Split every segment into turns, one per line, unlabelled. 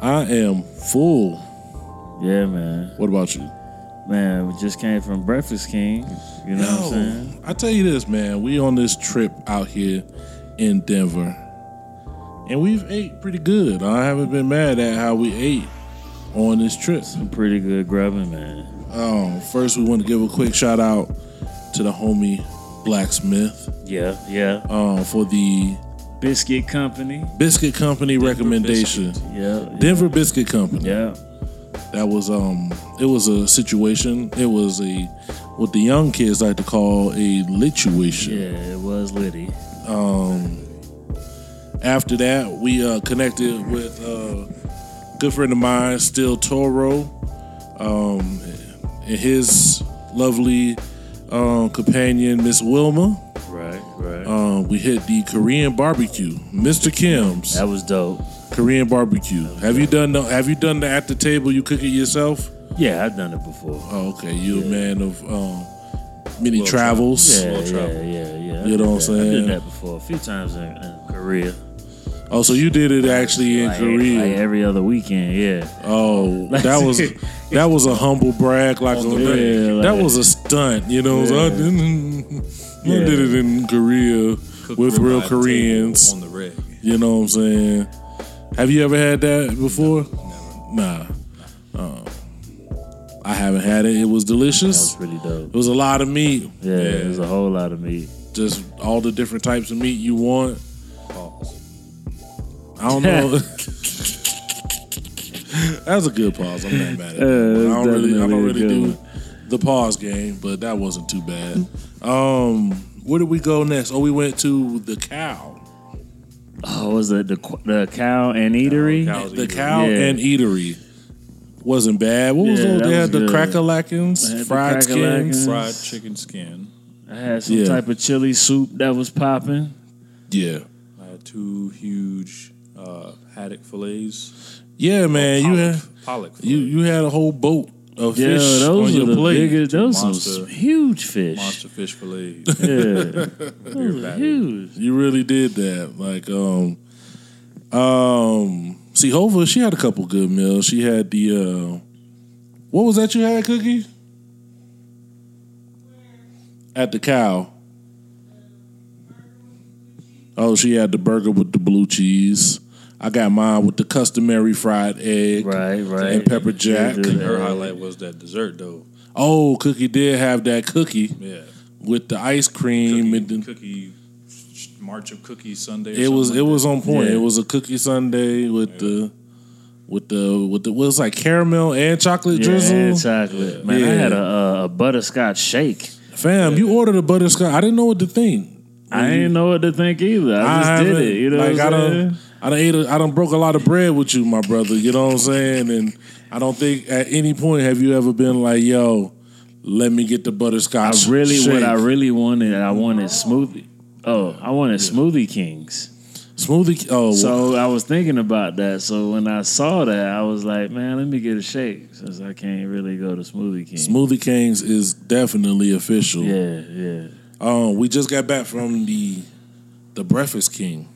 I am full.
Yeah, man.
What about you?
Man, we just came from Breakfast King. You know what I'm saying?
I tell you this, man. We on this trip out here in Denver, and we've ate pretty good. I haven't been mad at how we ate on this trip.
Pretty good grubbing, man.
Um, first, we want to give a quick shout out to the homie Blacksmith
Yeah, yeah.
um, for the
Biscuit Company.
biscuit company recommendation.
Yeah.
Denver Biscuit Company.
Yeah.
That was um, it was a situation. It was a what the young kids like to call a lituation.
Yeah, it was Liddy.
Um, After that, we uh, connected with uh, a good friend of mine, Still Toro, um, and his lovely um, companion, Miss Wilma.
Right, right.
Um, we hit the Korean barbecue, Mr. Kim's
that was dope.
Korean barbecue. Have you done the Have you done the at the table? You cook it yourself?
Yeah, I've done it before.
Oh, okay, you a man of um, many travels.
Yeah, yeah, yeah, yeah.
You know what I'm
I
saying?
did that before a few times in, in Korea.
Oh, so you did it actually in
Like,
Korea.
like every other weekend, yeah.
Oh, that was that was a humble brag. Like, a,
the leg.
that was a stunt, you know. So I, didn't- I did it in Korea with real Koreans.
on the rig.
You know what I'm saying? Have you ever had that before? Nah, Uh, I haven't had it. It was
That
delicious.
was pretty dope.
It was a lot of meat,
Yeah, it was a whole lot of meat.
just all the different types of meat you want. I don't know. that was a good pause. I'm not mad at that. I
Yeah,
don't really, I
definitely a
don't really
good
do
one.
the pause game, but that wasn't too bad. Um, where did we go next? Oh, we went to the cow,
Oh, was it the qu- the cow and eatery?
Cow-
the cow
Yeah.
and eatery. Wasn't bad. What was
Yeah,
those?
that
They
was
had the
good. They had
crackerlackins,
the
fried skins.
cracker-lackins.
Fried chicken skin.
I had some
Yeah.
type of chili soup that was popping.
Yeah,
I had two huge uh, haddock fillets.
yeah, man. You had
pollock.
you
fillet.
you had a whole boat of
Yeah,
fish on
those are
your
the
plate.
biggest. Those are
Monster.
some huge fish.
monster fish fillets.
Yeah, those are
battered.
huge.
You really did that. Like, um, um, see, Hova, she had a couple good meals. She had the, uh, what was that you had, Cookie? At the cow. Oh, she had the burger with the blue cheese. I got mine with the customary fried egg
Right, right.
and pepper jack.
They do that.
Her highlight was that dessert though.
Oh, Cookie did have that cookie
Yeah,
with the ice cream
cookie,
and then
cookie March of Cookie Sunday. or
It was it
something like
was on point.
Yeah.
It was a cookie sundae with the with the with the what was it, like caramel and chocolate
Yeah,
drizzle.
and chocolate. Man,
Yeah.
I had a, uh, a butterscotch shake.
Fam, you ordered a butterscotch. I didn't know what to think.
I didn't know what to think either. I, just did
haven't-
it. You know
like
what
Mm-hmm. I
I'm
don't
saying?
I done ate a, I done broke a lot of bread with you, my brother. You know what I'm saying? And I don't think at any point have you ever been like, yo, let me get the butterscotch.
I really
shake.
what I really wanted. I wanted smoothie. Oh, I wanted smoothie kings.
smoothie. Oh,
So I was thinking about that. So when I saw that, I was like, man, let me get a shake since I can't really go to smoothie king.
Smoothie Kings is definitely official.
yeah, yeah,
Um, we just got back from the the Breakfast King.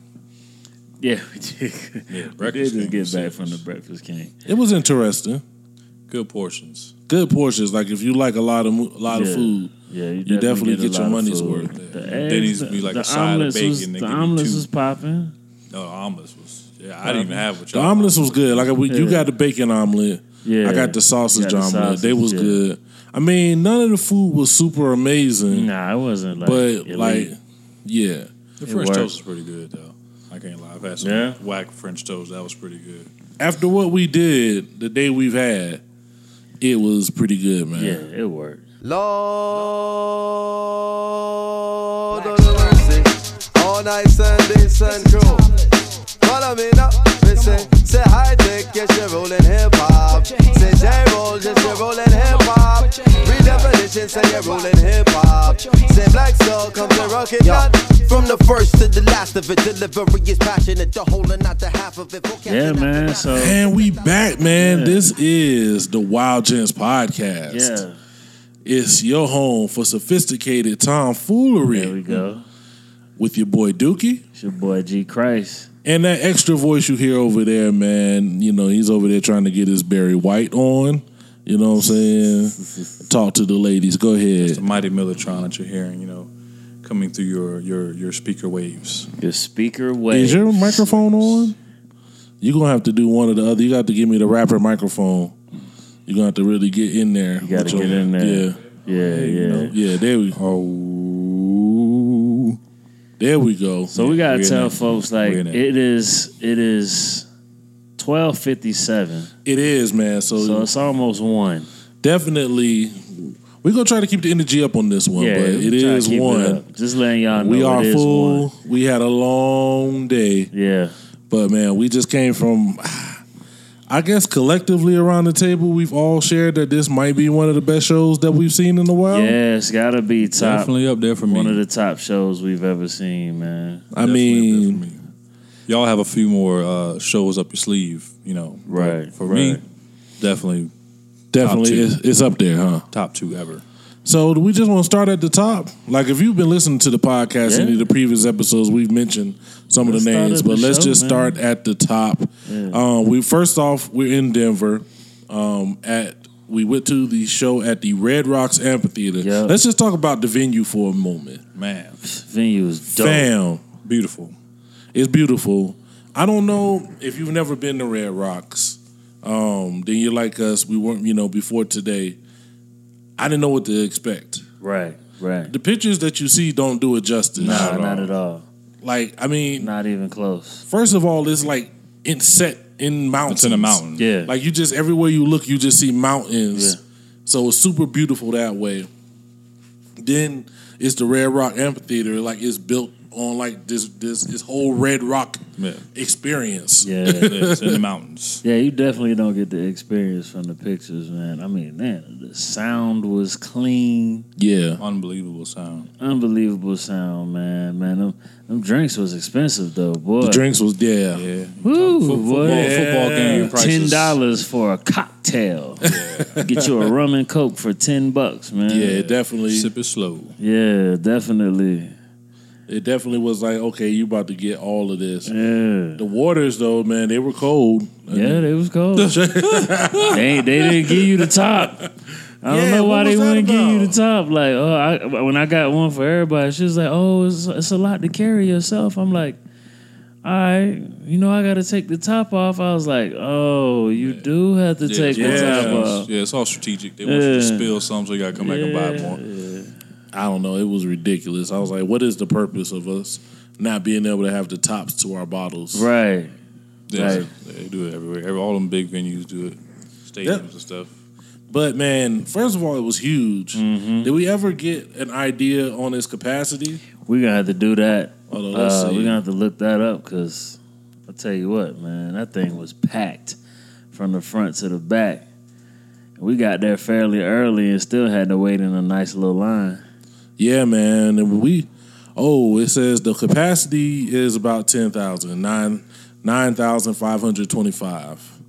yeah. We did. we did
Breakfast
just
King
get
was
back
serious.
from the breakfast king.
It was interesting.
that. good portions.
Good portions. Like if you like a lot of mo- lot of
Yeah.
food,
Yeah, you,
You definitely get your
a lot of
money's
food.
worth.
The
Then
eggs,
it used to
the-
be like
the
a side of
omelets was-
bacon. They
The
give you
omelets
two.
was popping.
No, omelets was. Yeah, I didn't even have what
the
y'all.
omelets was good. Like we, you
Yeah.
got the bacon omelet.
Yeah.
I got the sausage
You got the
omelet. they
sausage,
was
yeah.
good. I mean, none of the food was super amazing,
Nah, it wasn't like.
but
elite.
like, yeah,
The French
worked.
toast was pretty good though. I can't lie. I've had some
Yeah?
whack French toast. That was pretty good.
after what we did the day we've had, it was pretty good, man.
yeah, it worked.
Lord of the mercy. All night Sunday, sun crew. Follow me now. Listen, say high tech, yes, you're rolling hip hop. Say J roll, yes, you're rolling hip hop. Redefinition, say you're rolling hip hop. Say black soul comes a rocket yacht.
From the first to the last of it, delivery is passionate. The whole and not the half of it.
Yeah, man. So
And we back, man. This is the Wild Gents podcast.
yeah,
It's your home for sophisticated tomfoolery
there we go.
with your boy Dookie
It's your boy G Christ.
And that extra voice you hear over there, man, you know, he's over there trying to get his Barry White on. You know what I'm saying? Talk to the ladies. Go
The
ahead.
mighty mellotron that you're hearing, you know, coming through your your your speaker waves.
Your speaker waves.
Is your microphone on? You're going to have to do one or the other. You got to give me the rapper microphone. You're going to have to really get in there.
You gotta
with your-
get in there.
Yeah.
Yeah, yeah.
Yeah, there we
Oh,
there we go.
So we gotta
we're in
tell
it.
folks like
We're
it
in it.
is it is twelve fifty seven.
it is, man.
So it's almost one.
definitely we're gonna try to keep the energy up on this one
Yeah,
but it
we try to
is
keep it
one
up. Just letting y'all know
we
it
are
is
full
one.
we had a long day
Yeah,
but man we just came from i guess collectively around the table we've all shared that this might be one of the best shows that we've seen in a while
yeah, it's gotta be top
definitely up there for me.
one of the top shows we've ever seen, man.
i
Definitely up there
mean
for me. y'all have a few more uh, shows up your sleeve, you know. but
Right,
For me,
right.
definitely
definitely
Top two.
it's, it's up there huh
top two ever.
So do we just want to start at the top. Like if you've been listening to the podcast,
Yeah.
any of the previous episodes, we've mentioned some
Let's
of the
start
names,
at
but
the
let's
show,
just
man.
start at the top. Um, we first off, we're in Denver. Um, at we went to the show at the Red Rocks Amphitheater.
Yeah.
Let's just talk about the venue for a moment.
Man,
Venue is dope.
Damn,
beautiful.
it's beautiful. I don't know if you've never been to Red Rocks, um, then you're like us. We weren't, you know, before today. I didn't know what to expect.
Right, right.
The pictures that you see don't do it justice.
Nah, not at all.
Like, I mean,
Not even close.
first of all, it's like in set in mountains.
It's in a mountain.
Yeah.
Like you just everywhere you look, you just see mountains.
Yeah.
So it's super beautiful that way. Then it's the Red Rock Amphitheater. Like it's built on like this this this whole Red Rock
Yeah.
experience.
yeah.
Yeah, it's in the mountains.
Yeah, you definitely don't get the experience from the pictures, man. I mean, man, the sound was clean.
Yeah.
Unbelievable sound.
Unbelievable sound, man. Man, them, them drinks was expensive though, boy.
The drinks was yeah.
Yeah.
Woo, boy.
Fo- football, football game
Ten
prices.
dollars for a cocktail. Get you a rum and coke for ten bucks, man.
Yeah, it definitely
Sip it slow.
yeah, definitely.
it definitely was like, okay, you about to get all of this.
Yeah,
The waters though, man, they were cold.
yeah, they was cold. they they didn't give you the top. I don't
Yeah,
know why
what
they
was that
wouldn't give you
about?
the top. Like, oh, I, when I got one for everybody, she was like, "Oh, it's, it's a lot to carry yourself." I'm like, "All right, you know, I got to take the top off." I was like, "Oh, you do have to take
yeah,
the top
yeah,
off."
yeah, it's all strategic. They want you to
Yeah.
spill some so you gotta come back and buy more.
I don't know. It was ridiculous. I was like, what is the purpose of us not being able to have the tops to our bottles?
Right.
Yeah,
Right.
They do it everywhere. Every- All them big venues do it. Stadiums and stuff.
But man, first of all, it was huge.
Mm-hmm.
Did we ever get an idea on its capacity?
We're gonna have to do that.
Hold on, let's
Uh,
see.
We're gonna have to look that up because I tell you what, man, that thing was packed from the front to the back. We got there fairly early and still had to wait in a nice little line.
Yeah, man. And we oh, it says the capacity is about 10,000, nine- 9,525.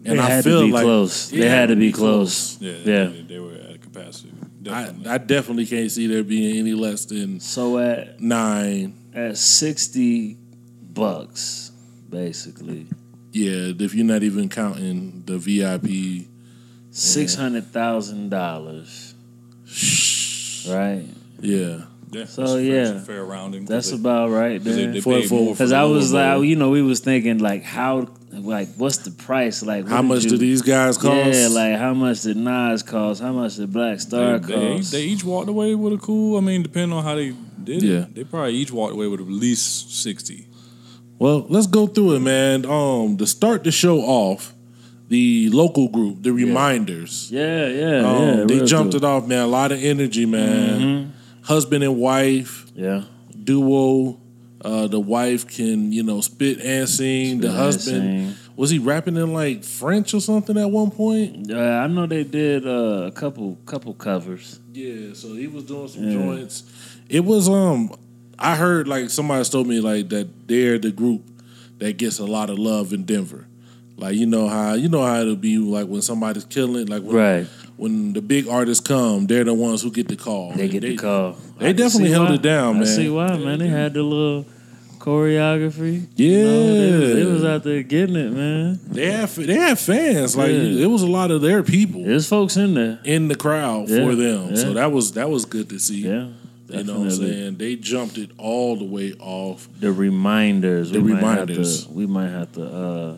They had to be close.
Yeah,
They had to be close.
Yeah,
Yeah.
They, they were at capacity.
I,
Definitely.
I definitely can't see there being any less than
So at
nine.
at sixty bucks, basically
Yeah, if you're not even counting the VIP.
six hundred thousand dollars, right?
Yeah.
yeah,
So,
that's a fair-
yeah.
that's a fair rounding. 'cause
That's
they-
about right
they-
there.
they
For-
paid
for-
more for
Because
the
I was
logo.
like, you know, we was thinking like, how, like, what's the price? Like, what
How much
you,
do these guys cost?
Yeah, like, how much did Nas cost? How much did Black Star
they, they,
cost?
they each walked away with a cool. I mean, depending on how they did
Yeah.
it, they probably each walked away with at least sixty.
well, let's go through it, man. Um, to start the show off, the local group, the Reminders,
yeah, yeah,
um,
yeah.
they jumped it off, man. A lot of energy, man.
Mm-hmm.
Husband and wife
Yeah,
duo. Uh, the wife can, you know, spit and sing. the
and
husband
sing.
was he rapping in like French or something at one point?
uh, I know they did uh, a couple, couple covers.
Yeah, so he was doing some joints. It was um, I heard like somebody told me like that they're the group that gets a lot of love in Denver. Like you know how you know how it'll be like when somebody's killing like when,
Right.
when the big artists come, they're the ones who get the call.
They
And
get the call.
they
I can
definitely
see
held
why.
it down,
I
man.
see why, man. They had the little choreography.
Yeah,
You know, they, was, they was out there getting it, man.
They had they had fans. Like
Yeah.
it was a lot of their people
There's folks in there.
in the crowd
Yeah,
for them. So
yeah.
that was that was good to see.
Yeah.
you know what I'm
definitely.
saying? They jumped it all the way off.
The reminders.
The
we
reminders.
Might have to, we might have to uh,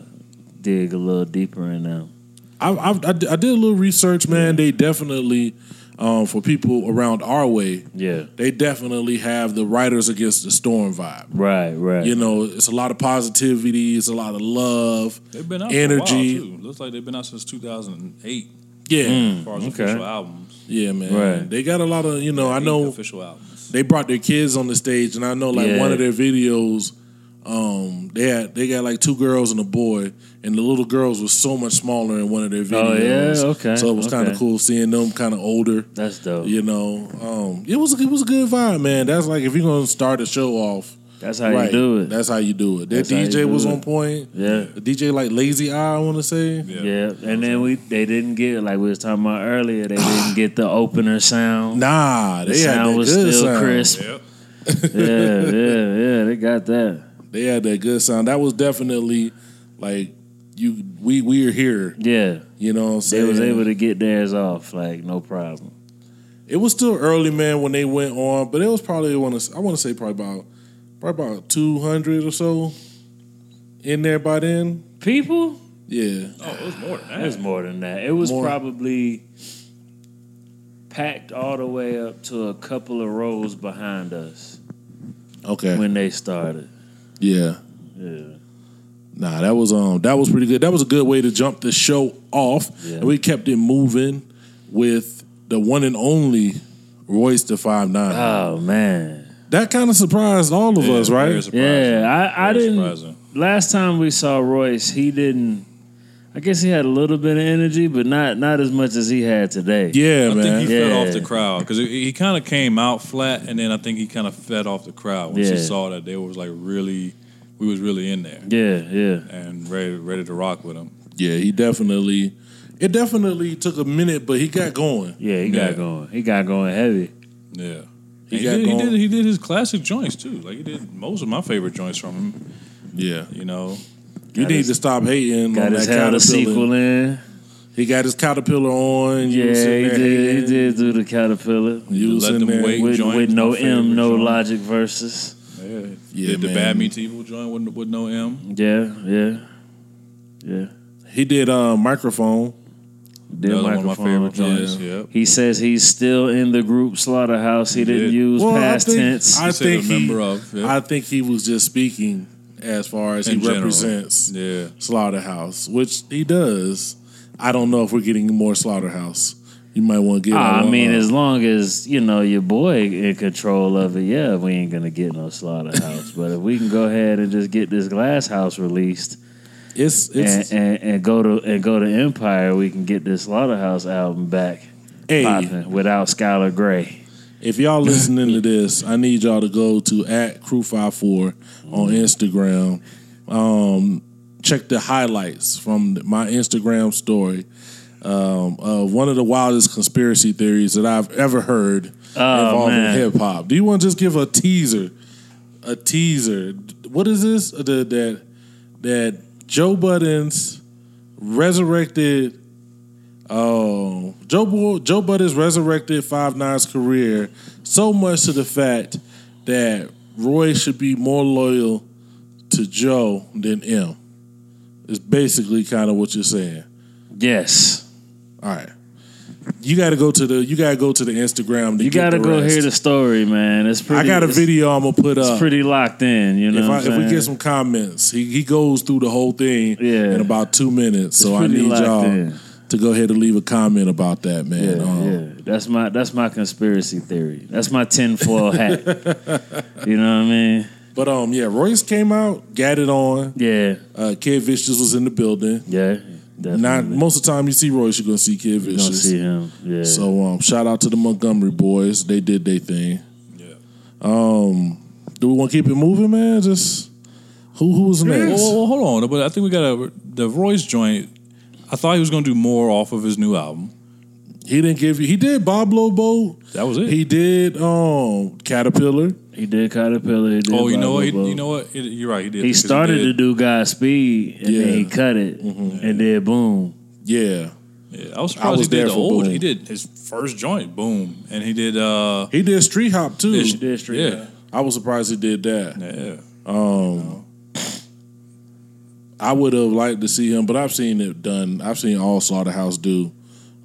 dig a little deeper in them.
I I, I did I did a little research, man. They definitely um, for people around our way,
Yeah.
they definitely have the Riders Against the Storm vibe.
Right. Right.
You know, it's a lot of positivity. It's a lot of love.
They've been out
energy.
for a while too. Looks like they've been out since 2008
Yeah,
as far as
okay.
official albums.
yeah, man.
Mm. Right.
They got a lot of you know. I
Eight
know
official albums.
they brought their kids on the stage, and I know like
Yeah.
one of their videos, um, they had they got like two girls and a boy, and the little girls was so much smaller in one of their
Oh, yeah?
videos.
Okay,
So it was kind of
okay.
cool seeing them kind of older.
That's dope.
You know, um, it was it was a good vibe, man. That's like if you're gonna start a show off,
That's how you do it.
That's how you do it. That
That's how you
DJ
do
was
it.
on point.
yeah.
The DJ like Lazy Eye, I want to say.
Yeah.
Yeah, and then we they didn't get like we was talking about earlier. They didn't get the opener sound.
Nah,
the
they had that
sound was
good
still
sound.
crisp.
Yep.
Yeah, yeah, yeah. They got that.
They had that good sound. That was definitely like you. We we are here.
Yeah,
You know, what I'm
they
saying
was able to get theirs off like no problem.
It was still early, man, when they went on, but it was probably want to. I want to say probably about probably about two hundred or so in there by then.
People,
Yeah,
Oh, it was more than that.
it was more than that. It was
More.
probably packed all the way up to a couple of rows behind us
okay,
when they started.
yeah.
Yeah,
Nah, that was um that was pretty good. That was a good way to jump the show off.
Yeah.
And we kept it moving with the one and only Royce the Five Nine.
Oh man.
that kind of surprised all of
Yeah,
us, right?
very surprising.
Yeah, I, I
Very
didn't.
surprising.
last time we saw Royce, he didn't. I guess he had a little bit of energy, but not not as much as he had today.
Yeah,
I
man.
think he
Yeah.
fed off the crowd because he kind of came out flat, and then I think he kind of fed off the crowd once
Yeah.
he saw that they was like really, we was really in there
yeah, yeah.
and ready, ready to rock with him.
Yeah, he definitely. It definitely took a minute, but he got going.
Yeah, he
Yeah.
got going. He got going heavy.
Yeah,
He
he,
got
did, he
going.
did. He did his classic joints too. Like he did most of my favorite joints from him.
Yeah,
You know,
you need
his-
to stop hating
Got
on
his
that
hell
caterpillar.
to sequel in.
He got his caterpillar on. You
Yeah,
were
he
sitting
did.
there
He
hating.
did do the caterpillar
You was
Let
in
them
there.
wait. Big
with,
joint,
with no
my
M,
favorite
no
joint.
logic verses.
yeah,
Yeah,
did the
man.
Bad Meets Evil joint with, with no M.
Yeah, yeah, yeah.
He did uh, microphone.
Did
Another one of my
microphone,
favorite joints.
yeah.
Yep.
He says he's still in the group Slaughterhouse. He didn't
did.
use
Well, I
past
think-
tense.
I
He said a
think he-
member of. yeah.
I think he was just speaking as far as
In
he
general.
represents
Yeah.
Slaughterhouse, which he does. I don't know if we're getting more Slaughterhouse. You might want to get.
Ah, I
one,
mean,
uh,
as long as you know your boy in control of it, yeah, we ain't gonna get no slaughterhouse. but if we can go ahead and just get this glass house released
it's
and,
it's
and, and go to and go to Empire, we can get this slaughterhouse album back
hey.
popping without Skylar Gray.
If y'all listening to this, I need y'all to go to at crew 54 on Instagram. Um, check the highlights from my Instagram story um, of one of the wildest conspiracy theories that I've ever heard
Oh,
involving
man.
hip hop. Do you want to just give a teaser? A teaser. What is this? The, that that Joe Budden's resurrected Oh, Joe Bo- Joe Bud has resurrected Five Nine's career so much to the fact that Roy should be more loyal to Joe than M. It's basically kind of what you're saying.
Yes,
All right, you got to go to the you got to go to the Instagram. To
you
get
gotta
the
go
rest.
hear the story, man. It's pretty.
I got a
it's-
video I'm gonna put
It's
up.
pretty locked in. You know,
if,
what
I,
I'm
if we
saying?
get some comments, he, he goes through the whole thing
Yeah.
in about two minutes. so I
pretty
need
locked
y'all
in.
to go ahead and leave a comment about that, man.
Yeah,
Um,
yeah. That's my that's my conspiracy theory. That's my tinfoil hat. you know what I mean?
But um, yeah, Royce came out, got it on.
Yeah,
Uh, Kid Vicious was in the building.
yeah. Definitely.
Not most of the time you see Royce, you're gonna see Kid
You don't
Vicious.
see him. Yeah.
So um, shout out to the Montgomery boys. They did their thing. Um,
yeah.
Do we want to keep it moving, man? Just who who's
Well,
next?
well, well, hold on, but I think we got a the Royce joint. I thought he was going to do more off of his new album.
He didn't give you. He did Bob Lobo.
That was it.
He did um Caterpillar.
He did Caterpillar. He did
Oh, you
blah,
know what?
blah, blah.
You know what? It- you're right. He did.
He
because
started to
did.
do Godspeed and
Yeah. Mm-hmm.
then he cut it and then boom.
Yeah.
Yeah, I was
I
surprised
was
he did
there
the
for
old.
Boom.
He did his first joint, boom, and he did. uh
He did Street Hop too.
this-
did Street
Yeah,
I was surprised he did that.
yeah.
Um, I would have liked to see him, but I've seen it done. I've seen all Slaughterhouse do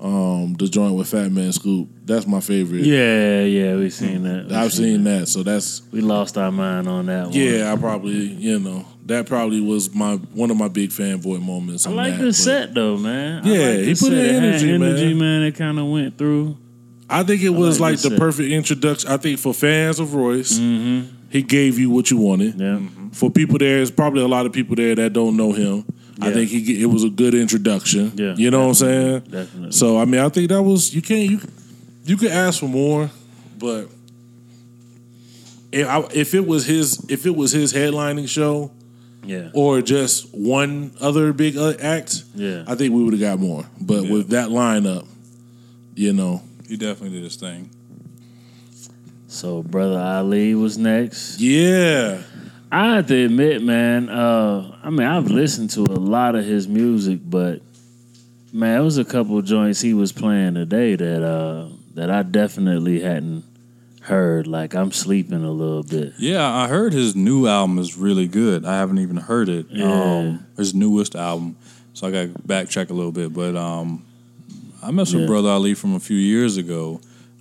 um, the joint with Fat Man Scoop. That's my favorite.
Yeah, yeah, we seen that. We
I've seen that. So that's um,
We lost our mind on that one.
yeah. I probably you know that probably was my one of my big fanboy moments.
I
on
like
that,
this
but
set though, man. I
Yeah,
like
he
this
put in
set. It had
energy, man.
energy, man. It kind of went through.
I think it was like,
like this
the
set. Mm-hmm.
perfect introduction. I think for fans of Royce, he gave you what you wanted.
Yeah.
For people there, there's probably a lot of people there that don't know him. I
Yeah.
think he ge- it was a good introduction.
Yeah,
you know what I'm saying.
Definitely.
So I mean, I think that was you can't you you could ask for more, but if, I, if it was his if it was his headlining show
Yeah.
or just one other big uh, act,
Yeah.
I think we would have got more. But
Yeah.
with that lineup, you know,
He definitely did his thing.
So brother Ali was next.
yeah,
I have to admit, man. Uh, I mean, I've listened to a lot of his music, but man, it was a couple joints he was playing today that uh, that I definitely hadn't heard. Like I'm sleeping a little bit.
Yeah, I heard his new album is really good. I haven't even heard it.
Yeah.
Um, his newest album, so I got to backtrack a little bit. But um, I messed
Yeah.
with Brother Ali from a few years ago.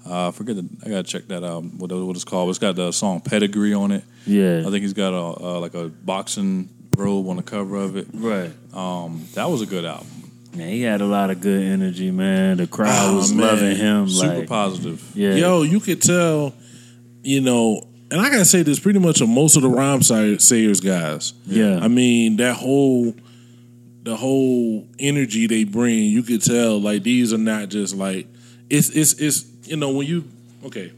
Uh, I forget that I gotta check that out. What what it's called? It's got the song "Pedigree" on it.
Yeah.
I think he's got a uh, like a boxing robe on the cover of it.
right.
Um, that was a good album.
Man, he had a lot of good energy, man. The crowd
Oh,
was
man.
loving him.
Super
like,
positive.
yeah.
yo, you could tell, you know, and I gotta say this pretty much on most of the rhyme say- sayers guys.
Yeah.
I mean that whole the whole energy they bring, you could tell like these are not just like it's it's it's you know when you okay.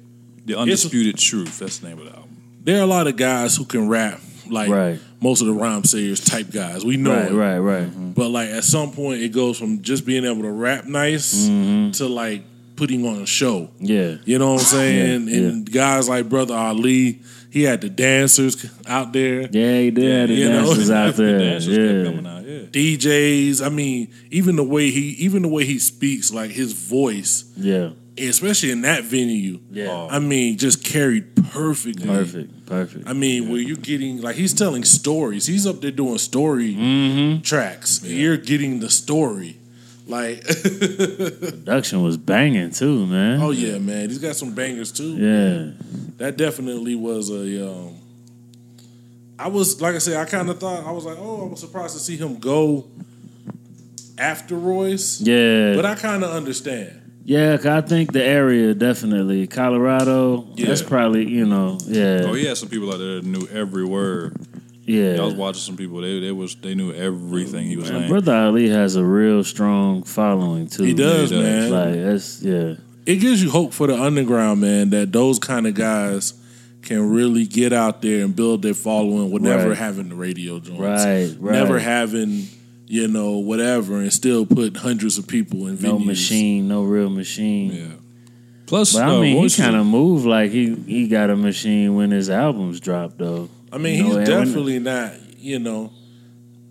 The Undisputed Truth. That's the name of the album.
There are a lot of guys who can rap like
Right.
most of the rhyme sayers type guys. We know Mm-hmm.
Right,
it.
right, right.
But like at some point it goes from just being able to rap nice
Mm.
to like putting on a show.
Mm-hmm. Yeah.
You know what I'm saying?
Yeah,
and guys like Brother Ali, he had the dancers out there.
Yeah, he did. have the
you know,
dancers out
The
there.
dancers kept
yeah.
coming out, yeah.
DJs. I mean, even the way he even the way he speaks, like his voice,
Yeah.
especially in that venue.
Yeah.
I mean, just carried perfectly.
Perfect. Perfect.
I mean, where you're getting like he's telling stories. He's up there doing story
Mm-hmm.
tracks. You're getting the story. Like,
Production was banging too, man.
oh yeah, man, he's got some bangers too.
yeah.
That definitely was a. Um, I was like I said, I kind of thought I was like, oh, I was surprised to see him go after Royce,
Yeah.
but I kind of understand.
yeah, 'cause I think the area definitely. Colorado, that's
Yeah.
probably, you know, yeah.
Oh, he had some people out there that knew every word.
Yeah.
I was watching some people. They they was they knew everything he was
And
saying.
Brother Ali has a real strong following too.
He does,
He
man.
does.
Like that's yeah.
it gives you hope for the underground, man, that those kind of guys can really get out there and build their following with never
Right.
having the radio joints.
Right, right.
Never having, you know, whatever, and still put hundreds of people in
No
venues.
machine, no real machine.
yeah. Plus,
But I
uh,
mean, he
Royce was-
kind of moved like he he got a machine when his albums dropped though.
I mean,
You know,
he's
and when-
definitely not, you know,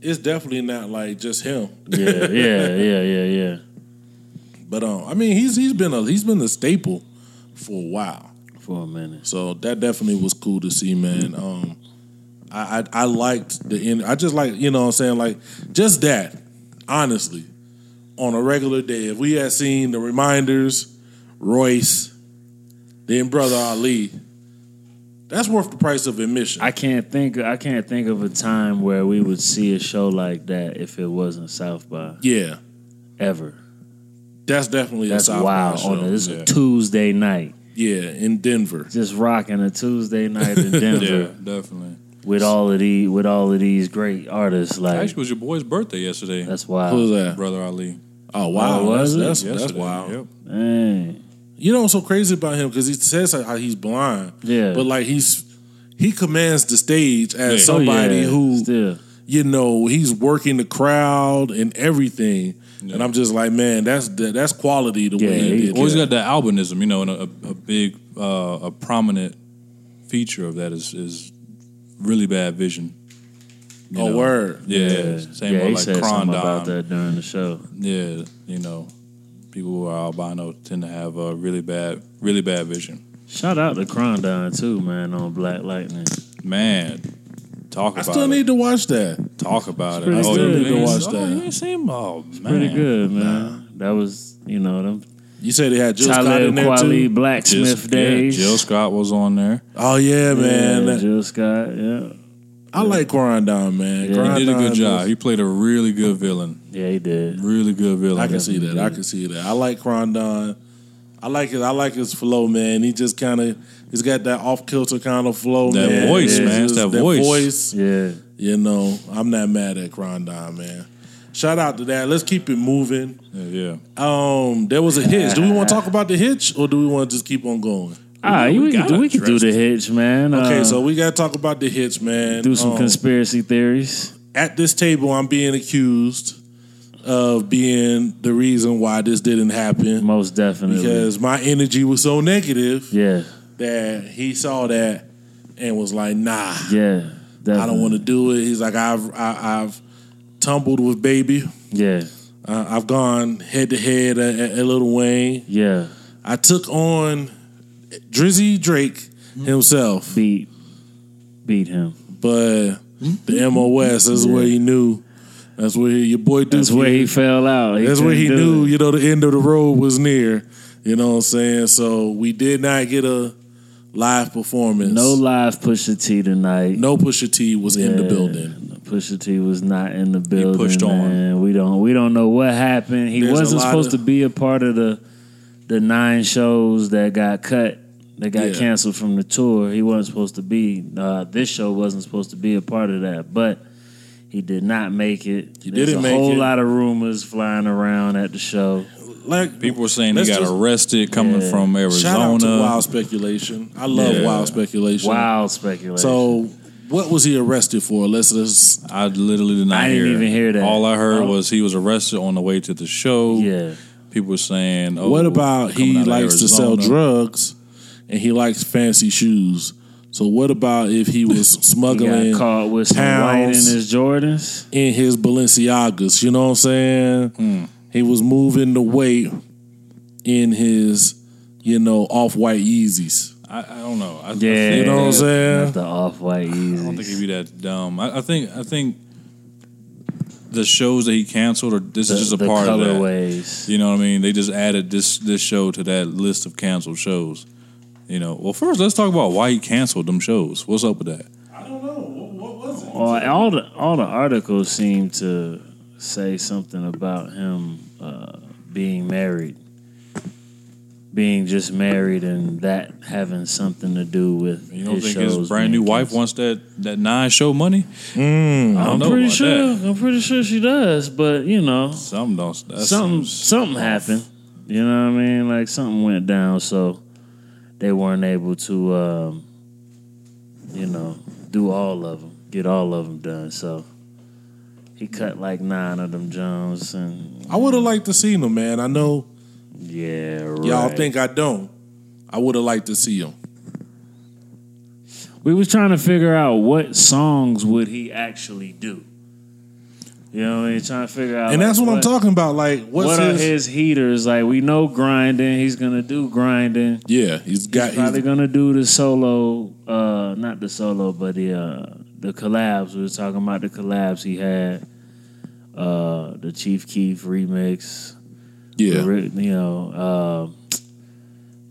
it's definitely not like just him.
Yeah, yeah, yeah, yeah, yeah.
But um, I mean, he's he's been a he's been a staple for a while.
For a minute.
So that definitely was cool to see, man. Um, I, I I liked the end. I just like you know what I'm saying like just that. Honestly, on a regular day, if we had seen the reminders, Royce, then brother Ali, that's worth the price of admission.
I can't think. I can't think of a time where we would see a show like that if it wasn't South by
yeah,
ever.
that's definitely
That's
a South
wild.
by
On
show.
a, this is
yeah.
a Tuesday night,
yeah, in Denver.
just rocking a Tuesday night in Denver
yeah, definitely.
with all of the with all of these great artists. Like
Actually, it was your boy's birthday yesterday,
that's
Who was
wild.
that?
brother Ali.
Oh wow,
Uh, Oh, was
that's
it?
that's, that's
Yesterday,
wild.
Yep.
Man.
You know what's so crazy about him because he says how he's blind.
Yeah.
But like he's he commands the stage as
Yeah.
somebody
Oh, yeah.
who
still
you know he's working the crowd and everything. And
Yeah.
I'm just like, man, that's that, that's quality the
Yeah,
way
he
he did.
Always
that.
got that albinism, you know, and a, a big, uh, a prominent feature of that is is really bad vision. You
Oh,
know?
word.
Yeah, same
yeah,
with
he
like
said something about
Crondon.
that during the show.
Yeah, you know, people who are albino tend to have a really bad, really bad vision.
Shout out to Crondon too, man, on Black Lightning.
Man, talk
I
about
still
it.
need to watch that.
talk about it.
pretty
Oh,
good.
you
Need to
ain't-
watch
oh,
that.
you ain't seen? Oh, man,
Pretty good, man. That was, you know, them
You said they had Jill Scott
Talib
in there
Kweli
too.
Jill-
blacksmith
yeah,
days.
Jill Scott was on there.
Oh yeah, man.
Yeah,
That-
Jill Scott. Yeah,
I like Grindon, man.
Yeah.
Grindon
He did a good job.
is-
He played a really good villain.
yeah, he did.
Really good villain.
I can see that. I can see that. I like Grindon. I like it. I like his flow, man. He just kind of he's got that off kilter kind of flow,
That
man.
voice,
It's
man. It's
just
that voice.
Yeah,
You know, I'm not mad at Grindon, man. Shout out to that. Let's keep it moving.
Yeah, yeah.
Um, there was a hitch. Do we want to talk about the hitch, or do we want to just keep on going?
ah, we,
we
can do
gotta
we can do
address
the hitch, man.
Okay,
Uh,
so we gotta talk about the hitch, man.
do some
Um,
conspiracy theories.
at this table, I'm being accused of being the reason why this didn't happen
Most definitely.
because my energy was so negative
yeah,
that he saw that and was like, "Nah,
yeah. Definitely.
I don't want to do it." He's like, "I've I, I've tumbled with baby.
Yeah,
Uh, I've gone head to head at, at Little Wayne.
yeah.
I took on Drizzy Drake
Mm-hmm.
himself,
Beat, beat him.
but
Mm-hmm.
the MOS is where he knew. That's where your boy Duke
That's where he fell out.
That's where he
couldn't do
knew,
it.
you know, the end of the road was near. You know what I'm saying? So we did not get a live performance.
No live Pusha T tonight.
no Pusha T was in the
Yeah.
building.
Pusha T was not in the building.
pushed on.
man. We don't we don't know what happened. He
There's a
wasn't
lot
supposed
of-
to be a part of the the nine shows that got cut. That got
Yeah.
canceled from the tour. He wasn't supposed to be. Uh, this show wasn't supposed to be a part of that, but he did not make it.
He
There's
didn't
a
make
whole
it.
lot of rumors flying around at the show.
Like
People were saying
Let's
he got
just-
arrested coming
Yeah.
from Arizona.
shout out to Wild Speculation. I love
Yeah.
Wild Speculation.
Wild speculation.
So what was he arrested for? Let's just
I literally did not
I didn't
hear
even
it.
hear that.
All I heard
Oh.
was he was arrested on the way to the show.
yeah,
People were saying, oh,
what about
coming
he
out of
likes to sell
Arizona.
drugs and he likes fancy shoes? So what about if he was
he
smuggling
got caught with some white in
pounds.
his Jordans.
in his Balenciagas. You know what I'm saying? He was moving the weight in his, you know, off white Yeezys.
I, I don't know. I, I
Yeah,
think
You know what I'm
that-
saying?
Not the off white
I don't think
Yeezys.
he'd be that dumb. I, I think I think the shows that he canceled, or this
The,
is just a
the
part of that.
colorways.
You know what I mean? They just added this this show to that list of canceled shows. You know, well, first let's talk about why he canceled them shows. What's up with that?
I don't know. What, what was it?
Well, all the all the articles seem to say something about him uh, being married, being just married, and that having something to do with
You don't
his
think
shows
his brand new
being
wife
canceled.
wants that that nine show money? I don't
I'm
know
pretty
about
sure.
that.
I'm pretty sure she does, but you know,
Something don't. That
something
seems-
something happened. You know what I mean? Like something went down, so they weren't able to, um, you know, do all of them, get all of them done. So he cut like nine of them Jones, and
I would have liked to see him, man. I know
yeah, right.
y'all think I don't. I would have liked to see him.
we was trying to figure out what songs would he actually do. You know, what I mean? trying to figure out,
And
like,
that's what, I'm talking about. Like, what's
What are
his,
his heaters like? We know grinding. He's gonna do grinding.
Yeah, he's got.
he's probably
He's,
gonna do the solo, uh, not the solo, but the uh, the collabs. We were talking about the collabs he had, uh, the Chief Keef remix. the
yeah.
ri- you know, uh,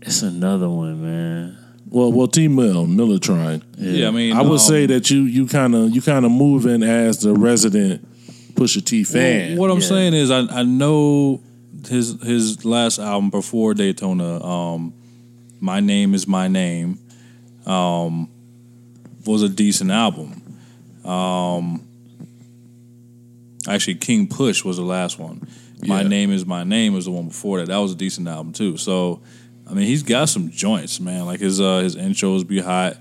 it's another one, man.
Well, well, T. Mill, Militron.
Yeah, I mean,
I
um,
would say that you you kind of you kind of moving as the resident Pusha T fan.
What I'm
Yeah.
saying is, I, I know his his last album before Daytona, um, "My Name Is My Name," um, was a decent album. Um, actually, King Push was the last one. My
Yeah.
Name Is My Name was the one before that. That was a decent album too. So, I mean, he's got some joints, man. Like his uh, his intros be hot.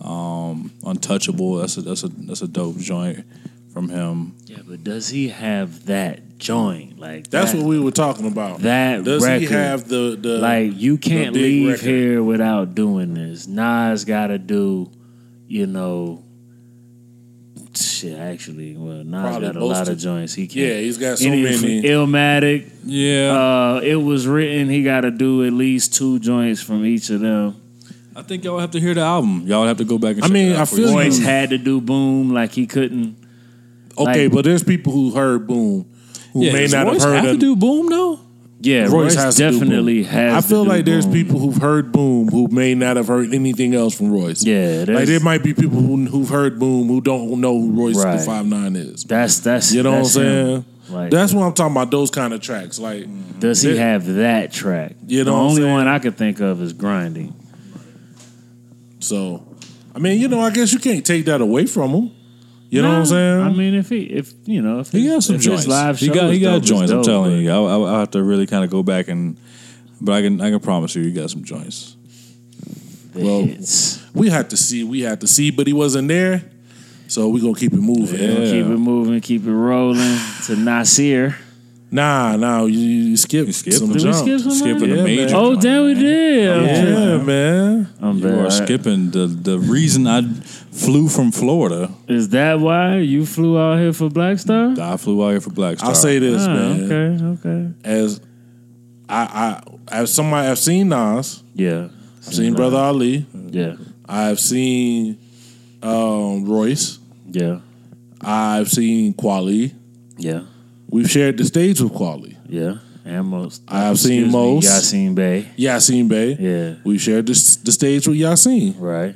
Um, untouchable. That's a that's a that's a dope joint from him.
Yeah, but does he have that joint. Like
That's
that-
what we were talking about.
that
does he
record,
have the the
like you can't
big
leave
record.
here without doing this. Nas got to do, you know, shit. Actually, well, Nas
Probably
got a
most
lot of
of-
joints. He can't.
Yeah, he's got so
Any-
many.
Illmatic.
Yeah,
Uh, it was written. He got to do at least two joints from each of them.
I think y'all have to hear the album. Y'all have to go back and.
I
check
mean,
it out
I
for
feel you.
yourself.
Boys had to do Boom like he couldn't.
okay,
like-
but there's people who heard Boom who
Yeah,
may
does
not
Royce
have heard
have
of
to do Boom though.
Yeah, Royce,
to do
definitely
Boom.
has.
I
to
feel
do
like there's
Boom.
people who've heard Boom who may not have heard anything else from Royce.
Yeah,
like
that's-
there might be people who, who've heard Boom who don't know who Royce
Right.
the Five Nine is.
That's that's
You know what I'm
that's him.
saying?
Like,
That's what I'm talking about. Those kind of tracks, like
Does he
That-
have that track?
You know
the
what I'm
only
saying?
one I could think of is grinding.
so. I mean, you know, I guess you can't take that away from him. You know what I'm saying?
I mean, if he, if you know, if
He
his-
got some
if
joints.
his live show,
he got
is
he got
dope, is
joints. I'm
dope,
telling you, I, I, I have to really kind of go back and, but I can I can promise you, you got some joints.
but the
Well,
hits.
we had to see. We had to see, but he wasn't there, so we gonna keep it moving.
Yeah.
keep it moving, keep it rolling to Nasir.
Nah, nah, you, you skipped.
You skipped
some
them.
Did we
jumps.
skip some?
Skipping
Yeah,
a
man.
major.
Oh,
joint,
damn, we
man.
did.
Yeah, man.
I'm
You are
bad.
skipping the the reason I flew from Florida.
Is that why you flew out here for Black Star?
I flew out here for Black Star.
I'll say this,
Ah,
man.
okay, okay.
As I, I, as somebody, I've seen Nas,
Yeah.
I've seen Brother Ali,
Yeah.
I've seen um, Royce,
Yeah.
I've seen Quali.
Yeah.
We've shared the stage with Quali.
Yeah. And most.
I've seen
excuse me,
most.
Yasin Bey.
Yasin Bey.
Yeah.
We've shared this, the stage with Yasin.
Right.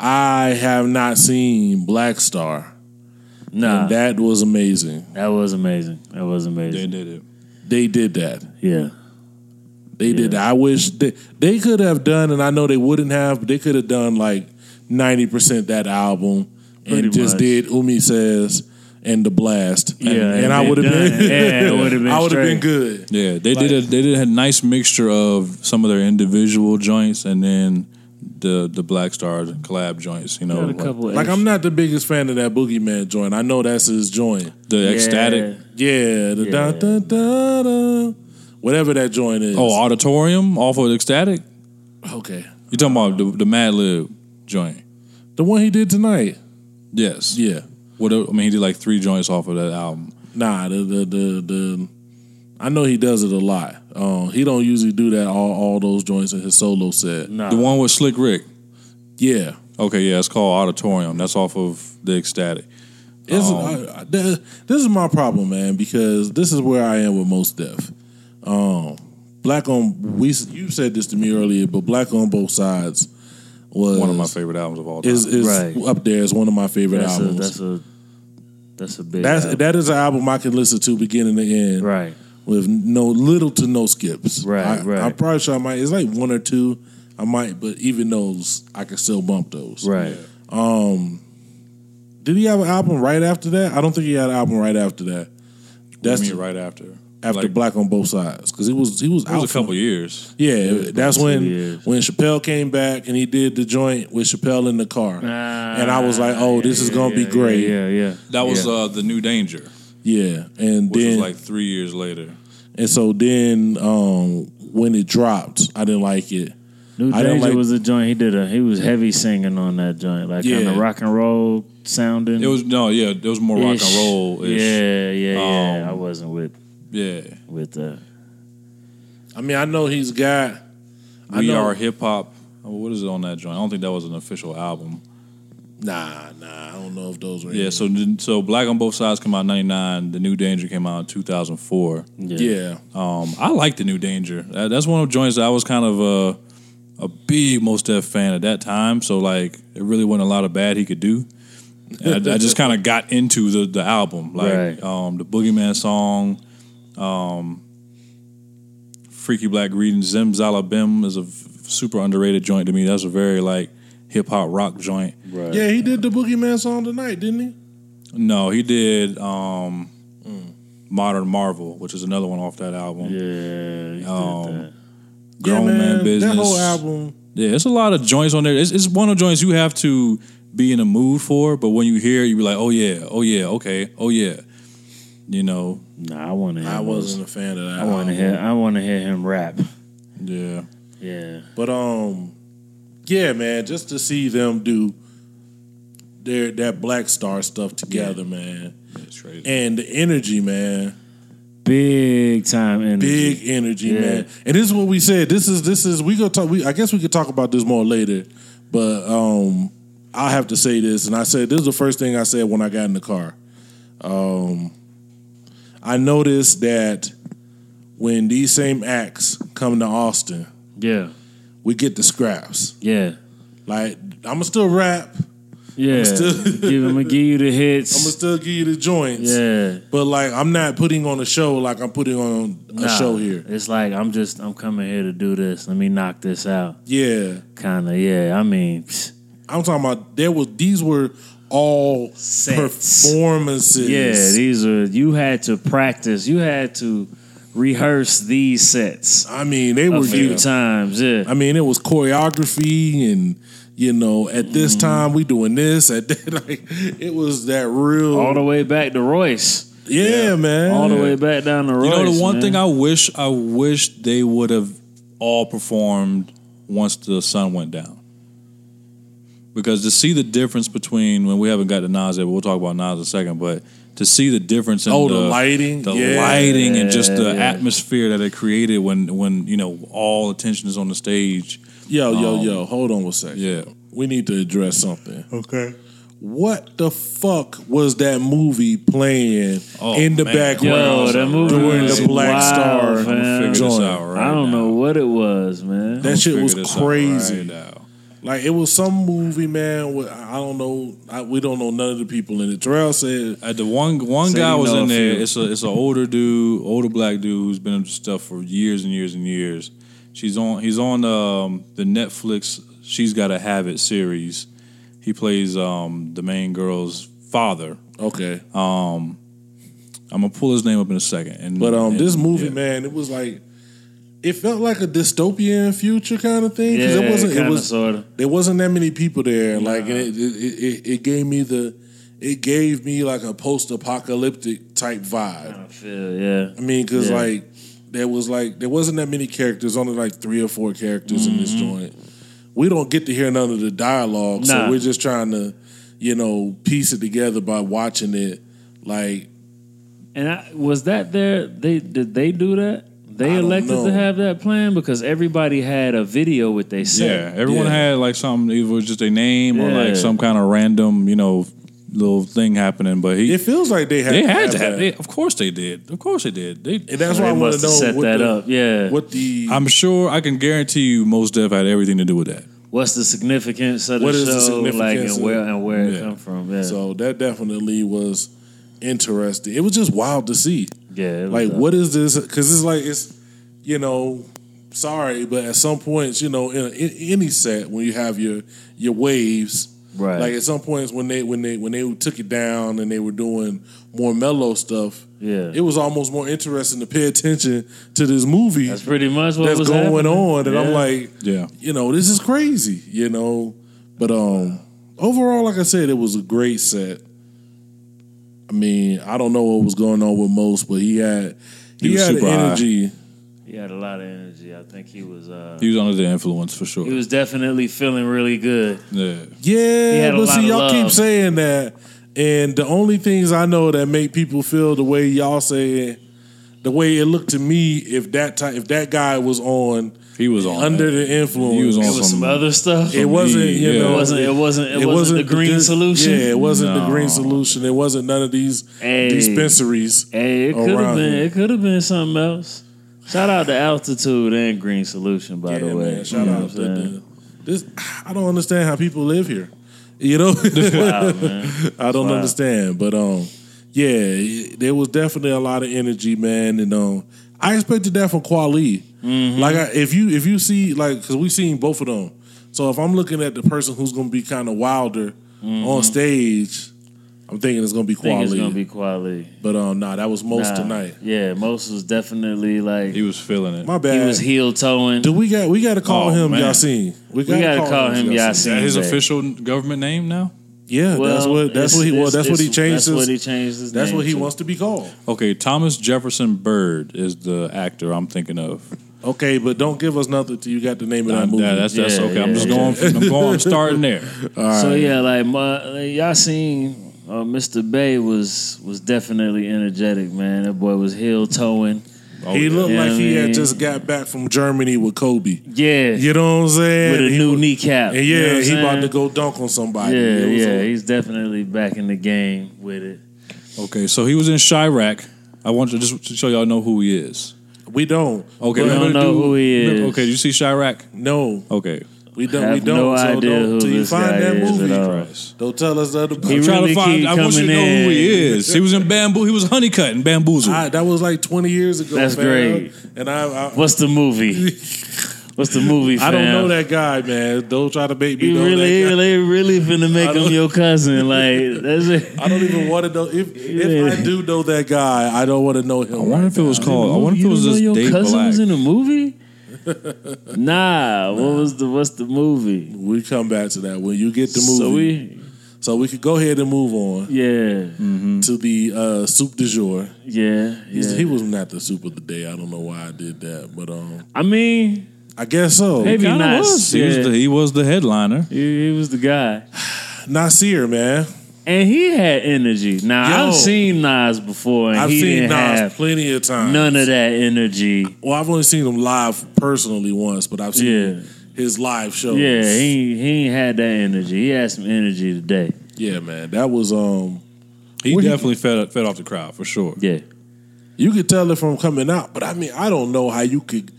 I have not seen Black Star.
Nah.
And that was amazing.
That was amazing. That was
they
amazing.
did it.
They did that.
Yeah.
They did. That. I wish they, they could have done, and I know they wouldn't have, but they could have done like ninety percent that album
Pretty
and just
much.
did Umi says and the blast. And,
Yeah,
and
and
I
been
would have
done.
been.
Yeah, it would've been
I would have
straight.
been good.
Yeah, they did. A, they did a nice mixture of some of their individual joints and then the the Black Star collab joints. You know,
Got a
like
couple
Like I'm
extra-
not the biggest fan of that Boogeyman joint. I know that's his joint.
the ecstatic.
Yeah.
Yeah, the da da da da, whatever that joint is.
Oh, auditorium off of ecstatic.
okay.
You talking about the, the Mad Lib joint?
The one he did tonight.
Yes.
Yeah.
What I mean, he did like three joints off of that album.
Nah, the the the, the I know he does it a lot. Um, he don't usually do that all all those joints in his solo set.
Nah.
The one with Slick Rick.
Yeah,
Okay, yeah, it's called Auditorium. That's off of the Ecstatic.
It's-
Um,
I- I- th- this is my problem, man, because this is where I am with most deaf. Um, black on we you said this to me earlier, but black on both sides was
One of my favorite albums of all time.
is is
Right.
up there as one of my favorite
that's
albums.
A,
that's
that's a that's a big. album.
that is an album I can listen to beginning to end.
right.
with no little to no skips.
Right,
I,
right.
I'm probably sure I might. It's like one or two. I might, but even those, I can still bump those. Um,
Right.
Did he have an album right after that? I don't think he had an album right after that.
that's
That's
me right after.
after
like,
Black on Both Sides because he was he was
It
out
was a
for-
couple years.
Yeah, that's
two
when
years.
when Chappelle came back and he did the joint with Chappelle in the car,
Ah,
and I was like, oh, this is gonna be great. Yeah,
Ah, Yeah, yeah.
That was
yeah.
uh, the New Danger,
and
which
then
was like three years later.
and so then um, when it dropped, I didn't like it.
New
I
Danger
didn't like-
was a joint. He did a he was heavy singing on that joint, like kind of
Yeah.
rock and roll sounding.
It was no, yeah, it was more rock and roll. Yeah,
Yeah, yeah, yeah.
Um,
I wasn't with
yeah.
with that.
I mean, I know he's got. I
We
know-
are hip hop. oh, What is it on that joint? I don't think that was an official album.
Nah, nah, I don't know if those were.
Yeah, so so Black on Both Sides came out in '99. The New Danger came out in 2004.
yeah,
Um, I like the New Danger. That, that's one of the joints that I was kind of a a big Mos Def fan at that time. So like, it really wasn't a lot of bad he could do. And I, I just kind of got into the the album, like
Right.
um, the Boogeyman song, um, Freaky Black Reading, Zim Zala Bim is a f- super underrated joint to me. That's a very like hip hop rock joint.
Right.
yeah. He did the Boogeyman song tonight, didn't he?
No, he did um, Modern Marvel, which is another one off that album.
Yeah, he did
Um,
that.
Grown
yeah,
Man Business.
That whole album.
Yeah, it's a lot of joints on there. It's, it's one of the joints you have to be in a mood for, but when you hear it, you be like, oh yeah, oh yeah, okay, oh yeah. you know,
Nah, I want to.
I wasn't a fan of that.
I want
album.
to hear. I want to hear him rap.
yeah.
Yeah.
But um, yeah, man, just to see them do their that Black Star stuff together, man,
It's crazy.
and the energy, man,
Big time energy.
big energy,
Yeah.
man. And this is what we said. This is this is we gonna talk. We I guess we could talk about this more later, but um, I have to say this, and I said this is the first thing I said when I got in the car. Um, I noticed that when these same acts come to Austin,
Yeah.
we get the scraps.
Yeah.
Like I'ma still rap.
Yeah.
still-
give him. Give you the hits.
I'ma still give you the joints.
yeah.
But like I'm not putting on a show like I'm putting on a
Nah,
show here.
It's like I'm just I'm coming here to do this. Let me knock this out.
Yeah.
Kind of. Yeah. I mean, psh,
I'm talking about there was these were all
Sets.
performances.
yeah. These are you had to practice. You had to rehearse these sets
I mean they
a
were
few
yeah.
times. Yeah.
I mean it was choreography and you know, at this time we doing this, at that like it was that real
all the way back to Royce.
yeah, man.
All the way back down to Royce.
You know the one
man.
thing I wish I wish they would have all performed once the sun went down. Because to see the difference between when we haven't got to Nas yet, but we'll talk about Nas in a second, but to see the difference in
Oh, the lighting?
the
Yeah.
lighting and just the
Yeah.
atmosphere that it created when when you know all attention is on the stage.
Yo, yo,
Um,
yo, hold on one second.
yeah.
We need to address something. Okay. What the fuck was that movie playing
Oh,
in the
man.
background
Yo, that movie
during
was
the Black
wild,
Star?
fam.
Figure this
joint.
out right
I don't
now.
know what it was, man.
That shit
Figure
was
this out
crazy.
right now.
Like it was some movie, man. With, I don't know. I, we don't know none of the people in it. Terrell said,
Uh, the one one
Say
guy
you
was
know
in
a
there.
few.
It's a it's an older dude, older black dude who's been into stuff for years and years and years. She's on he's on um, the Netflix. She's got a habit series. He plays um, the main girl's father.
"Okay,
I'm gonna pull his name up in a second. And
but um,
and-
this movie,
yeah.
man, it was like it felt like a dystopian future kind of thing
yeah,
because it wasn't. It
kinda,
was
sorta.
there wasn't that many people there. Like and it, it, it, it gave me the it gave me like a post apocalyptic type vibe.
I feel, yeah.
I mean, because
Yeah.
like there was like there wasn't that many characters, only like three or four characters in this
Mm-hmm.
joint. We don't get to hear none of the dialogue, so
Nah.
we're just trying to, you know, piece it together by watching it. Like,
And I, was that there? They did they do that?
I
They
don't
elected
know.
to have that plan because everybody had a video with they
yeah,
set.
everyone
Yeah.
had like something. It was just a name or
Yeah.
like some kind of random you know little thing happening. But he
it feels like they had
they had to have.
that.
They, of course they did. Of course they did. They
and that's
So
why I
they
want
must
to
have
know
set
what
that
the,
up. Yeah.
what the
I'm sure I can guarantee you most Def had everything to do with that.
What's the significance of the
What is
show?
the
like
significance
and
of-
where and where
Yeah.
it come from? Yeah.
so that definitely was interesting. It was just wild to see.
yeah. it was
Like,
a-
what is this? Because it's like it's, you know, sorry, but at some points, you know, in, in any set when you have your your waves,
Right.
Like at some points when they when they when they took it down and they were doing more mellow stuff,
Yeah.
it was almost more interesting to pay attention to this movie
That's pretty much what
that's
was
going
happening.
on, and I'm
Yeah.
like,
Yeah.
you know, this is crazy, you know, but um, overall, like I said, it was a great set. I mean, I don't know what was going on with most, but he had he,
He was
had
super high.
energy.
He had a lot of energy. I think he was. Uh,
He was under the influence for sure.
he was definitely feeling really good.
yeah.
Yeah,
had a
but
lot
see,
of
y'all keep
love.
saying that, and the only things I know that make people feel the way y'all say it, the way it looked to me, if that type, if that guy was on
He was on
under
that.
the influence,
He was on
It was some,
Some-
other stuff.
Um, it wasn't you
Yeah.
know
It wasn't- it wasn't- it wasn't the green
dis-
solution.
yeah it wasn't the
No.
green solution it wasn't none of these
Hey.
dispensaries
Hey, it could have
around
been.
here.
It could have been something else. Shout out to Altitude and Green Solution, by
yeah
the way.
man shout
You know
out to
what I'm saying?
the, this I don't understand how people live here you know
Wow, man.
I don't
Wow.
understand but um yeah it- there was definitely a lot of energy man and um I expected that from Quali
Mm-hmm.
like I, if you if you see like because we seen both of them so if I'm looking at the person who's gonna be kind of wilder on stage. I'm thinking it's gonna be
I Mm-hmm. think
Quali.
it's gonna be quality.
But um, nah, that was most
Nah.
tonight.
Yeah, most was definitely like
He
he,
was feeling it.
My bad.
was heel towing.
Do we got we got to call
Oh,
him
man.
Yasin?
We gotta call him
Is that
Yasin.
his
Bey.
official government name now?
Yeah,
Well,
that's what that's
it's-
what he well,
it's-
that's what he
it's-
changed.
That's what he
his-
changed his
That's
name
what he
to.
wants to be called.
Okay, Thomas Jefferson Bird is the actor I'm thinking of.
Okay, but don't give us nothing till you got the name of that
I'm-
movie.
yeah, that's that's
Yeah,
okay. I'm
yeah,
just
yeah.
going. From, I'm going. I'm starting there.
So yeah, like my like, y'all seen uh, Mr. Bay was was definitely energetic, man. That boy was heel towing.
Oh,
he
yeah.
looked
Yeah,
like
I
he
mean-
had just got back from Germany with Kobe.
Yeah,
You know what I'm saying?
with a
He
new
was-
kneecap.
And
You know
yeah,
what I'm
he about
saying?
to go dunk on somebody.
Yeah,
It was
yeah,
a-
he's definitely back in the game with it.
Okay, so he was in Chirac. I want to just to show y'all know who he is.
we don't.
Okay,
We don't
remember the
know who he
remember-
is.
Okay, you see Chirac?
No,
Okay,
we don't. we
Have
don't.
no
so
idea
don't,
who
till you
this
find
guy
that
is at
movie.
all.
Christ.
Don't tell us the other
He
I'm trying
really
to find.
keep
I want you to know
coming
who he
in.
is. He was in Bamboo. He was Honeycut and Bamboozle.
I, that was like 20 years ago.
That's
fam.
great.
And I, I,
What's the movie? What's the movie? Fam?
I don't know that guy, man. Don't try to make me
You
know
really,
that guy.
really, really finna
I
make
don't-
him your cousin. Like that's it.
I don't even want to know if if I do know that guy. I don't want to know him.
I wonder if it was called. I wonder if
You
it was
don't know
just
your
Dave
cousin was
Black.
in a movie. nah, what was the what's the movie?
we come back to that when you get the movie.
So we,
So we could go ahead and move on
yeah,
Hmm. to the uh, soup du jour.
yeah,
He's,
Mm. yeah.
He was not the soup of the day. I don't know why I did that, but um,
I mean,
I guess so.
Maybe
Kinda
not.
was. He was
Yeah.
the- he was the headliner.
he, he was the guy,
Nasir, man.
and he had energy. Now
Yo.
I've seen Nas before, and
I've
he
seen
didn't
Nas
have
plenty of times.
none of that energy.
Well, I've only seen him live personally once, but I've seen
Yeah.
his live shows.
Yeah, he he ain't had that energy. He had some energy today.
yeah, man. That was um.
He
Where he-
definitely fed fed off the crowd for sure.
Yeah,
You could tell it from coming out, but I mean, I don't know how you could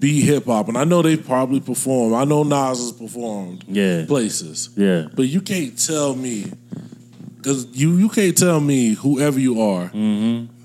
be hip hop, and I know they probably perform. I know Nas has performed
Yeah.
places,
yeah.
but you can't tell me because you you can't tell me whoever you are.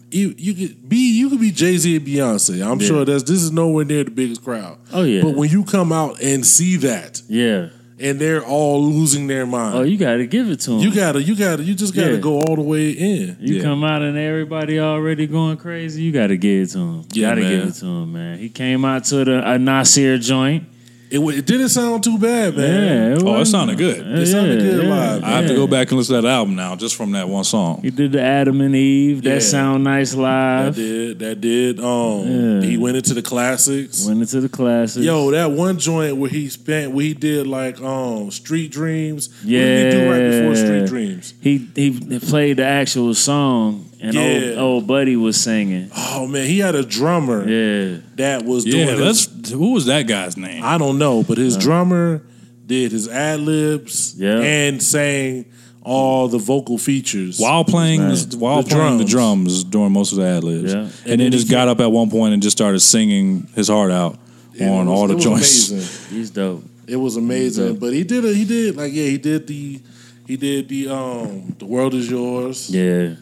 You you could be you could be Jay Z and Beyonce. I'm
Mm-hmm. Yeah.
sure that's this is nowhere near the biggest crowd.
Oh, yeah.
But when you come out and see that,
Yeah.
and they're all losing their mind,
Oh, you got to give it to him.
you gotta you gotta you just gotta
Yeah.
go all the way in.
You
Yeah.
come out and everybody already going crazy. You got to give it to him. You
Yeah,
got to
man.
give it to him, man. He came out to the a Nasir joint.
It, wa- it didn't sound too bad, man.
Yeah.
Oh, it
wasn't-
sounded good.
Yeah,
It sounded good live.
I have to
yeah.
go back and listen to that album now, just from that one song.
He did the Adam and Eve. That
Yeah.
sound nice
That
live.
did that did. Um,
Yeah.
he went into the classics.
Went into the classes.
Yo, that one joint where he spent, where he did like um Street Dreams. what did he do right
Yeah.
before Street Dreams?
he he played the actual song, and
Yeah.
old, old buddy was singing.
Oh man, he had a drummer
Yeah.
that was
Yeah,
doing.
that's
His,
who was that guy's name?
I don't know, but his drummer did his ad libs
Yeah.
and sang all the vocal features.
while playing
His
the, while
The
playing the drums during most of the ad libs,
Yeah.
and,
And
then
then
just
he-
got up at one point and just started singing his heart out
It
on
was-
all
it
the
was
joints.
amazing.
He's dope.
It was amazing. But he did a, he did like yeah, he did the he did the um the world is yours.
Yeah.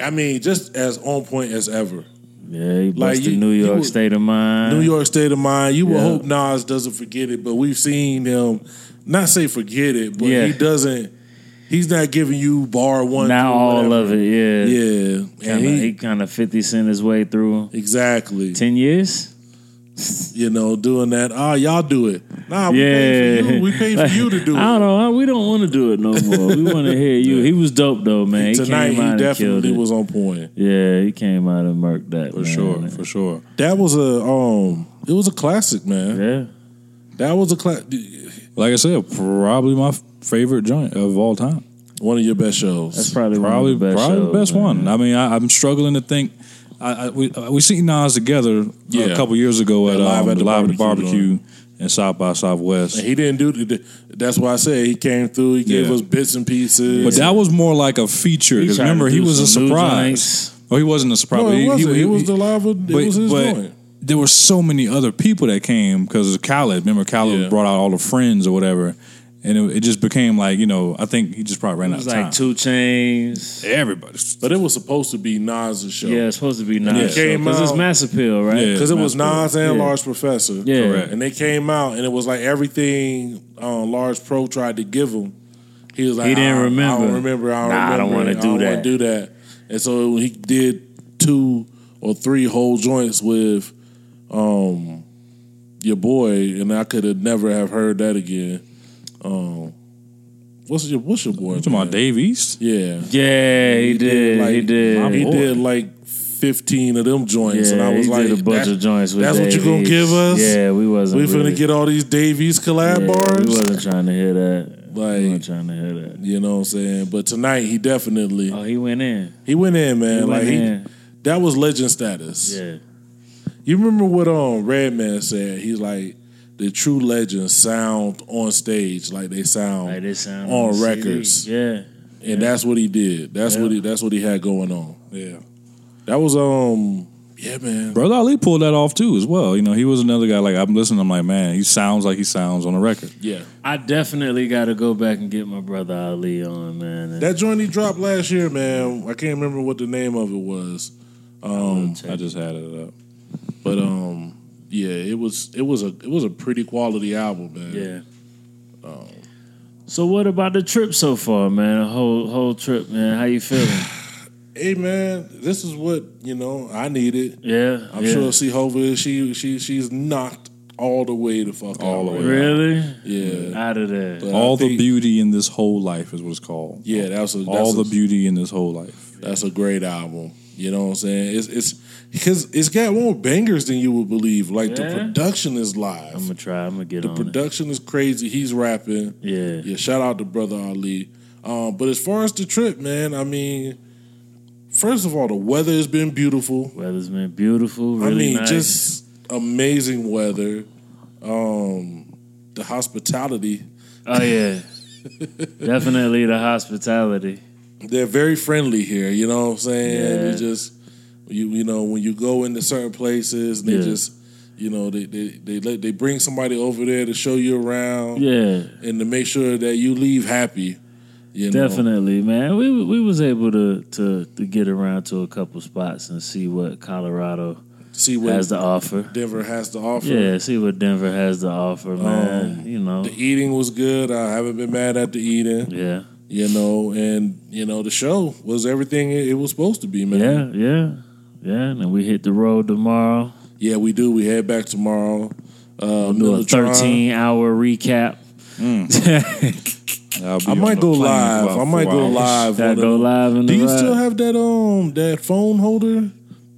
I mean, just as on point as ever.
Yeah, he
Like,
busted
you-
New
you
York
would-
State of Mind.
New York State of Mind. You will
Yeah.
hope Nas doesn't forget it, but we've seen him not say forget it, but
Yeah.
he doesn't. He's not giving you bar one.
Not
through
all
whatever.
of it, yeah.
Yeah, and
Kinda,
he,
he, kind of 50 cent his way through
exactly.
10 years?
You know, doing that. Ah, y'all do it. Nah, we
yeah.
paid for you. We paid for you to do
I don't
it.
know. I- We don't want to do it no more. we want to hear you. He was dope, though, man. He
Tonight,
came out
he
and killed
definitely
it.
was on point.
Yeah, he came out and murked that.
For sure, for sure.
That was a um. It was a classic, man.
Yeah.
That was a class.
Like I said, probably my f- favorite joint of all time.
One of your best shows.
That's probably, one
Probably,
of the best
probably the
shows,
best
man.
one. I mean, I, I'm struggling to think. I, I we uh, we seen Nas together
Yeah.
a couple years ago at,
That
live, um, at the live barbecue, at the barbecue in South by Southwest.
And he didn't do. The, that's why I said he came through. He gave
Yeah.
us bits and pieces.
But that was more like a feature because
tried to
remember he
do
was a
some new
surprise.
joints.
Oh, he wasn't a surprise.
No,
but
it wasn't.
He,
It was the live- it was his joint.
There were so many other people that came because Khaled. Remember, Khaled
Yeah.
brought out all the friends or whatever, and it, it just became like you know. I think he just probably ran
It
out of
was
time.
like Two Chains.
Everybody,
But it was supposed to be Nas's show.
Yeah, it's supposed to be nice.
came
Because it's
out-
Mass Appeal, right?
Yeah.
Because it was
Mass
Nas and
Yeah.
Large Professor.
Yeah.
Correct.
And they came out, and it was like everything uh, Large Pro tried to give him. He was like,
He didn't
I, I
remember.
don't remember. I don't
Nah, I don't
remember.
wanna do
wanna
that.
do that. And so he did two or three whole joints with um, your boy, and I could have never have heard that again. Um, what's your what's your boy?
You talking about
man?
Dave East?
Yeah,
Yeah, he,
He
did.
like,
he did.
He
boy.
did like fifteen of them joints, and I was
he
like,
did a bunch
that-
of joints with
That's what you gonna
Davies.
give us?
Yeah, we wasn't.
We
really,
finna get all these Davies collab
yeah,
bars.
We wasn't trying to hear that.
Like-
we weren't trying to hear that.
You know what I'm saying? But tonight he definitely
Oh, he went in.
he went in, man.
He
like
went
he
in.
that was legend status.
Yeah,
You remember what um Redman said? He's like the true legends sound on stage like they sound
like this sound
on,
the CD.
records,
Yeah,
and that's what he did. That's
Yeah.
what he that's what he had going on.
Yeah.
That was um yeah man.
Brother Ali pulled that off too as well. You know, he was another guy like I'm listening, I'm like, man, he sounds like he sounds on a record.
Yeah,
I definitely got to go back and get my brother Ali on, man. and
that joint he dropped last year, man. I can't remember what the name of it was, Um,
we'll
I
check.
just had it up.
but um yeah, it was it was a it was a pretty quality album, man.
yeah.
Oh.
So what about the trip so far, man? The whole whole trip, man. How you feeling?
Hey man, this is what you know I needed.
Yeah,
I'm
yeah.
sure see Hova she she she's knocked all the way the fuck
All
out,
the
right?
way.
Really?
Yeah,
Out of there.
But I
All the
think-
beauty in this whole life is what it's called.
yeah. That's a that's
All
a,
the beauty in this whole life.
That's a great album. You know what I'm saying? It's it's because it's got more bangers than you would believe. Like the
Yeah?
production is live.
I'm gonna try. I'm gonna get
the
on it.
production is crazy. He's rapping.
Yeah.
Yeah, shout out to Brother Ali. Um, but as far as the trip, man, I mean, first of all, the weather has been beautiful.
Weather's been beautiful. Really
I mean,
nice.
just amazing weather. Um, the hospitality.
oh yeah, definitely the hospitality.
They're very friendly here. You know what I'm saying?
Yeah.
They just you you know when you go into certain places, they
Yeah.
just you know they they they let, they bring somebody over there to show you around
Yeah,
and to make sure that you leave happy. You know?
definitely, man. We we was able to to to get around to a couple spots and see what Colorado
see what
has to offer.
Denver has to offer.
Yeah, see what Denver has to offer, man.
Um,
you know.
The eating was good. I haven't been mad at the eating,
Yeah,
you know, and you know the show was everything it it was supposed to be, man.
yeah, yeah, yeah. And then we hit the road tomorrow.
Yeah, we do. We head back tomorrow. Uh,
Do a
Militron.
thirteen hour recap.
Mm.
I'll be
I
on
might
the
go
plane
live.
about
I might
four
go
hours.
live.
Gotta
on
go
the-
live in the
Do you
ride.
still have that um that phone holder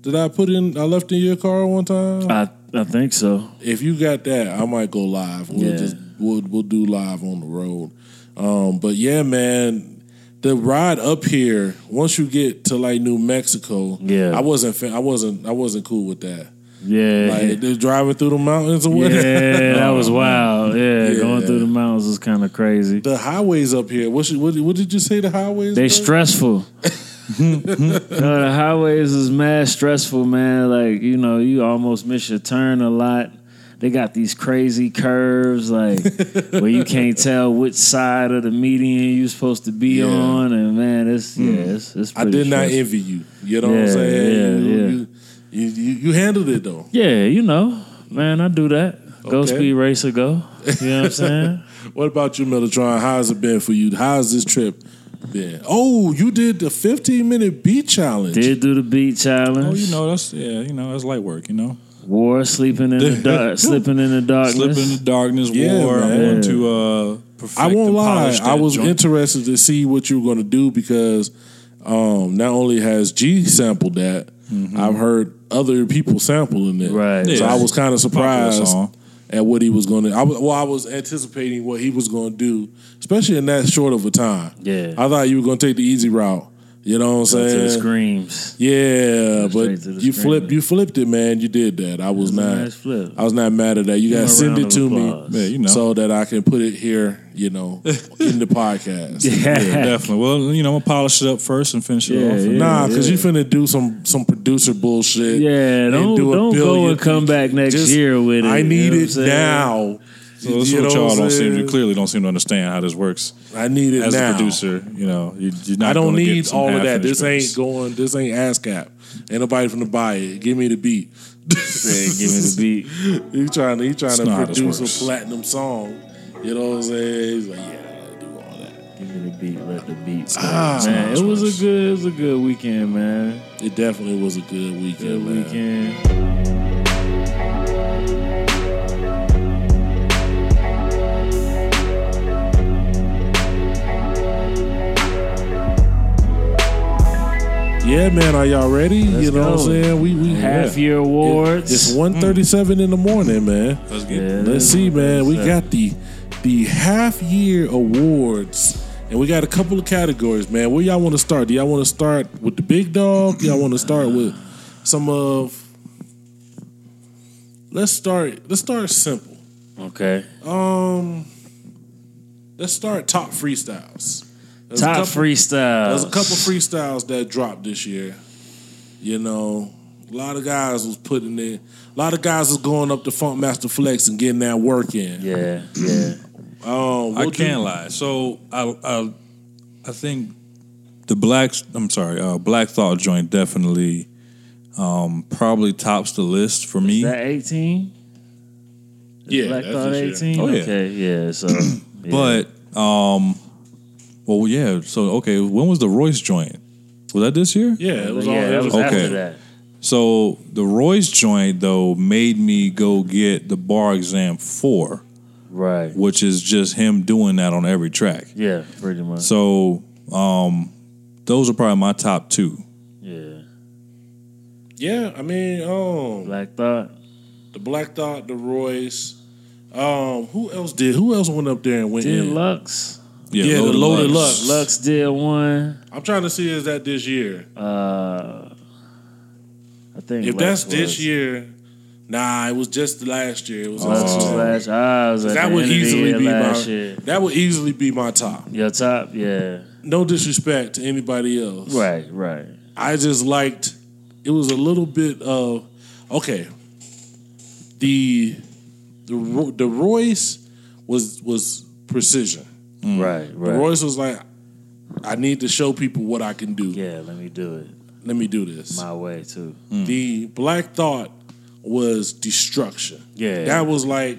that I put in? I left in your car one time.
I I think so.
if you got that, I might go live. We'll
Yeah.
just we'll we'll do live on the road. Um, but yeah, man, the ride up here once you get to like New Mexico,
Yeah.
I wasn't fa- I wasn't I wasn't cool with that.
Yeah.
Like they're driving through the mountains or whatever.
Yeah, that was wild. Yeah,
Oh, Yeah.
going through the mountains was kind of crazy.
The highways up here. What, should, what what did you say? The highways.
They
were?
stressful. no, the highways is mad stressful, man. Like you know, you almost miss your turn a lot. They got these crazy curves, like where you can't tell which side of the median you're supposed to be
Yeah. Mm.
on, and man, it's yeah, it's, it's
I
pretty
did not
stressful.
envy you. You know what I'm
Yeah,
saying?
yeah,
you,
yeah.
You, you, you, you handled it though.
yeah, you know, man, I do that. Go
Okay.
speed racer, go. You know what I'm saying?
What about you, Mellotron? How's it been for you? How's this trip been? Oh, you did the 15 minute beat challenge.
Did do the beat challenge.
Oh, you know, that's yeah, you know, that's light work, you know.
War sleeping in the dark, slipping in the darkness.
Slip in the darkness,
Yeah,
war.
man.
I'm going to uh perfect
I won't
and
lie.
polish that
I was
junk.
interested to see what you were going to do because um, not only has G sampled that,
Mm-hmm.
I've heard other people sampling it.
Right.
So
Yeah.
I was kind of
Popular
surprised
song.
at what he was going to. I was, well, I was anticipating what he was going to do, especially in that short of a time.
Yeah.
I thought you were going to take the easy route. You know what I'm
Go to the
saying?
screams.
Yeah,
Straight
but
to the
you
screen.
flipped. You flipped it, man. You did that. I was
That's a
not.
nice flip.
I was not mad at that. You
Give
guys
him
send
a round
it
of
to me,
applause.
Yeah, you know.
so that I can put it here. You know, in the podcast.
Yeah, definitely. Well, you know, I'm gonna polish it up first and finish it
Yeah,
off.
yeah.
Nah, because you finna do some some producer bullshit.
Yeah,
and
don't-
do a
don't go
billion
and come back next year with it,
I
you
need
know what I'm
it
saying?
now.
So that's
You
what
know
y'all
what I'm
don't seem to
saying?
clearly don't seem to understand how this works
I need it
as
now.
a producer. You know, you, you're not
I don't
gonna get
need
some
all of that.
half-finished
This ain't
goods.
going. This ain't ASCAP. Ain't nobody finna buy it. Give me the beat.
Said, give me the beat.
He trying to he trying
not
to
how this
produce
works.
a platinum song. You know what I'm saying? He's like, yeah, I gotta do all that.
Give me the beat. Let the beat play.
Ah.
man, it was a good, it was a good weekend, man.
It definitely was a good weekend,
Good
man.
weekend.
Thank
yeah, man, are y'all ready? you know what
go.
I'm saying? We we
Half
yeah.
year awards. Mm.
It's 1:37 in the morning, man.
Let's get
Yeah.
Let's see, man. We got the the half year awards, and we got a couple of categories, man. Where y'all want to start? Do y'all want to start with the big dog? Do y'all want to start with some of? Let's start. Let's start simple.
Okay.
Um, let's start top freestyles. There's a
Top
couple-
freestyle.
There's a couple freestyles that dropped this year. You know, a lot of guys was putting in. A lot of guys was going up to Funk Master Flex and getting that work in.
Yeah, yeah.
Um, what
I
you-
can't lie. So I, I, I think the blacks. I'm sorry, uh, Black Thought joint definitely, um, probably tops the list for me.
Is that 18?
Yeah,
Black
that's
Thought
this year.
18?
Oh, yeah.
Okay, yeah, so. yeah.
But um, well, yeah. So okay, when was the Royce joint? Was that this year?
Yeah, it was all.
yeah,
it
that
was
was
all-
after
Okay.
that.
So the Royce joint though made me go get the bar exam four,
Right.
which is just him doing that on every track.
Yeah, pretty much.
So um, those are probably my top two.
yeah.
yeah, I mean, um,
Black Thought.
the Black Thought, the Royce. Um, who else did? Who else went up there and went
Did
in?
Lux.
Yeah, the Loaded Lux.
Lux did one.
I'm trying to see is that this year.
Uh, I think
if that's
Lux
this
was-
year, nah, it was just last year. It was
Lux was last. Ah, I was at
oh. that
the
would
end of the
easily
year
be my
last year.
that would easily be my top.
Your top, yeah.
No disrespect to anybody else.
Right, right.
I just liked it was a little bit of okay. The the Ro- the Royce was was precision.
Right,
Mm. The
right.
Royce was like, I need to show people what I can do.
yeah, let me do it
Let me do this.
my way too.
The Black Thought was destruction.
Yeah.
that was like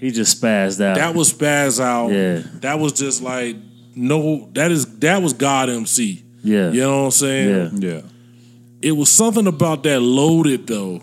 He just spazzed out.
that was spaz out.
Yeah.
that was just like no. That is that was God MC.
yeah,
You know what I'm saying?
yeah.
Yeah.
it was something about that loaded though.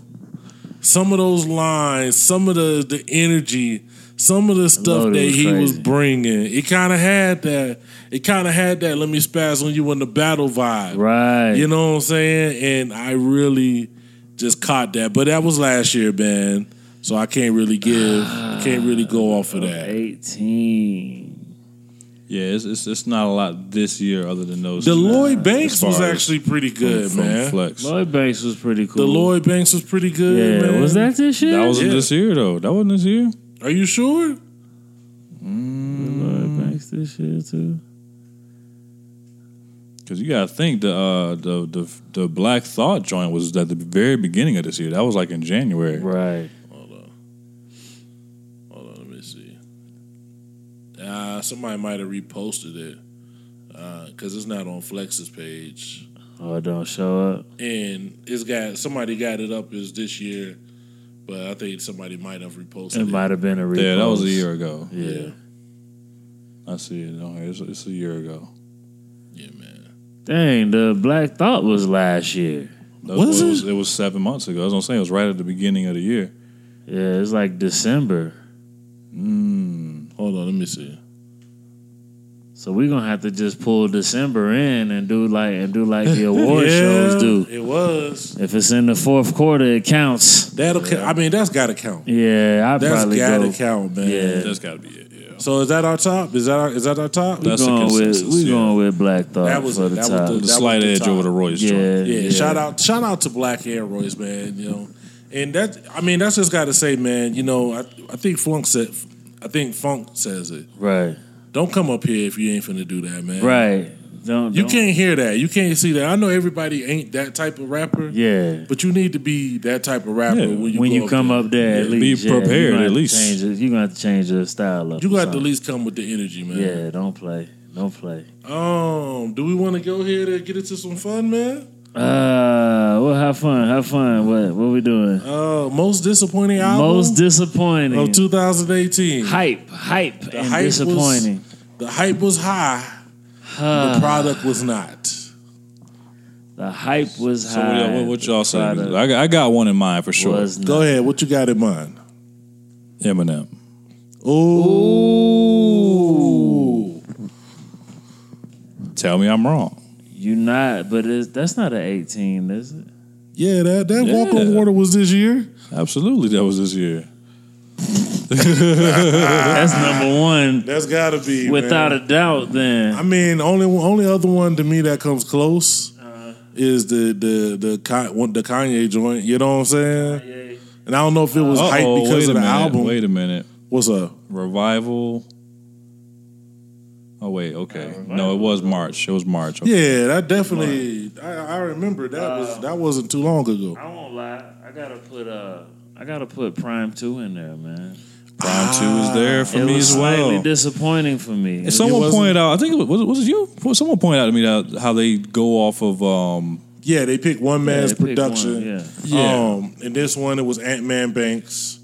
Some of those lines, some of the the energy, some of the stuff
Loaded
that
was
he was
crazy.
bringing, it kind of had that. It kind of had that. Let me spaz on you in the battle vibe.
Right.
You know what I'm saying? And I really just caught that, but that was last year, man. So I can't really give, I can't really go off of that.
18.
Yeah, it's, it's it's not a lot this year other than those.
The
two.
Lloyd Banks
As far
was
as
actually pretty
from-
good,
from
man.
Flex.
Lloyd Banks was pretty cool.
The Lloyd Banks Mm-hmm. was pretty
Yeah,
good. man.
was that this year?
That wasn't
Yeah.
this year though. That wasn't this year.
Are you sure?
Lloyd Banks this year too.
Because you gotta think the uh, the the the Black Thought joint was at the very beginning of this year. That was like in January.
Right.
Hold on. Hold on, let me see. Uh, somebody might have reposted it because it's not on Flex's page.
Oh, it don't show up.
And it's got somebody got it up as this year, but I think somebody might have reposted
It
it.
might have been a repost.
Yeah, that was a year ago.
Yeah.
I see it. on here. It's, it's a year ago.
Yeah, man.
Dang, the Black Thought was last year.
That
Was
it? Was, it was seven months ago. That's what I'm saying. It was right at the beginning of the year.
Yeah, it's like December.
Mm,
Hold on, let me see.
So we're gonna have to just pull December in and do like and do like the award shows do.
It was.
If it's in the fourth quarter, it counts.
That'll. Count. I mean, that's gotta count.
Yeah, I
That's
probably
gotta
go.
count, man.
Yeah.
That's got to be it. Yeah.
So is that our top? Is that our, is that our top?
That's the
going with,
consensus,
we
yeah.
going with Black Thought
That was
for
it.
the
That was
top.
the-
The
That was
slight
the
edge
top.
over the Royce
yeah,
joint.
Yeah,
yeah.
shout out, shout out to Black and Royce, man. You know, and that I mean, that's just got to say, man. You know, I I think Funk said, I think Funk says it.
Right,
Don't come up here if you ain't finna do that, man.
right. Don't
You
don't-
can't hear that. You can't see that. I know everybody ain't that type of rapper.
Yeah,
But you need to be that type of rapper
Yeah,
when you
when
go
you come up there, at
Yeah,
least
be
yeah, you gonna
prepared,
have
at
to
least.
change it. you gonna have to change your style up.
You
or
got to at
something.
least come with the energy, man.
Yeah, don't play, don't play.
Um, do we want to go here to get into some fun, man?
Uh, well, have fun, have fun. What what we doing?
Uh, most disappointing album
Most disappointing.
of 2018.
hype, hype, and
hype was-
disappointing.
The hype was high. the product was not.
the hype was
So
high.
what, what, what y'all say?
Product
I, got- I got one in mind for sure.
was
Go
not-
ahead. What you got in mind?
Eminem.
Ooh.
Tell me I'm wrong.
You not, but it's, that's not an eighteen, is it?
Yeah, that that Walk on
Yeah.
Water was this year.
Absolutely, that was this year. Ah.
That's number one,
That's gotta be
without
man.
a doubt. Then
I mean, only only other one to me that comes close
Uh,
is the the the Ki- one- the Kanye joint. You know what I'm saying? And I don't know if it was hype
Uh-oh,
because of
wait
the
a minute,
album.
Wait a minute.
What's up?
Revival. Oh wait, okay. no, it was March. It was March. Okay.
Yeah, that definitely. I, I remember that was that wasn't too long ago.
I won't lie. I gotta put uh, I gotta put Prime Two in there, man.
Prime Two is there for
it
me
was
as
slightly
well.
disappointing for me.
And someone
wasn't-
pointed out. I think it was was it, was it you. Someone pointed out to me that how they go off of um,
Yeah, they picked one man's
they picked one,
production.
yeah.
Yeah.
Um, and this one it was Ant Man Banks.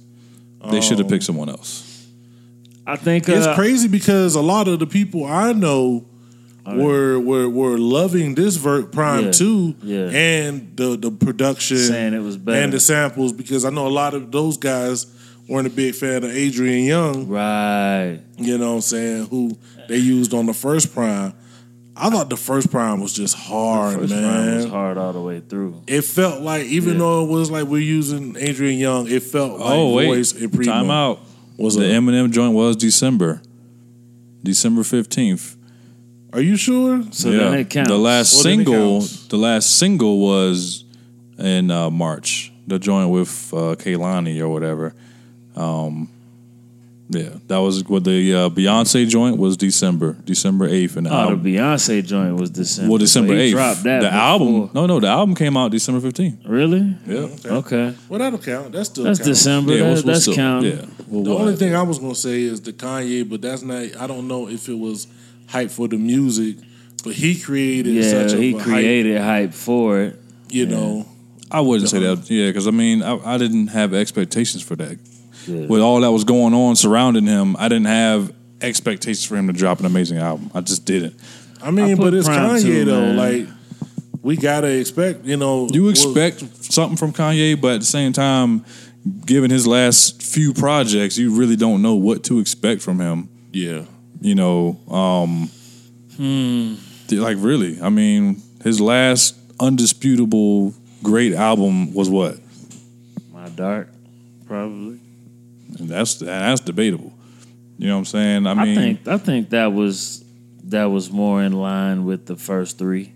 Um,
They should have picked someone else.
I think uh,
It's crazy because a lot of the people I know were were were loving this ver- Prime
Oh, Yeah,
Two
yeah.
and the the production
Saying it was better.
and the samples because I know a lot of those guys weren't a big fan of Adrian Young.
Right.
You know what I'm saying? Who they used on the first Prime. I thought the first Prime was just hard,
First
man.
round was hard all the way through.
It felt like, even
Yeah.
though it was like we're using Adrian Young, it felt like
oh wait,
voice and primo.
time out.
Was
the
a-
Eminem joint was December, December fifteenth.
Are you sure?
So then it counts.
The last
Well, then it
single,
counts.
the last single was in uh, March. The joint with uh, Kaylani or whatever. Um, yeah, that was what the uh, Beyonce joint was December, December eighth, and the
Oh,
album.
the Beyonce joint was December.
Well, December
so he
eighth.
Dropped that.
the
before-
album. No, no, the album came out December fifteenth.
Really?
Yeah,
Okay.
Well, that'll count. That still
That's
counts.
December.
yeah.
that,
what's- what's
that's
still-
counting.
Yeah. Well,
The
what?
only thing I was gonna say is the Kanye, but that's not. I don't know if it was hype for the music, but he created
Yeah,
such a
he
hype,
created hype for it.
you know,
I wouldn't say
Uh-huh.
that. Yeah, because I mean, I, I didn't have expectations for that.
Yeah.
With all that was going on surrounding him, I didn't have expectations for him to drop an amazing album. I just didn't.
I mean,
I put
but it's
Prime
Kanye
too,
though.
man.
Like we gotta expect, you know,
You
well,
expect something from Kanye, but at the same time, given his last few projects, you really don't know what to expect from him.
yeah,
You know, um,
Hmm.
th- like really, I mean, his last undisputable great album was what?
My dark, probably.
And that's that's debatable. You know what I'm saying? I
I,
mean,
think I think that was that was more in line with the first three.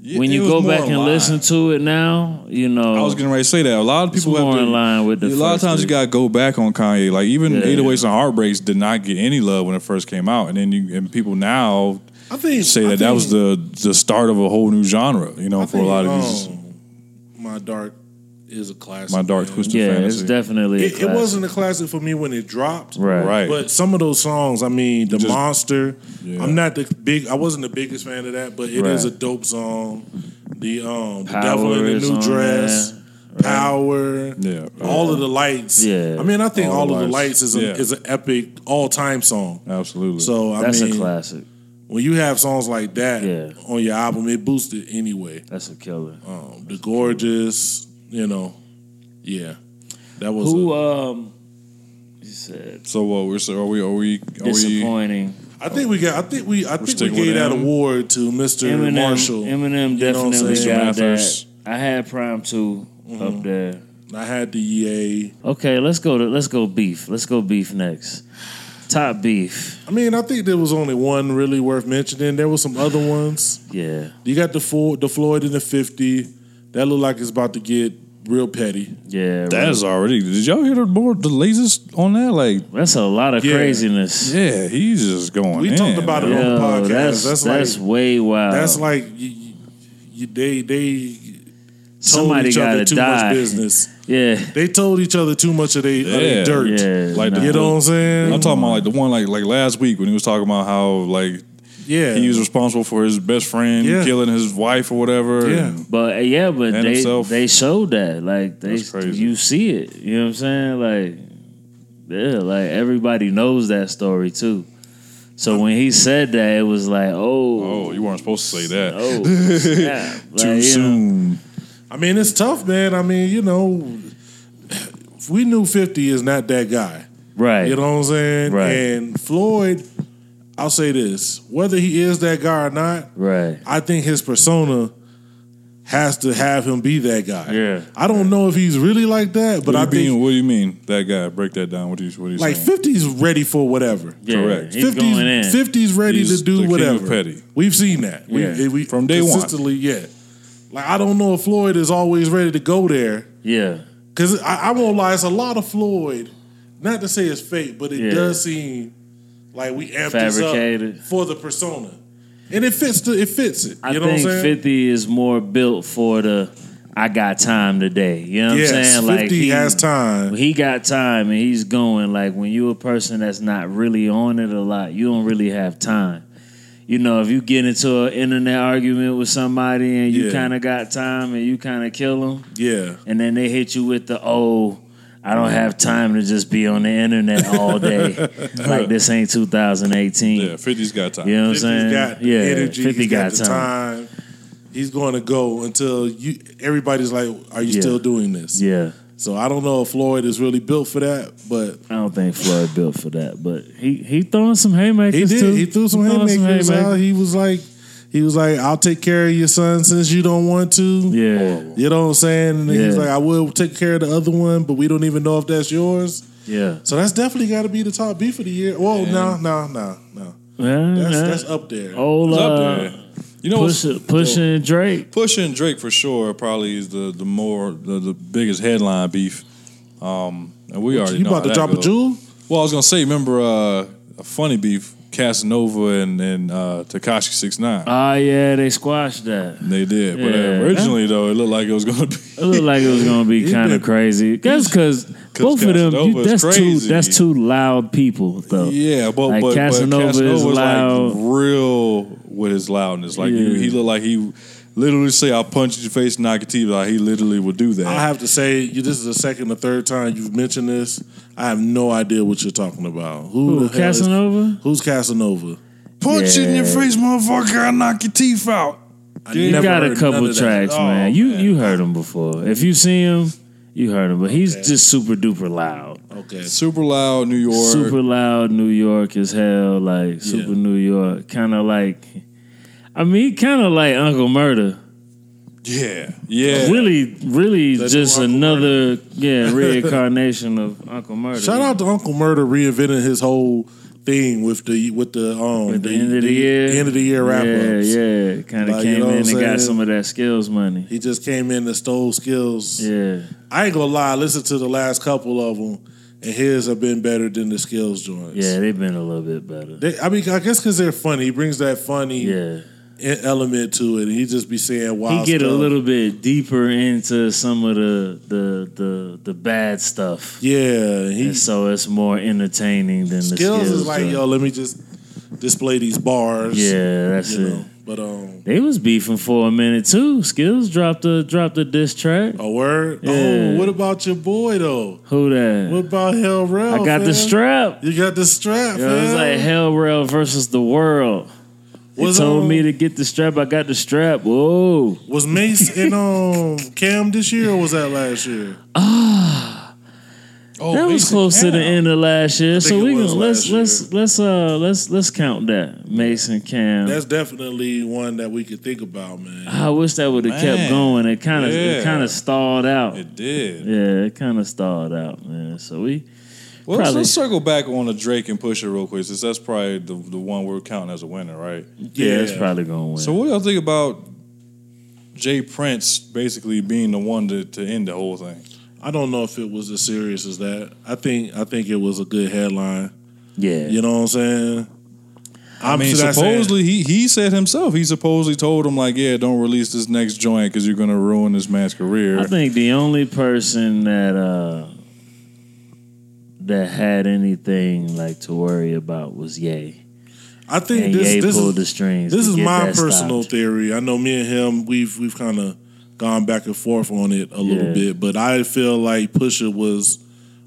yeah,
when
it
you
was
go
more
back and
alive.
listen to it now, you know
I was getting ready to say that. A lot of
It's
people have
more
to-
in line with the
A lot of
first
times you
three.
gotta go back on Kanye. Like even
Yeah.
808s and Heartbreaks did not get any love when it first came out, and then you and people now
I think
say
I
that that
think-
was the the start of a whole new genre. You know,
I
for a lot of
think,
these,
um, my dark is a classic.
my dark
man.
twisted
yeah,
fantasy.
it's definitely
It,
a
it
classic.
wasn't a classic for me when it dropped,
right.
right.
But some of those songs, I mean, the
Just-
monster.
Yeah.
I'm not the big. I wasn't the biggest fan of that, but it is
Right.
a dope song. The um, the
Power
devil in the
is
new
on
dress,
there,
power,
Yeah,
all of the lights.
Yeah.
I mean, I think all, of the lights, is a,
Yeah.
is an epic all time song.
absolutely.
So I
That's
mean,
a classic.
when you have songs like that
Yeah.
on your album, it boosts it anyway.
That's a killer.
Um, the gorgeous, you know, yeah, that was.
Who
a-
um you said
so what? We're so are we are we
Oh,
are we?
disappointing.
I think we got. I think we. I think we
sticking with
gave that
Eminem.
award to Mister
Eminem
Marshall.
Eminem
You know what I'm
definitely
saying? Mm-hmm.
got
Mathers.
that. I had Prime 2 up there.
I had the E EA.
Okay, let's go to let's go beef. Let's go beef next. Top beef.
I mean, I think there was only one really worth mentioning. There was some other ones.
Yeah.
You got the Ford, the Floyd and the fifty. That looked like it's about to get real petty.
Yeah.
That is already. Did y'all hear the board? The latest on that? Like,
That's a lot of
Yeah.
craziness.
yeah, he's just going.
We
in,
talked about it
man.
on the
Yo,
podcast.
that's
That's
that's,
like-
way wild.
That's like you, you, you, they they told
somebody
each
got
other
to
too
die.
much business.
Yeah,
They told each other too much of their of their
Yeah.
dirt.
yeah.
Like the-
You know what I'm saying?
I'm talking about like the one like like last week when he was talking about how like
yeah,
he was responsible for his best friend
Yeah.
killing his wife or whatever.
Yeah.
And
But uh, yeah, but
And
they
himself.
they showed that like they
That's crazy.
you see it. You know what I'm saying? Like yeah, like everybody knows that story too. So when he said that, it was like, oh,
oh, you weren't supposed to say that.
oh, snap. Like,
Too
you know,
soon.
I mean, it's tough, man. I mean, you know, we knew fifty is not that guy.
right?
You know what I'm saying?
Right.
And Floyd, I'll say this: whether he is that guy or not,
Right.
I think his persona has to have him be that guy.
Yeah.
I don't know if he's really like that, but
What,
I
do you mean,
think
what do you mean? That guy, break that down. What do you what are you
like
saying?
50's ready for whatever.
Yeah,
Correct.
He's
50's,
going in.
50's ready
He's
to do
the king of
whatever.
petty.
We've seen that. We-
Yeah.
we-
From day one.
consistently, yeah. Like I don't know if Floyd is always ready to go there.
Yeah.
Because I, I won't lie, it's a lot of Floyd. Not to say it's fake, but it
Yeah.
does seem like we amped this
Fabricated.
up for the persona, and it fits. The, it fits it. You
I
know what I'm
think
saying?
50 is more built for the I got time today. You know what
yes,
I'm saying?
fifty has time.
He got time and he's going. Like when you a person that's not really on it a lot, you don't really have time. You know, if you get into an internet argument with somebody and you
Yeah.
kind of got time and you kind of kill them,
Yeah,
and then they hit you with the oh, I don't have time to just be on the internet all day. like this ain't 2018.
yeah, 50's got time.
You know what I'm
50's
saying?
got the
yeah,
energy.
50
he's
got,
got, the
time.
time. He's going to go until you. Everybody's like, "Are you
Yeah.
still doing this?"
Yeah.
So I don't know if Floyd is really built for that, but
I don't think Floyd built for that, but he he throwing some haymakers
he did.
too.
He threw some
throwing
haymakers out.
haymakers.
He was like, he was like, "I'll take care of your son since you don't want to."
Yeah,
You know what I'm saying? And he's
Yeah.
like, I will take care of the other one, but we don't even know if that's yours.
yeah.
So that's definitely got to be the top beef of the year. Well, no, no, no, no. That's that's up there.
Old
It's
uh,
up there. You know what's-
push, pushing Drake.
pushing Drake for sure probably is the the more the, the biggest headline beef. Um, and we already
you
know
about
how
to
that
drop a
goes.
jewel?
Well, I was gonna say, remember uh, a funny beef, Casanova and and uh, Takashi Six Nine.
Ah, yeah, they squashed that.
they did, but
yeah.
uh, originally though, it looked like it was gonna be.
It looked like it was gonna be kind
been-
of crazy. That's because both of them. You,
Casanova's
that's two.
crazy.
That's two loud people, though.
Yeah, but
Like,
but,
Casanova
but
is
Casanova was
loud.
like real with his loudness. Like you,
Yeah.
he looked like he literally say, "I'll punch you in the face, and knock your teeth." Like he literally would do that.
I have to say, you, this is the second or third time you've mentioned this. I have no idea what you're talking about. Who,
Who,
the hell is-
Casanova?
who's Casanova?
punch you in your
Yeah.
face, motherfucker! I knock your teeth out.
I
You
never
got
heard
a
none
couple
of that.
tracks,
Oh,
man. You you heard him before. If you see him, you heard him. But he's just super duper loud.
okay.
Super loud, New York.
super loud New York as hell, like super
Yeah.
New York, kind of like. I mean, kind of like Uncle Murder.
Yeah, yeah.
Really, really,
That
just
new Uncle
another yeah reincarnation of Uncle Murder.
Shout out to Uncle Murder reinventing his whole thing with the with the um
at the, end of the year,
end of the year wrap
Yeah,
ups.
yeah, kind of
Like, you
came
know what
in and
I'm saying?
got some of that skills money.
He just came in and stole skills.
Yeah,
I ain't gonna lie. I listened to the last couple of them, and his have been better than the skills joints.
yeah, they've been a little bit better.
They, I mean, I guess because they're funny, he brings that funny
Yeah,
e- element to it, and he just be saying
he
wild.
get a
stuff.
little bit deeper into some of the the the the bad stuff.
yeah. He
And so it's more entertaining than the
skills, is like
though.
yo, let me just display these bars.
yeah, that's
you
it.
know. But um,
They was beefing for a minute too. Skills dropped a dropped a diss track.
a word. Oh,
Yeah.
what about your boy though?
Who that?
What about Hell Rel?
I got
Oh, fam?
the strap.
You got the strap.
Yo, it was
fam?
like Hell Rail versus the world. They
Was,
told
um,
me to get the strap. I got the strap. Whoa!
was Mace in um Cam this year or was that last year?
Oh,
that was
Mason
close to the
Cam.
end of last year, so
think
we
it
can
was
let's
last
let's let's uh let's let's count that Mason Cam.
That's definitely one that we could think about, man.
I wish that would have
Man.
kept going. It kind of
Yeah.
it kind of stalled out.
It did.
Yeah, it kind of stalled out, man. So we
Well, let's,
Probably.
let's circle back on the Drake and Pusha real quick, since that's probably the, the one we're counting as a winner, right?
yeah, it's probably gonna win.
So, what do y'all think about Jay Prince basically being the one to, to end the whole thing?
I don't know if it was as serious as that. I think I think it was a good headline.
yeah,
You know what I'm saying?
I mean,
should say-
supposedly he he said himself he supposedly told him like, yeah, don't release this next joint because you're gonna ruin this man's career.
I think the only person that uh that had anything like to worry about was Ye,
I think
and
this
Ye
this
pulled the
is,
strings.
this
to
is
get
my
that
personal
stopped.
theory. I know me and him we've we've kind of gone back and forth on it a little
Yeah.
bit, but I feel like Pusha was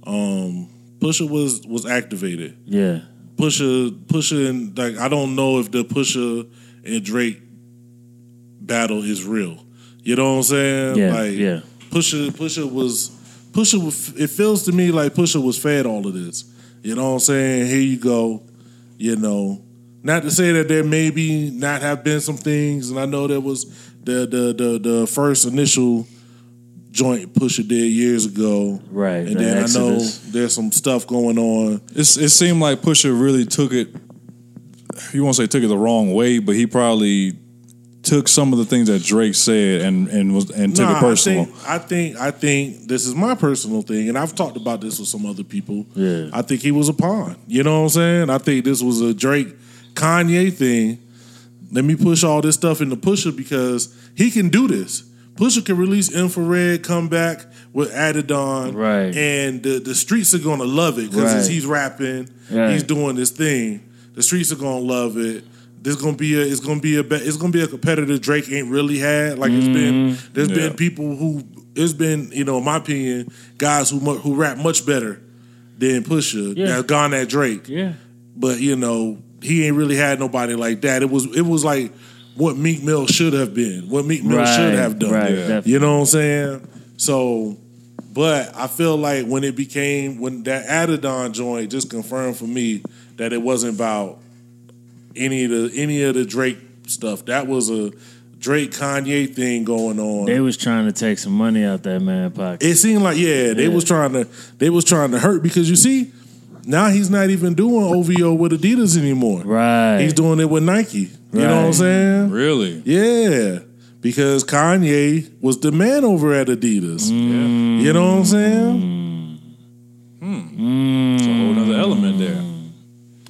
um Pusha was was activated.
Yeah,
Pusha Pusha and like I don't know if the Pusha and Drake battle is real. You know what I'm saying?
yeah,
like
yeah.
Pusha Pusha was Pusha was, it feels to me like Pusha was fed all of this. You know what I'm saying? Here you go. You know, Not to say that there maybe not have been some things, and I know there was the the the, the first initial joint Pusha did years ago,
Right,
And
the
then I
Exodus.
know there's some stuff going on.
It's, it seemed like Pusha really took it. You won't say took it the wrong way, but he probably took some of the things that Drake said and and was and took
Nah,
it personal.
I think, I think I think this is my personal thing, and I've talked about this with some other people.
Yeah.
I think he was a pawn. You know what I'm saying? I think this was a Drake Kanye thing. Let me push all this stuff into Pusher because he can do this. Pusher can release infrared, come back with added on,
Right.
And the, the streets are gonna love it because
Right.
he's rapping,
Right.
he's doing this thing. The streets are gonna love it. There's gonna be a it's gonna be a be- it's gonna be a competitor Drake ain't really had. Like it's been there's
Yeah.
been people who it's been you know in my opinion guys who mu- who rap much better than Pusha
Yeah.
that's gone at Drake.
Yeah.
But you know he ain't really had nobody like that. It was it was like what Meek Mill should have been, what Meek Mill should
Right,
have done.
right, Yeah. definitely.
You know what I'm saying? So. But I feel like when it became when that Adidon joint just confirmed for me that it wasn't about any of the any of the Drake stuff. That was a Drake Kanye thing going on.
They was trying to take some money out that man pocket.
it seemed like yeah, they
Yeah.
was trying to they was trying to hurt because you see now he's not even doing OVO with Adidas anymore.
right.
He's doing it with Nike. You know what I'm
Right.
saying?
Really?
Yeah, because Kanye was the man over at
Mm.
Adidas. You know what I'm saying?
Mm.
It's a whole other element there.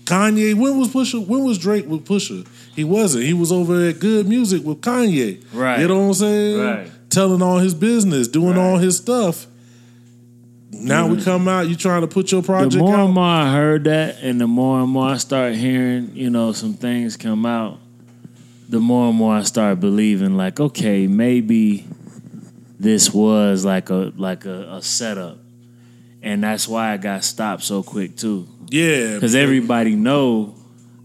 Kanye, when was Pusha? When was Drake with Pusha? He wasn't. He was over at Good Music with Kanye.
Right.
You know what I'm saying?
Right.
Telling all his business, doing all
Right. Mm.
his stuff. Now we come out. You trying to put your project
the more
out?
and more I heard that, and the more and more I start hearing, you know, some things come out, the more and more I start believing, like, okay, maybe this was like a like a, a setup, and that's why I got stopped so quick too,
yeah.
because everybody know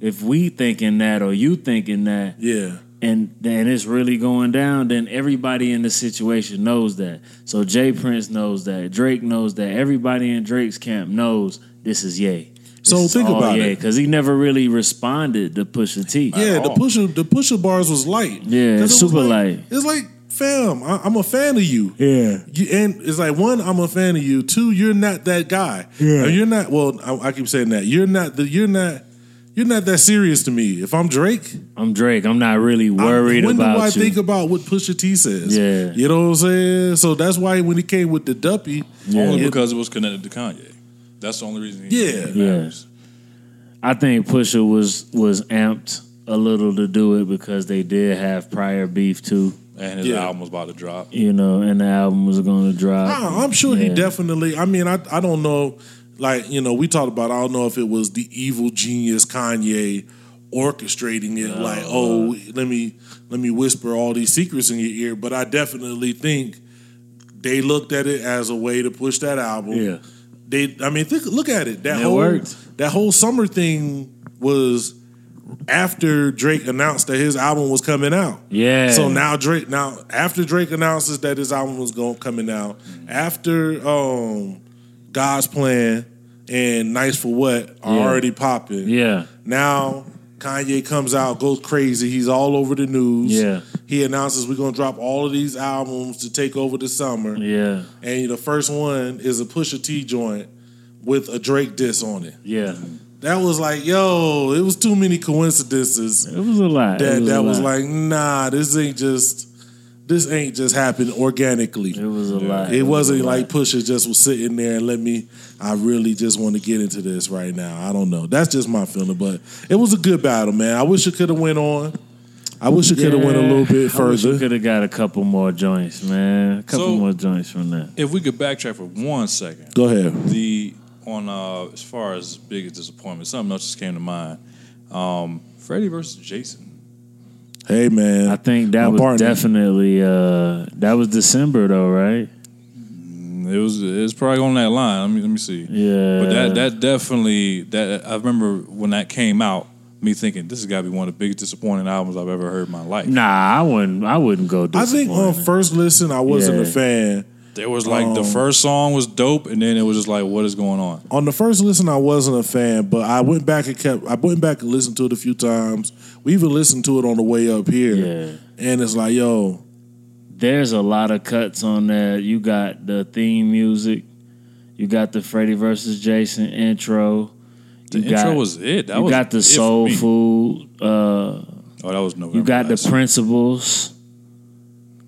if we thinking that or you thinking that,
Yeah.
and then it's really going down, then everybody in the situation knows that. So Jay Prince knows that, Drake knows that, everybody in Drake's camp knows this is Ye. This
So
is
think
all
about
Ye,
it.
because he never really responded to Pusha T.
Yeah, the
all.
pusher the pusher bars was light.
Yeah,
'Cause it was
super
like-
light.
It's like, fam, I, I'm a fan of you.
Yeah.
You, and it's like one, I'm a fan of you. Two, you're not that guy.
Yeah.
Or You're not. Well, I, I keep saying that. You're not. The, you're not. You're not that serious to me. If I'm Drake,
I'm Drake. I'm not really
I'm-
worried
when
about
do I
you.
think about what Pusha T says?
Yeah.
you know what I'm saying. So that's why when he came with the Duppy,
Only
it-
because it was connected to Kanye. That's the only reason.
Yeah.
He it matters.
I think Pusha was was amped a little to do it because they did have prior beef too,
And his
Yeah.
album was about to drop.
you know, and the album was going to drop.
I, I'm sure he
Yeah.
definitely. I mean, I I don't know. Like you know, we talked about. I don't know if it was the evil genius Kanye orchestrating it. like, oh, let me let me whisper all these secrets in your ear. But I definitely think they looked at it as a way to push that album.
Yeah.
They. I mean, think, look at it. That
It
whole
worked.
that whole summer thing was after Drake announced that his album was coming out.
Yeah.
So now Drake now after Drake announces that his album was going coming out, after um God's Plan and Nice for What are
Yeah.
already popping.
Yeah.
Now Kanye comes out, goes crazy. He's all over the news.
Yeah.
He announces we're gonna drop all of these albums to take over the summer.
Yeah.
And the first one is a Pusha T joint with a Drake diss on it.
Yeah.
That was like, yo, it was too many coincidences
It was a lot.
that
it was
that
a
was
lot.
like, nah, this ain't just this ain't just happened organically.
It was a lot.
It wasn't
a lot.
like Pusha just was sitting there and let me. I really just want to get into this right now. I don't know. That's just my feeling, but it was a good battle, man. I wish it could have went on. I wish it could have went a little bit further.
Could have got a couple more joints, man. A couple
So-
more joints from that.
If we could backtrack for one second,
Go ahead.
the on uh, as far as biggest disappointment, something else just came to mind. Um, Freddie versus Jason.
Hey, man.
I think that
My
was
partner.
definitely uh that was December though, right?
It was it was probably on that line. Let me let me see.
Yeah.
But that that definitely that I remember when that came out, me thinking this has got to be one of the biggest disappointing albums I've ever heard in my life.
Nah, I wouldn't I wouldn't go
I think on
disappointed.
first listen, I wasn't a
Yeah.
fan.
There was like
Um,
the first song was dope, and then it was just like, what is going on?
on the first listen, I wasn't a fan, but I went back and kept. I went back and listened to it a few times. We even listened to it on the way up here,
Yeah.
and it's like, yo,
There's a lot of cuts on there. You got the theme music. You got the Freddy versus Jason intro.
The
you
intro
got,
was it. That
you
was
got the
it for
soul
me.
food. Uh,
Oh, that was November.
you got the
last.
principles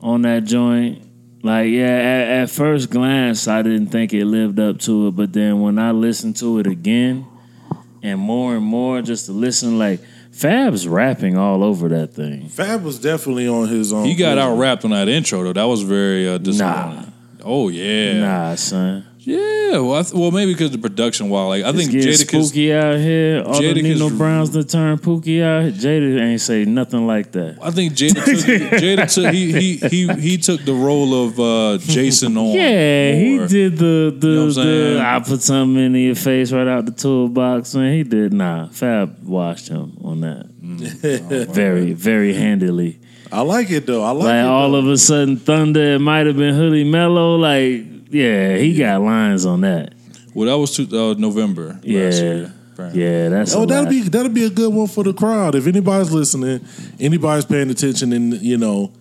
on that joint. Like, yeah, at, at first glance, I didn't think it lived up to it, but then when I listened to it again and more and more, just to listen, like Fab's rapping all over that thing.
Fab was definitely on his own.
He got out rapped on that intro though. That was very uh, disappointing. Oh yeah,
Nah, son,
yeah. Well, I th- well, maybe because the production. Wow, like I
it's
think
getting
Jadakiss.
spooky out here. All the
Jadakiss-
Nino Browns to turn pooky out. here. Jada ain't say nothing like that.
I think Jada took, Jada took he, he he he took the role of uh, Jason on.
Yeah, he
more.
did the the,
know what I'm
the
saying?
I put something in your face right out the toolbox, man. He did nah. Fab washed him on that.
Mm.
very, very handily.
I like it though. I like,
Like
it.
all
though.
of a sudden Thunder, it might have been Hoodie Mellow, like yeah, he got lines on that.
Well, that was two, uh, November. last
Yeah.
year, apparently.
Yeah, that's
Oh,
a
that'll
lot.
be that'll be a good one for the crowd. If anybody's listening, anybody's paying attention, and you know,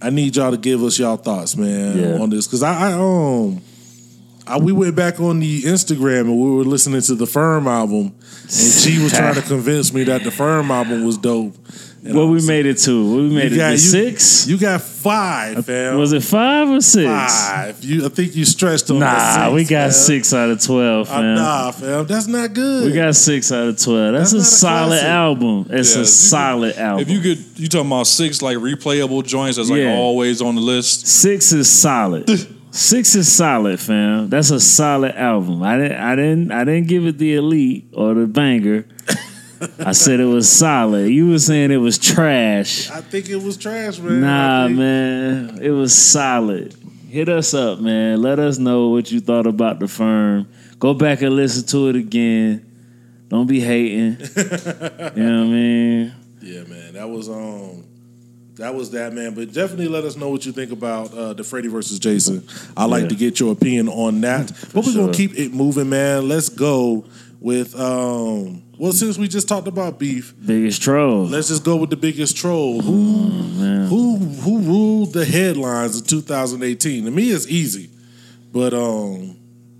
I need y'all to give us y'all thoughts, man,
Yeah.
on this because I, I um, I, we went back on the Instagram and we were listening to the Firm album, and she was trying to convince me that the Firm album was dope. And
what
I
we
was-
made it to. What we made
you
it to
you,
six?
You got five, fam.
was it five or six?
five? You, I think you stretched on the
Nah,
six,
we got
fam.
six out of twelve,
Uh,
fam.
nah, fam, that's not good.
We got six out of twelve. That's,
That's not
a
a
solid
classic.
album. It's a
Yeah, if you-
solid album.
If you could, you talking about six like replayable joints that's like
Yeah.
always on the list.
six is solid. six is solid, fam. That's a solid album. I didn't, I didn't, I didn't give it the elite or the banger. I said it was solid. You were saying it was trash.
I think it was trash, man. I
Nah,
think-
man, it was solid. Hit us up, man. Let us know what you thought about the firm. Go back and listen to it again. Don't be hating. you know what I mean?
Yeah, man, that was um, that was that man. But definitely let us know what you think about uh, the Freddy versus Jason. I like
Yeah.
to get your opinion on that. but we're
sure.
gonna keep it moving, man. Let's go with um. Well, since we just talked about beef,
Biggest troll.
let's just go with the biggest troll. Who who who ruled the headlines in 2018? To me, it's easy, but um,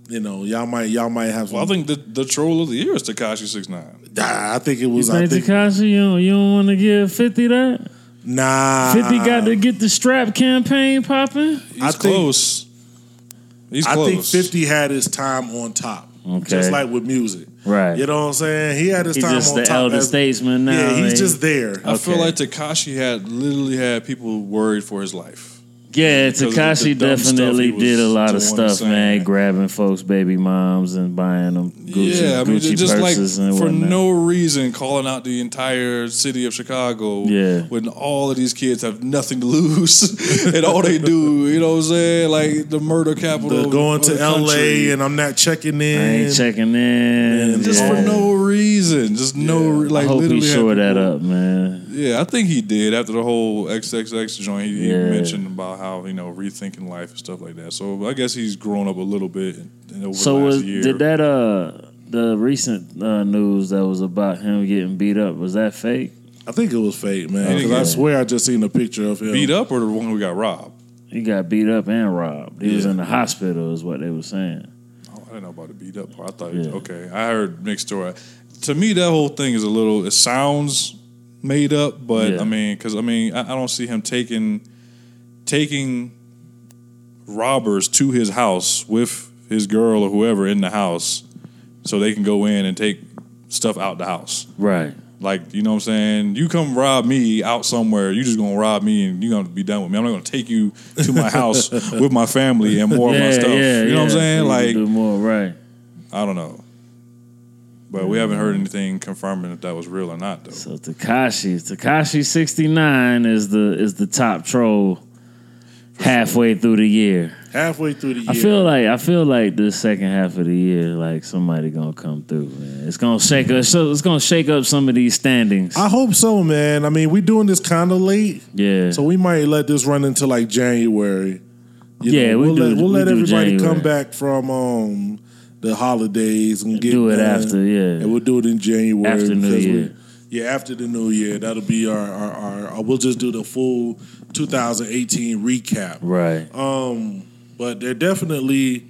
you know, y'all might y'all might have. Some,
Well, I think the, the troll of the year is Takashi Six Nine.
Ah, I think it
You
was. I
think
think
Takashi, you don't, you don't want to give 50 that?
nah.
50 got to get the strap campaign popping?
He's
I think-
close. He's
I
close.
think 50 had his time on top.
Okay.
Just like with music.
Right.
You know what I'm saying? He had his
He's
time
just
on
the
top.
elder
as-
statesman now.
yeah, he's
eh?
just there.
I feel
Okay.
like Takashi had literally had people worried for his life.
Yeah,
of the
Takashi
dumb stuff
definitely
he was
did a lot of
doing and
stuff,
saying.
man. Grabbing folks' baby moms and buying them Gucci,
yeah, I mean,
Gucci
just like
purses and
for
whatnot.
no reason, calling out the entire city of Chicago.
Yeah.
when all of these kids have nothing to lose, and all they do, you know, what I'm saying like the murder capital,
The
of-
going
of
to
the
LA
country.
and I'm not checking in.
I ain't checking in.
just
yeah.
for no reason, just no re-
I
like.
hope he
literally had
shore that
people-
up, man.
Yeah, I think he did after the whole XXX joint. He,
Yeah.
he mentioned about how you know rethinking life and stuff like that. So I guess he's grown up a little bit in, in over
So
the last
was,
year.
did that uh the recent uh, news that was about him getting beat up was that fake?
I think it was fake, man.
Ain't
'cause I
it-
swear I just seen a picture of him.
beat up or the one who got robbed?
He got beat up and robbed. He was
Yeah.
in the hospital, is what they were saying.
Oh, I didn't know about the beat up part. I thought, okay, I heard mixed story. To me, that whole thing is a little. It sounds made up, but
Yeah.
I mean, because I mean, I, I don't see him taking taking robbers to his house with his girl or whoever in the house, so they can go in and take stuff out the house.
Right.
Like, you know what I'm saying? You come rob me out somewhere, you just gonna rob me and you're gonna be done with me. I'm not gonna take you to my house with my family and more of my stuff. you know what I'm saying?
So you
Like
do more, right?
I don't know. But we haven't heard anything confirming if that was real or not though.
So Takashi, Takashi sixty nine is the is the top troll halfway through the year.
Halfway through the year.
I feel like I feel like the second half of the year, like somebody gonna come through, man. It's gonna shake us. So it's gonna shake up some of these standings.
I hope so, man. I mean, we doing this kind of late,
yeah.
so we might let this run into like January. You
Yeah, we
we'll
do-
let, we'll
we
let
do
everybody
January.
come back from um, the holidays and get
do it
uh,
done,
after, yeah.
and we'll do it in January
After New
because we-
Year.
yeah, after the New Year, that'll be our our, our, our we'll just do the full 2018 recap.
Right.
Um, but there definitely,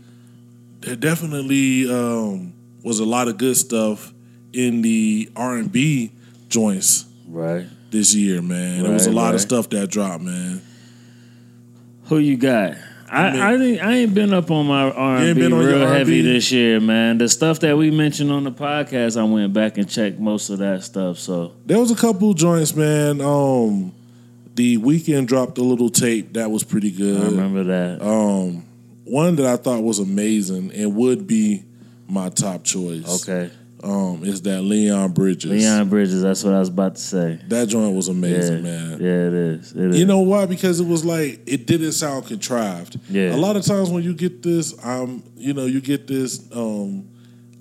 there definitely um, was a lot of good stuff in the R and B joints
Right.
this year, man. there was a
Right,
lot of
right.
stuff that dropped, man.
Who you got? I, I think I ain't been up on my R and
ain't
B
been on your
real
R&B?
heavy this year, man. The stuff that we mentioned on the podcast, I went back and checked most of that stuff. So
There was a couple joints, man. Um, the weekend dropped a little tape that was pretty
I
good.
remember that.
Um, one that I thought was amazing and would be my top choice.
okay,
Um, is that Leon Bridges?
Leon Bridges. That's what I was about to say.
That joint was amazing,
Yeah,
man.
yeah, it is. It is.
You know why? Because it was like it didn't sound contrived.
Yeah.
A lot of times when you get this, I'm you know you get this. um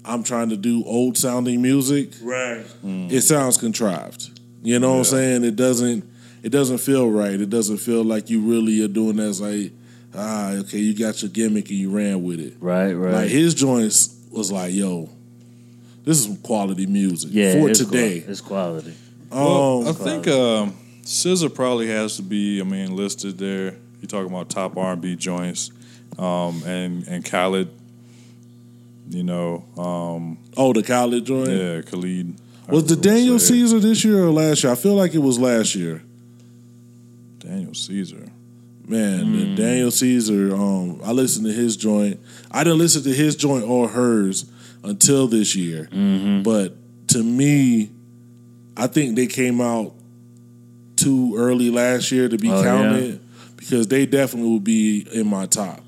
I'm trying to do old sounding music. Right. It sounds contrived. You know what I'm saying? It doesn't. It doesn't feel right. It doesn't feel like you really are doing that. It's like ah okay, you got your gimmick and you ran with it.
right, right.
Like his joints was like yo. This is some quality music
yeah,
for
it's
today.
quali- it's quality.
Um,
Well, I think um, SZA probably has to be. I mean, listed there. You're talking about top R&B joints, um, and and Khaled. You know, um,
oh, the college joint.
yeah, Khalid.
Was the
I don't
Daniel
say it.
Caesar this year or last year? I feel like it was last year.
Daniel Caesar.
Man,
Hmm.
the Daniel Caesar. Um, I listened to his joint. I didn't listen to his joint or hers until this year.
Mm-hmm. Hmm.
But to me, I think they came out too early last year to be
Oh, yeah?
counted because they definitely would be in my top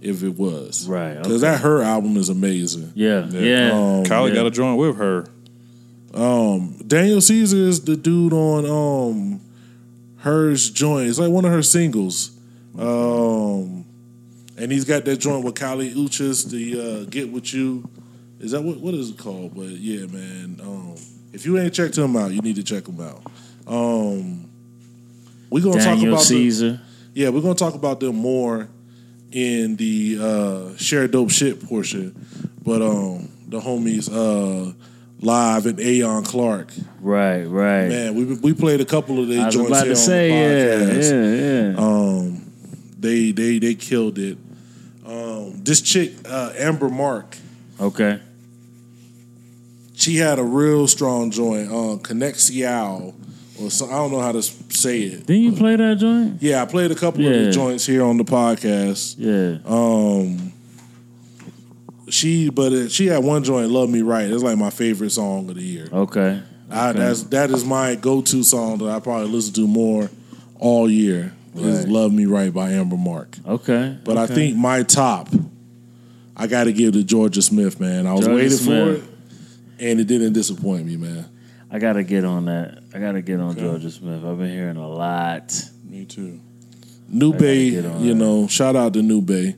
if it was
Right,
Because that her album is amazing.
Yeah, yeah.
Um,
Khaled
yeah.
got a joint with her.
Um, Daniel Caesar is the dude on um hers joint. It's like one of her singles. Um, and he's got that joint with Kali Uchis, the uh, Get With You. Is that what what is it called? But yeah, man. Um, if you ain't checked him out, you need to check him out. Um, we're gonna talk
Daniel
about the-
Caesar.
yeah, we're gonna talk about them more in the uh, share dope shit portion. But um, the homies uh, live and Aon Clark,
right, right.
man, we we played a couple of
I
their
was
joints
about
here
to say,
on the podcast.
yeah, yeah, yeah.
Um, they they they killed it. Um, this chick uh, Amber Mark,
okay,
she had a real strong joint, uh, Connect Seattle, or so, I don't know how to s- say it.
didn't you play that joint?
Yeah, I played a couple of
Yeah.
the joints here on the podcast.
Yeah,
Um, she but it, she had one joint, "Love Me Right." It's like my favorite song of the year.
okay.
I, that's that is my go to song that I probably listen to more all year. Is
Right.
"Love Me Right" by Amber Mark.
Okay.
But I
okay.
think my top, I got to give to Georgia Smith, man. I was
Georgia
waiting
Smith.
for it, and it didn't disappoint me, man.
I gotta get on that. I gotta get on Georgia Smith. I've been hearing a lot.
Me too.
New
gotta
Bay,
get on
you
that. Hmm.
know, shout out to New Bay.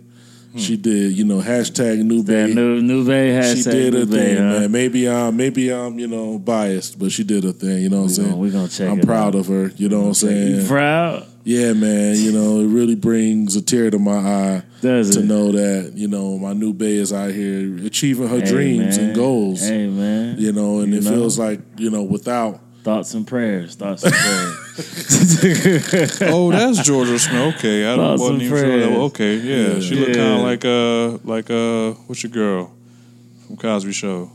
She did, you know, hashtag New
That
Bay.
new new Bay has
she did
new
her
Bay,
thing,
huh?
man. Maybe I'm maybe I'm you know biased, but she did her thing. You know what
We
I'm
gonna,
saying?
we gonna check.
I'm
it
proud
out.
of her. You know what I'm
You
saying?
proud?
Yeah, man. You know, it really brings a tear to my eye
Does
to
it?
know that you know my new bae is out here achieving her
Hey,
dreams
man.
and goals.
Hey man,
You know, and
You
it
know.
feels like you know without.
thoughts and prayers. Thoughts and prayers.
oh, that's Georgia Smith. Okay, I
Thoughts
wasn't
and
even sure. That
prayers.
was, okay, yeah,
Yeah.
she looked
Yeah.
kind of like uh like uh what's your girl from Cosby Show?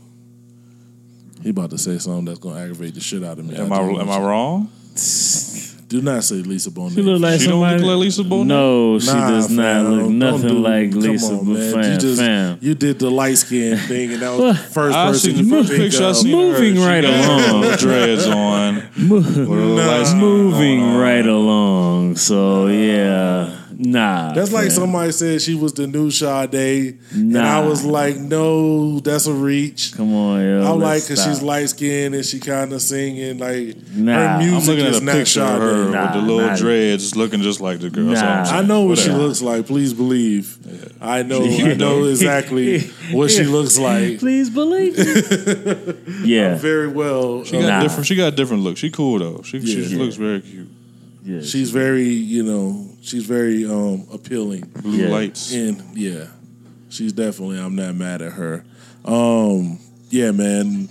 He about to say something that's gonna aggravate the shit out of me.
Am I
don't
am I
want
wrong?
you- Do not say Lisa Bonet.
She look like
She don't
somebody.
look like Lisa Bonet?
No, she
Nah,
does not
fam,
look
don't
nothing
do-
like
come
Lisa
on, man.
Bonet.
You just
Fam.
you did the light skin thing, and that was the first
I
person
seen
you
the first
think
picture I
of.
seen
Moving
of her.
right
she got
along.
little dreads on. Nah.
Moving right along. So yeah, nah.
That's like
fam.
somebody said she was the new Sade. And
Nah.
I was like, no, that's a reach.
Come on, yo.
I'm like,
let's
because she's
stop.
light skinned and she kind of singing. Like,
Nah.
her
I'm
I'm
music
looking at
is
a
not
picture
Sade.
of her
Nah,
with the little
not-
dreads, looking just like the girl. That's all I'm
Nah.
I
saying.
know what she
Whatever.
looks like. Please believe. I know. I know
You know.
exactly what she looks like
Please believe me. yeah,
very well.
She got
Nah.
different. She got different looks. She cool though. She, she
Yeah.
uh,
looks very cute.
yeah.
She's very, you know, she's very um, appealing.
Blue
Yeah.
lights.
And yeah, she's definitely. I'm not mad at her. Um, yeah, man.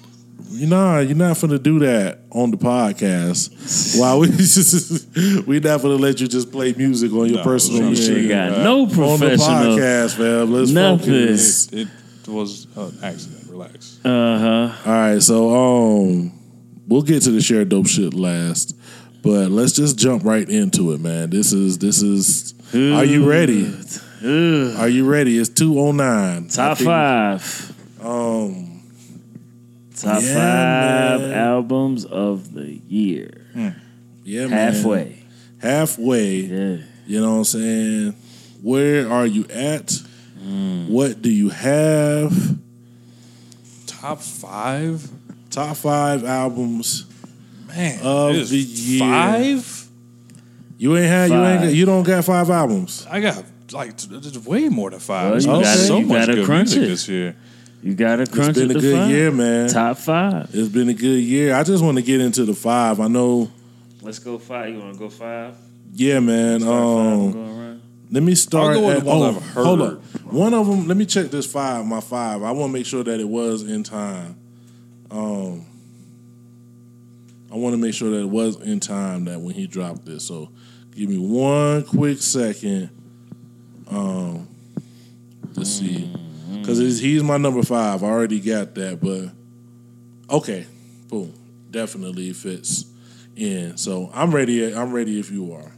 You know, you're not finna do that on the podcast. Why we we not finna let you just play music on your
No,
personal
yeah.
machine
You got no
on the
professional.
podcast, fam. Let's
Nothing.
focus.
It was an accident. Relax.
Uh huh.
All right, so um, we'll get to the share dope shit last, but let's just jump right into it, man. This is this is. Are you ready? Are you ready? It's two oh nine.
Top five.
Um,
Top
Yeah,
five
man.
albums of the year.
yeah, man.
Halfway.
halfway.
Yeah.
You know what I'm saying? Where are you at? What do you have?
Top five?
Top five albums.
Man.
Of
it is
the year.
Five?
You ain't had. You ain't.
Five.
Got, you don't got five albums.
I got like t- there's way more than five.
Well,
There's
you
been
gotta-
so
you
much
gotta
good
crunch
music
it.
this year.
You got to crunch
It's been
it
a
to
good
five.
year, man.
Top five.
It's been a good year. I just want to get into the five. I know.
Let's go five. You want to go five?
Yeah, man. Um, let me start.
go with
at,
the ones
oh,
I've heard.
Hold up. One of them. Let me check this five. My five. I want to make sure that it was in time. Um, I want to make sure that it was in time that when he dropped this. So, give me one quick second. Um, to see, because he's my number five. I already got that, but okay, boom, definitely fits in. So I'm ready. I'm ready if you are.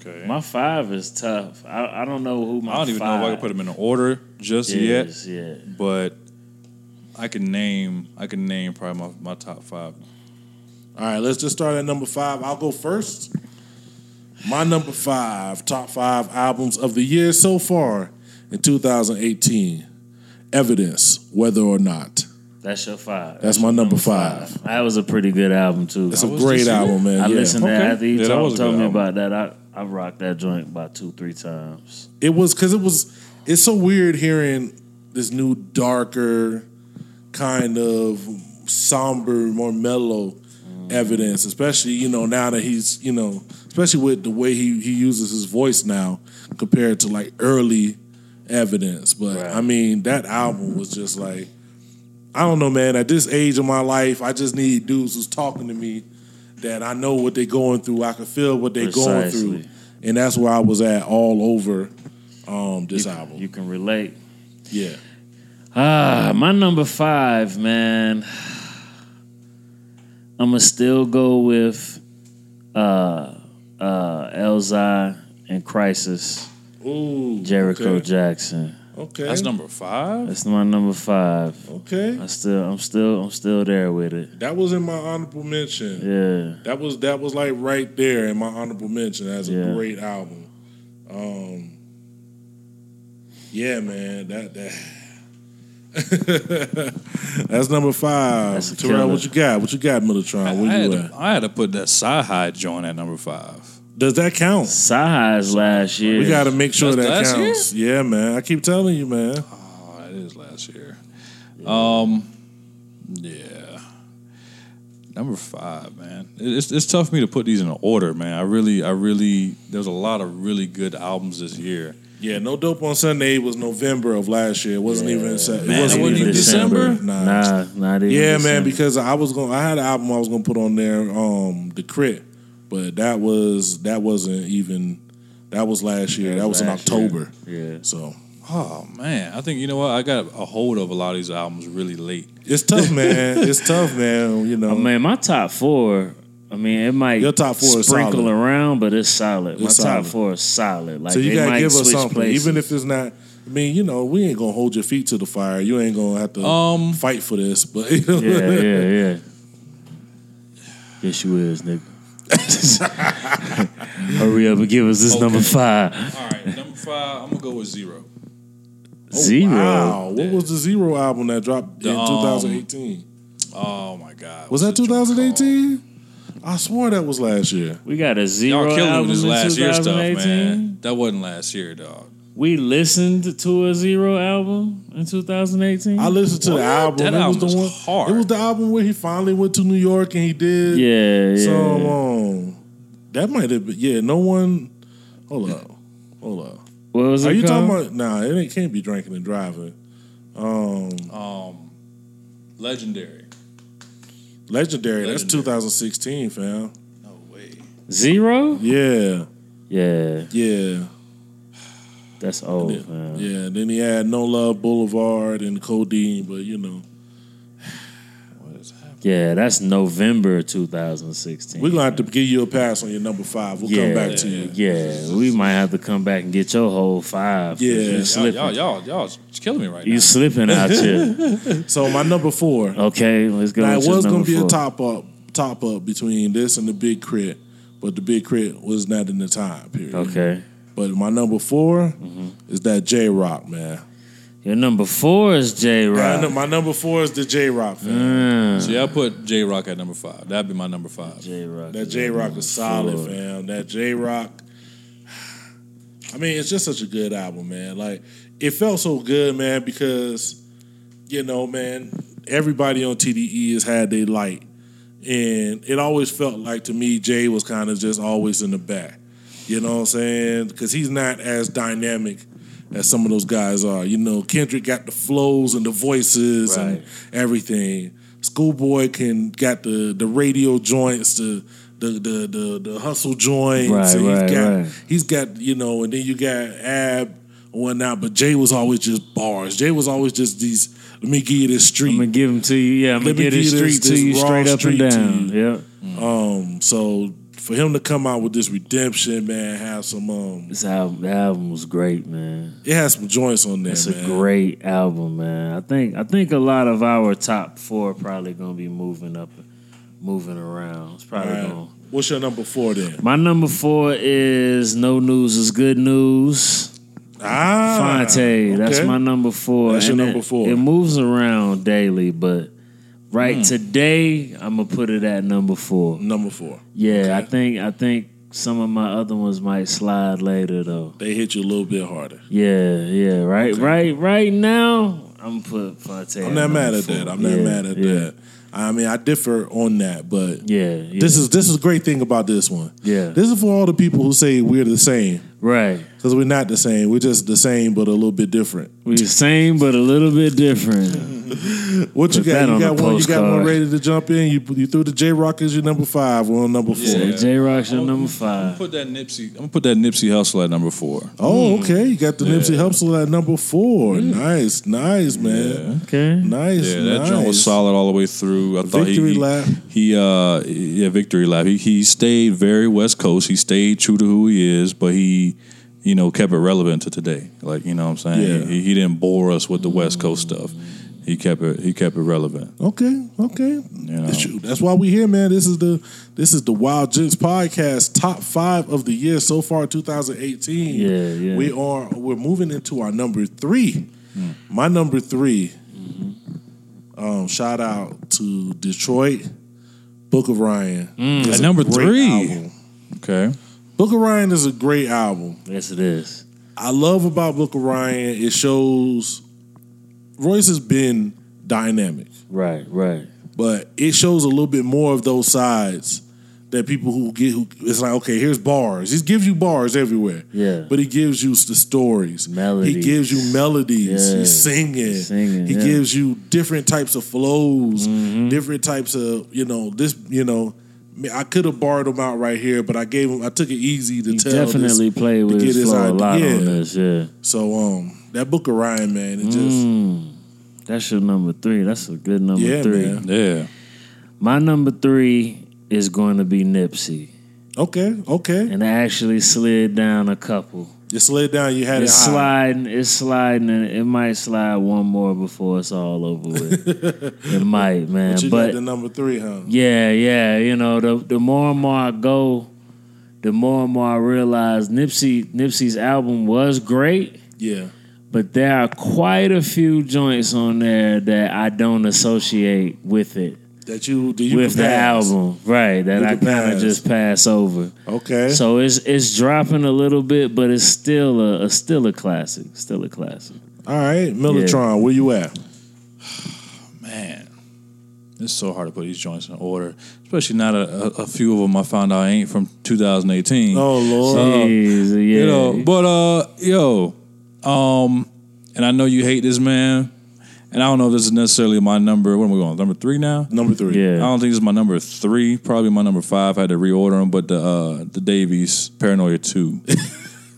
Okay.
My five is tough. I, I don't know who my
I don't even know if I can put them in an order just
is. Yeah.
yet, but I can name I can name probably my, my top five.
All right, let's just start at number five. I'll go first. My number five, top five albums of the year so far in 2018. Evidence, whether or not.
That's your five.
That's my number five.
That was a pretty good album too.
That's a
I
great album, man.
I
yeah.
listened to
Okay.
that after he
Yeah, that
told,
was a
told
good
me
album.
about that. I, I rocked that joint about two, three times.
It was because it was. It's so weird hearing this new darker, kind of somber, more mellow
Mm.
evidence. Especially you know now that he's you know especially with the way he he uses his voice now compared to like early evidence. But
Right.
I mean that album was just like I don't know, man. At this age of my life, I just need dudes who's talking to me that I know what they're going through. I can feel what they're going
Precisely.
through, and that's where I was at all over um, this
You-
album.
You can relate.
yeah,
Ah, my number five, man. I'ma still go with uh uh Elzai and Crisis,
ooh,
Jericho
Okay,
Jackson.
okay,
That's number five.
That's my number five.
okay.
I still I'm still I'm still there with it.
That was in my honorable mention.
Yeah.
That was that was like right there in my honorable mention as a
Yeah.
great album. Um, yeah, man, that that that's number five.
That's a
Terrell,
killer.
what you got? What you got, Militron?
I,
Where
had
you
to,
at?
I had to put that sci high joint at number five.
Does that count?
Sahai's last year.
We got to make sure
That's
that
last year?
counts. Yeah, man. I keep telling you, man.
Oh, that is last year. Um, yeah. Number five, man. It- It's it's tough for me to put these in order, man. I really, I really. There's a lot of really good albums this year.
Yeah, no dope on Sunday was November of last year. It wasn't even. It
Man,
wasn't
wasn't
even
even
December.
December?
Nah,
Nah, not even.
Yeah,
December.
man, because I was going to I had an album I was gonna put on there, um, The Crit, but that was that wasn't even that was last year. that was in
last year. Um,
October.
Yeah.
So
Oh man, I think you know what I got a hold of a lot of these albums really late.
it's tough, man. it's tough, man. You know.
I mean, my top four. I mean, it might
Your top four is
sprinkle
solid.
around, but it's solid. my
It's solid.
top four is solid. Like
so you
it
gotta
might
give us
switch
something.
places.
Even if it's not I mean, you know, we ain't gonna hold your feet to the fire. You ain't gonna have to
Um,
fight for this, but you know,
yeah, yeah, yeah. Yes, you is, nigga. Hurry up and give us this number five.
All right, number five, I'm gonna go with zero.
Zero.
Oh, Wow. What was the zero album that dropped in
Um,
2018?
Oh my god,
Was that
What's the joint
2018? I swore that was last year.
We got a
called?
zero
Y'all killing me
album
with this
in
last year stuff,
2018.
man. That wasn't last year, dog.
We listened to a zero album in 2018.
I listened to
What?
the album.
That
it
album
was
is
the one.
hard.
It was the album where he finally went to New York and he did
yeah, yeah.
some um, That might have been yeah. No one. Hold up. Hold up.
What was it
Are you
called?
talking about? Nah, it ain't- can't be drinking and driving. Um,
Um, legendary.
legendary. That's
Legendary.
2016, fam.
No way.
Zero?
Yeah,
Yeah,
yeah,
that's old.
yeah.
man.
Then he had No Love Boulevard and Codeine, but you know
What is happening?
Yeah, that's November 2016.
we're gonna have to give you a pass on your number five. We'll come back to you.
Yeah, we might have to come back and get your whole five. 'cause
Yeah.
you
Y'all-
slipping.
Y'all, y'all, y'all, it's killing me right
you
now.
slipping out here.
So my number four.
Okay, let's go.
Now it
with your
was gonna
number
be a
four.
top up, top up between this and the Big Crit, but the Big Crit was not in the time period.
Okay, Mm-hmm.
But my number 4 is that J Rock man.
your number four is J
My nu-
Rock.
My number four is the J Rock fan.
Uh,
See, I put J Rock at number five. That'd be my number five.
J Rock.
That J Rock is solid, fam. That J Rock. I mean, it's just such a good album, man. Like, it felt so good, man, because, you know, man, everybody on TDE has had their light. And it always felt like to me, Jay was kind of just always in the back. You know what I'm saying? Because he's not as dynamic as some of those guys are. You know, Kendrick got the flows and the voices and
Right.
everything. Schoolboy can got the the radio joints, the the the the, the hustle joints.
Right,
and
right,
he's got
right.
he's got you know, and then you got Ab and whatnot. But Jay was always just bars. Jay was always just these. Let me give you this street.
I'm gonna give him to you. Yeah, I'm
Let me
gonna get his
give this-
street to
this
you
raw
straight up and
street to
down. Yep.
Um, so for him to come out with this redemption, man, have some um,
This album, the album was great, man.
it has some joints on there,
It's
man.
a great album, man. I think I think a lot of our top four probably gonna be moving up, moving around. It's
All
probably
right.
gonna.
What's your number four then?
My number four is No News is Good News.
Ah,
Fonte, that's
okay.
my number four.
That's your
And
number
it-
four. Hmm.
It moves around daily, but right today I'm gonna put it at number four.
number four.
Yeah, I think I think some of my other ones might slide later though.
They hit you a little bit harder.
Yeah, yeah. Right, right, right now I'm gonna put Fonte.
I'm not mad at that. I'm not mad at that. I mean, I differ on that, but
Yeah, yeah,
this is this is a great thing about this one.
Yeah.
this is for all the people who say we're the same
right.
because we're not the same. We're just the same, but a little bit different.
We the same but a little bit different.
What you
Put
got?
that
You
on a
got one. You got one
postcard.
ready to jump in. You you threw the J Rock as your number five. We're on number four.
Yeah.
J Rock's your
I'm-
number
I'm gonna
five.
put that Nipsey. I'm gonna put that Nipsey Hustle at number four.
Oh,
Hmm.
okay. You got the Nipsey Hussle at number four. Nice, nice, man.
Okay.
Nice,
Yeah, that
nice.
joint was solid all the way through. I thought he-
Victory
he,
lap.
He uh yeah, victory lap. He he stayed very West Coast. He stayed true to who he is, but he you know kept it relevant to today. Like you know what I'm saying.
Yeah.
He, he didn't bore us with the West Coast stuff. He kept it he kept it relevant.
Okay, okay.
You know?
Shoot, that's why we here, man. This is the this is the Wild Gents podcast top five of the year so far, 2018.
Yeah, yeah.
We are we're moving into our number three. My number 3 Um, shout out to Detroit, Book of Ryan. It's
At
a
Mm, number
great
three.
album.
Okay.
Book of Ryan is a great album.
Yes, it is.
I love about Book of Ryan, it shows Royce has been dynamic,
Right, right.
but it shows a little bit more of those sides that people who get who it's like, okay, here's bars. He gives you bars everywhere.
Yeah.
But he gives you the stories. He
Melodies.
gives you melodies.
Yeah.
He's singing.
Singing,
he
yeah. Mm-hmm.
gives you different types of flows, different types of, you know, this, you know, I mean, I could have barred him out right here, but I gave him I took it easy to
He
tell this-
definitely played with
get
his
his
flow a
idea.
lot
Yeah.
on this. Yeah,
So um, that book of Ryan, man, it just
Mm. that's your number three. That's a good number
Yeah,
three.
man.
Yeah.
My number three is going to be Nipsey,
okay, okay.
and I actually slid down a couple.
You slid down. You had it
It's
high.
sliding. It's sliding, and it might slide one more before it's all over with. it might, man.
But you got
but
the number three, huh?
Yeah, yeah. You know, the the more and more I go, the more and more I realize Nipsey Nipsey's album was great,
Yeah,
but there are quite a few joints on there that I don't associate with it
that you do you
with the
pass?
album, right? That
You
I
can
kind of
pass.
just pass over.
Okay,
So it's it's dropping a little bit, but it's still a, a still a classic, still a classic.
all right, Mellotron, where you at?
Man. It's so hard to put these joints in order, especially not a, a, a few of them. I found out ain't from 2018.
Oh Lord.
So,
Jeez, yeah.
you know, but uh, yo, um, and I know you hate this man, and I don't know if this is necessarily my number. What am we going? Number three now.
Number three.
Yeah.
I don't think this is my number three. Probably my number five. I had to reorder them, but the uh, the Davies Paranoia Two,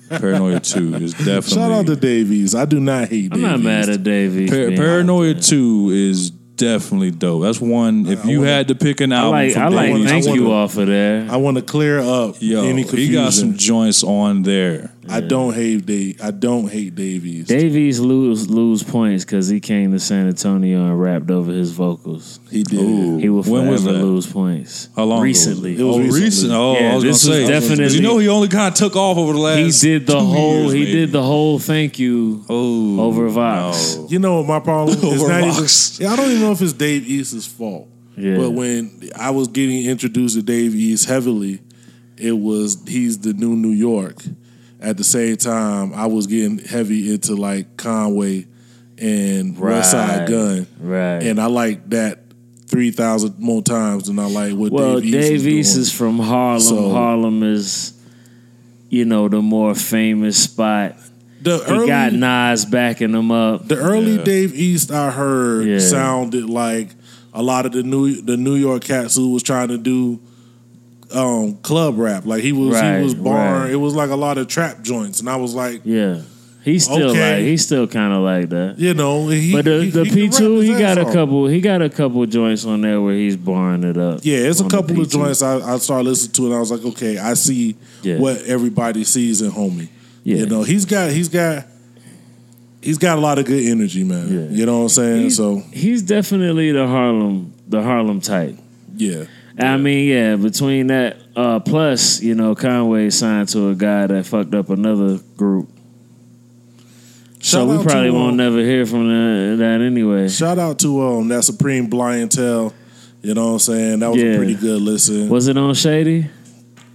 Paranoia Two is definitely
Shout out to Davies. I do not hate
I'm
Davies.
not mad at Davies.
Par-
being-
Paranoia Two is definitely dope. That's one. If you had to pick an
I
album,
like
from
I like
Davies,
thank
I
you
wanna-
all for that.
I want to clear up
Yo,
any confusion.
he got some joints on there.
I don't hate Dave. I don't hate Davies.
Davies lose lose points because he came to San Antonio and rapped over his vocals.
he did.
He will
When
forever
was that?
lose points.
How long ago was
Recently,
it?
It was
oh,
recently.
recent. Oh,
Yeah,
I was
this
gonna
is
say 'cause
definitely-
You know, he only kind of took off over the
he
Oh, last.
did the
two
whole.
years,
He
maybe.
did the whole. Thank you
Oh,
over Vox.
no.
You know what my problem is?
Over
not
Vox.
even- Yeah, I don't even know if it's Dave East's fault.
Yeah.
But when I was getting introduced to Dave East heavily, it was he's the new New York. At the same time, I was getting heavy into like Conway and West Side
Right.
Gun,
Right.
and I like that three thousand more times than I like what
Well,
Dave East
Dave
is
East
doing.
is from Harlem.
So-
Harlem is, you know, the more famous spot.
the
He got Nas backing him up.
The early
Yeah.
Dave East I heard
Yeah.
sounded like a lot of the new the New York cats who was trying to do um, club rap. Like he was
Right,
he was barn.
right.
It was like a lot of trap joints, and I was like,
Yeah, he's still
Okay.
like he's still kind of like that.
you know, he,
But the,
he-
the
he
P
can
two,
rap
he
his
got
ass
a
off.
couple. He got a couple joints on there where he's barring it up.
Yeah, it's a
on the
couple of
P2.
joints I, I started listening to, and I was like, okay, I see
Yeah.
what everybody sees in homie.
Yeah.
You know, he's got he's got he's got a lot of good energy, man.
Yeah.
You know what I'm saying?
He's,
so
he's definitely the Harlem, the Harlem type.
yeah,
I mean, yeah. Between that, uh, plus you know, Conway signed to a guy that fucked up another group, so
Shout
we
out to,
probably won't
um,
never hear from that, that anyway.
Shout out to um that Supreme Blientel. You know what I'm saying? That was a
Yeah.
pretty good listen.
Was it on Shady?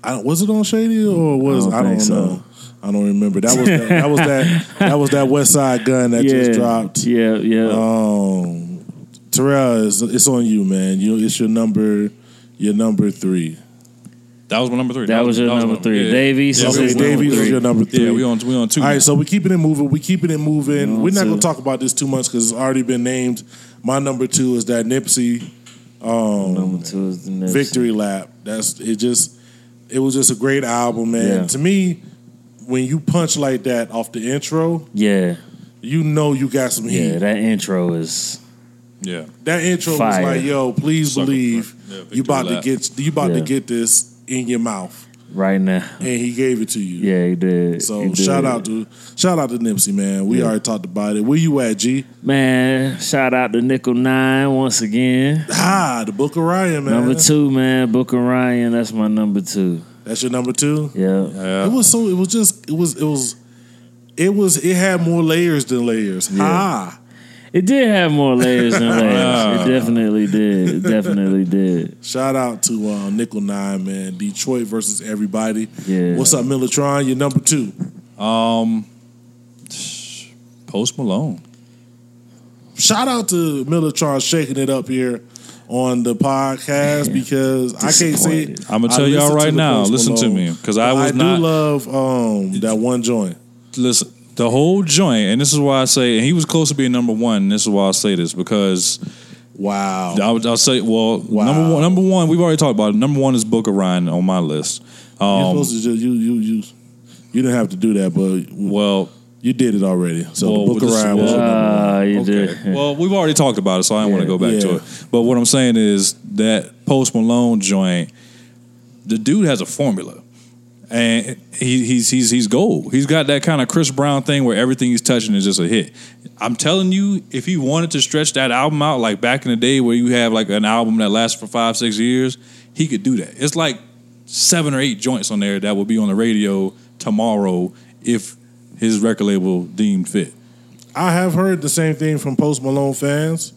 I, was it on Shady or was
I don't
I don't,
think so.
know. I don't remember. That was that, that was that that was that West Side Gun that
yeah,
just dropped.
Yeah, yeah.
Um, Terrell, it's, it's on you, man. You it's your number, your number three.
that was my number three.
That was your
my
number three.
yeah.
Davies
Yeah,
is
we-
Okay,
his
we-
number
Davies is
three.
your number three.
Yeah, we on we on two.
All
now.
right, so we're keeping it moving. We're keeping it moving.
Number
we're not going
two.
to talk about this too much because it's already been named. My number two is that Nipsey. Um,
Number two is the next.
Victory Lap. That's it. Just it was just a great album, man.
Yeah.
To me, when you punch like that off the intro,
Yeah,
you know you got some heat.
yeah.
that,
That intro is.
yeah,
intro
Fire.
was like, "Yo, please
Sucker
believe
punch. Yeah, Victory
you about
Lap.
to get you about
Yeah.
to get this in your mouth,"
Right now,
and he gave it to you.
yeah, he did. He
So
did.
shout out to shout out to Nipsey, man. We already talked about it. Where you at, G?
Man, shout out to Nickel Nine once again.
Ah, the Book of Ryan, man.
Number two, man, Booker Ryan. That's my number two.
That's your number two.
Yeah.
It was so. It was just. It was. It was. It was. It had more layers than layers. Ah.
It did have more layers than
Wow.
layers. it definitely did. It definitely did.
Shout out to uh, Nickel Nine, man. Detroit versus everybody.
Yeah.
What's up, Militron? You're number two.
Um, Post Malone.
Shout out to Militron shaking it up here on the podcast because I can't say
Disappointed.
I'm gonna
I
tell y'all
listened to
right
the
now.
Post
Listen to
Malone.
me, because I was
do
not.
love um, that one joint.
listen, the whole joint, and this is why I say, and he was close to being number one. And this is why I say this because
Wow.
I would, I'll say, well,
Wow.
number one, number one, we've already talked about it. Number one is Booker Ryan on my list.
You're
Um,
supposed to just you you you. You didn't have to do that, but
well,
you did it already. So
Well,
the book
this-
around was
well,
your number one.
Ah, you
okay.
did.
well, we've already talked about it, so I don't want to
Yeah.
go back to
Yeah.
it. But what I'm saying is that Post Malone joint, the dude has a formula. And he, he's he's he's gold. He's got that kind of Chris Brown thing where everything he's touching is just a hit. I'm telling you, if he wanted to stretch that album out, like back in the day where you have like an album that lasts for five six years, he could do that. It's like seven or eight joints on there that will be on the radio tomorrow if his record label deemed fit.
I have heard the same thing from Post Malone fans.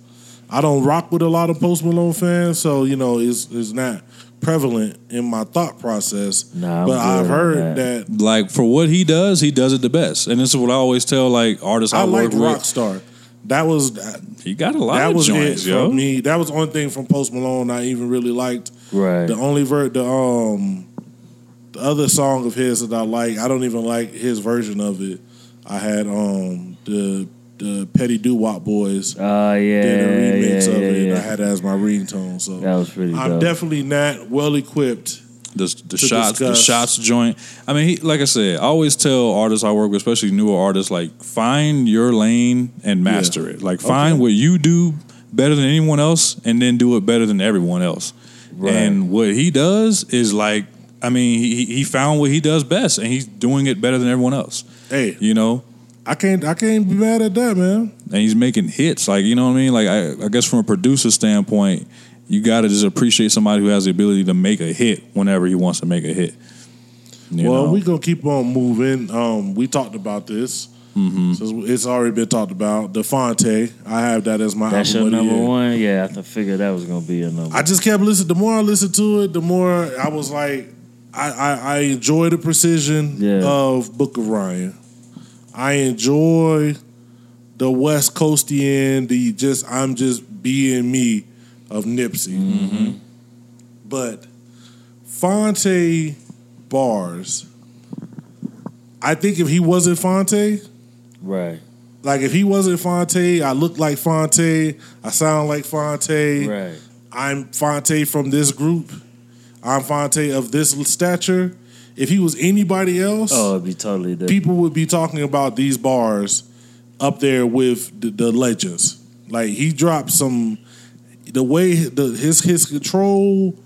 I don't rock with a lot of Post Malone fans, so you know it's it's not prevalent in my thought process.
Nah, I'm
but
good
I've
on
heard that,
that.
like for what he does, he does it the best, and this is what I always tell like artists I,
I like
work with.
Rockstar. That was that,
He got a lot
that
of
was
joints,
it
yo.
for me. That was the only thing from Post Malone I even really liked.
Right.
The only ver the um the other song of his that I like, I don't even like his version of it. I had um the the Petty Doo Wop Boys
Ah, yeah,
did a remix
yeah,
of
yeah,
it.
yeah.
I had that as my ringtone. So
That was pretty
I'm
dope.
definitely not well equipped.
the, the shots, the
discuss.
shots joint. I mean, he, like I said, I always tell artists I work with, especially newer artists, like find your lane and master it. Like find what you do better than anyone else, and then do it better than everyone else.
Right.
And what he does is like, I mean, he he- he found what he does best, and he's doing it better than everyone else.
Hey,
You know,
I can't I can't be mad at that, man.
and he's making hits. Like you know what I mean? Like I, I guess from a producer standpoint, you got to just appreciate somebody who has the ability to make a hit whenever he wants to make a hit. You
well,
know?
we gonna keep on moving. Um, we talked about this.
Mm-hmm.
So it's already been talked about. Defonte, I have that as my
That's your
album of the
number
year.
one. Yeah, I figured that was gonna be your number.
I just kept listening. The more I listened to it, the more I was like, I, I, I enjoy the precision
Yeah.
of Book of Ryan. I enjoy the West Coastian, the just I'm just being me of Nipsey. But Fonte bars, I think if he wasn't Fonte,
right,
like if he wasn't Fonte, I look like Fonte, I sound like Fonte.
right.
I'm Fonte from this group. I'm Fonte of this stature. If he was anybody else,
Oh, it'd be totally different.
people would be talking about these bars up there with the, the legends. Like he dropped some, the way the, his his control,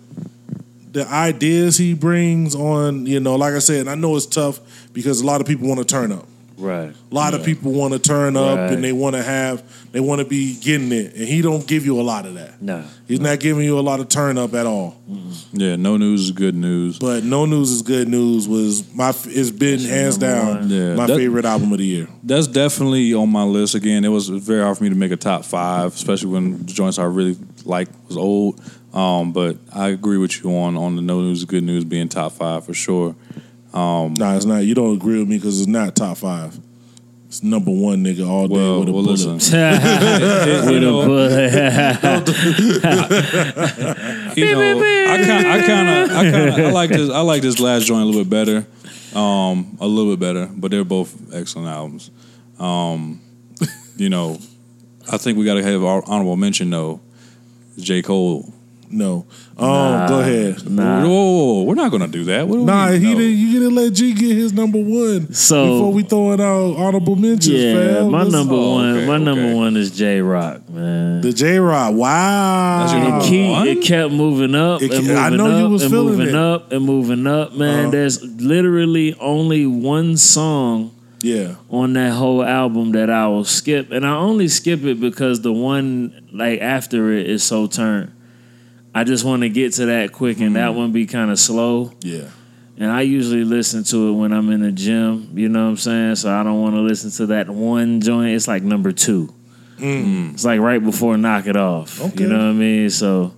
the ideas he brings on. You know, like I said, I know it's tough because a lot of people want to turn up.
right,
A lot of people want to turn up
Right.
and they want to have, they want to be getting it, and he don't give you a lot of that.
nah.
He's not giving you a lot of turn up at all.
Yeah, no news is good news.
But no news is good news was my. It's been hands
number
down
one.
Yeah.
my
That-
favorite album of the year.
That's definitely on my list. Again, it was very hard for me to make a top five, especially when the joints I really like was old. Um, but I agree with you on on the no news is good news being top five for sure.
Nah, it's not. You don't agree with me because it's not top five. It's number one, nigga, all day
Well,
with a
well,
bullet.
listen,
With
you
a
know,
bullet.
you know, I kind, I kind of, I kind of, I like this. I like this last joint a little bit better, um, a little bit better. But they're both excellent albums. Um, you know, I think we got to have our honorable mention though. J Cole.
No, um,
Oh,
go ahead.
Whoa,
nah.
whoa, whoa, we're not gonna do that. What do
Nah,
we,
he
no.
didn't. You didn't let G get his number one
So-
before we throwing out honorable mentions.
Yeah,
fam.
my
Listen-
number
Oh,
one.
okay,
my
okay.
number one is J Rock, man.
the J Rod. Wow,
That's your
It,
number
keep-
one?
it kept moving up
It
and
ke-
moving
I know
up
you was
and
feeling
moving
it.
up and moving up, man.
Uh-huh.
There's literally only one song
yeah,
on that whole album that I will skip, and I only skip it because the one like after it is so turned. I just want to get to that quick, and
Mm.
that one be kind of slow.
yeah.
And I usually listen to it when I'm in the gym, you know what I'm saying? So I don't want to listen to that one joint. It's like number two. It's like right before Knock It Off.
Mm. Okay.
You know what I mean? So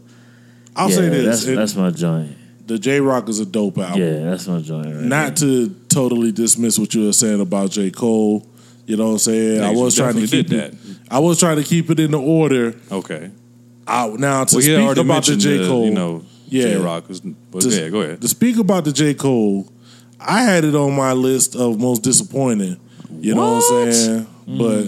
I'll
yeah,
say this:
That's,
it-
that's my joint.
the J Rock is a dope album.
Yeah, that's my joint. Right
not to totally dismiss what you were saying about J. Cole. You know what I'm saying?
Yeah,
I
you
was trying to
definitely
keep it.
did
I was trying to keep it in the order.
Okay.
I, now to
Well, he had
speak
already
about the
mentioned
J. Cole,
you know,
Yeah.
J Rock was. But
to,
yeah, go ahead.
To speak about the J. Cole, I had it on my list of most disappointing. You know what I'm
What? Hmm.
saying? But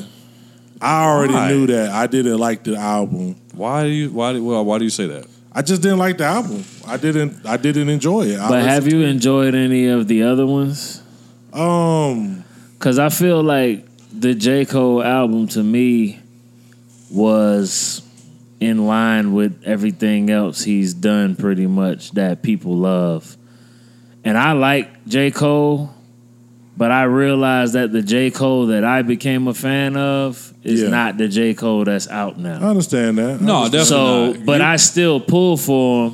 I already
Why?
knew that I didn't like the album.
Why do you? Why? do- Well, why do you say that?
I just didn't like the album. I didn't. I didn't enjoy it. I
But have
listened-
you enjoyed any of the other ones?
Um.
Because I feel like the J. Cole album to me was in line with everything else he's done pretty much that people love. And I like J. Cole, but I realize that the J. Cole that I became a fan of is
Yeah.
not the J. Cole that's out
I
now.
understand that. I
No,
understand-
definitely
So,
not.
but
You-
I still pull for him.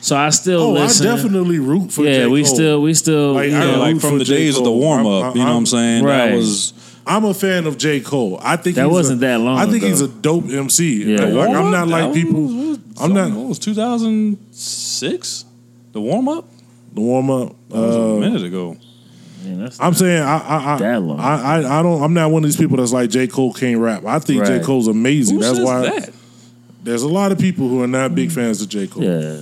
So I still
Oh,
listen.
I definitely root for.
yeah,
J.
we
Cole.
still, we still,
Like, I
yeah.
Yeah,
root
like
for
from the
J.
days of the
Cole.
warm
I'm-
up. You know what
I'm-
I'm saying?
Right.
That was
I'm a fan of J. Cole. I think
That
he's
wasn't
a,
that long
I think
ago.
he's a dope MC.
Yeah.
Like,
The
like, I'm
warm-up?
not like
That
people.
was-
I'm
something-
not-
What was 2006? The warm up?
The warm up.
That was
Uh,
a minute ago.
Man, that's
I'm saying I I I,
That long.
I I I don't I'm not one of these people that's like J Cole can't rap. I think J
Right.
Cole's amazing.
Who
that's
says
why
that?
there's a lot of people who are not big fans of J Cole.
Mm. yeah.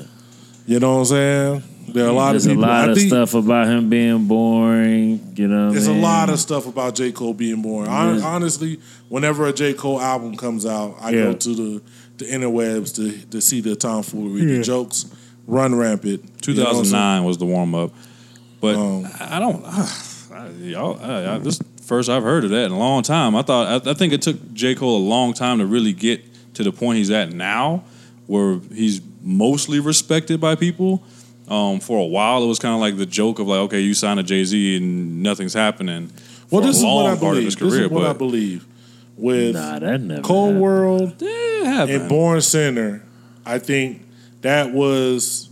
You know what I'm saying? There are a lot
There's
of
a
people.
lot
I
of
think
stuff about him being boring. You know, what I
there's
mean?
a lot of stuff about J Cole being born. Hon-
Yeah.
Honestly, whenever a J Cole album comes out, I
Yeah.
go to the the interwebs to to see the tomfoolery, the
Yeah.
jokes run rampant. You know what I'm
2009 was the warm up, but
Um,
I I don't. I, I, y'all, I, I, this first I've heard of that in a long time. I thought I, I think it took J Cole a long time to really get to the point he's at now, where he's mostly respected by people. Um, for a while, it was kind of like the joke of like, okay, you signed a Jay Z and nothing's happening.
Well,
for
this
a
is
long
what I
part of his
believe. This
career,
is what I
but-
believe with
Nah, that never.
Cole
happened.
World.
Yeah, it happened.
and Born Center, I think that was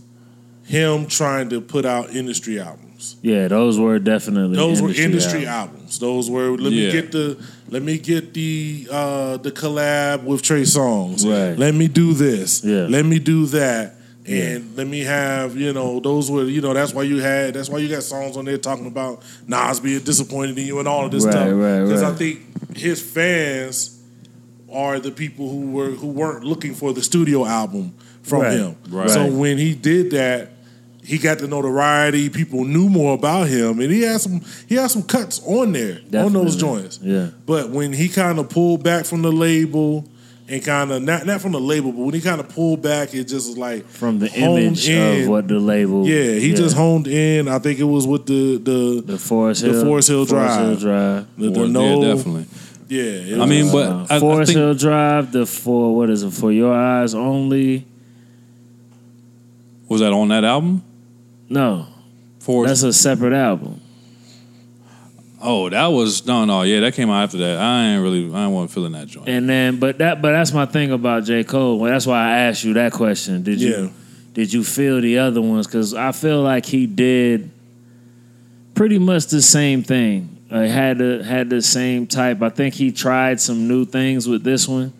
him trying to put out industry albums.
Yeah, those were definitely
Those were industry
albums.
albums. Those were let me
Yeah.
get the let me get the uh the collab with Trey Songs.
Right.
Let me do this.
Yeah.
Let me do that. And let me have, you know, those were, you know, that's why you had, that's why you got songs on there talking about Nas being disappointed in you and all of this
Right,
stuff.
right, right.
I think his fans are the people who were who weren't looking for the studio album from
Right,
him.
right.
So when he did that, he got the notoriety. People knew more about him, and he had some he had some cuts on there on those
Definitely.
joints.
Yeah.
But when he kind of pulled back from the label and kind of not not from the label, but when he kind of pulled back, it just was like
From the
honed
image of
in.
what the label.
Yeah, he just honed in. I think it was with the the
the Forest
the
Hill,
Forest Hill Drive.
Drive.
the, the
Or-
no,
yeah, definitely.
yeah. it
I
was-
mean, but
Uh,
I, I
Forest
think
Hill Drive, the for what is it for your eyes only?
was that on that album?
No,
Forest
that's a separate album.
Oh, that was no, no, yeah, that came out after that. I ain't really, I wasn't feeling that joint.
And then, but that, but that's my thing about J Cole. Well, that's why I asked you that question. Did
Yeah.
you, did you feel the other ones? Because I feel like he did pretty much the same thing. I had the had the same type. I think he tried some new things with this one,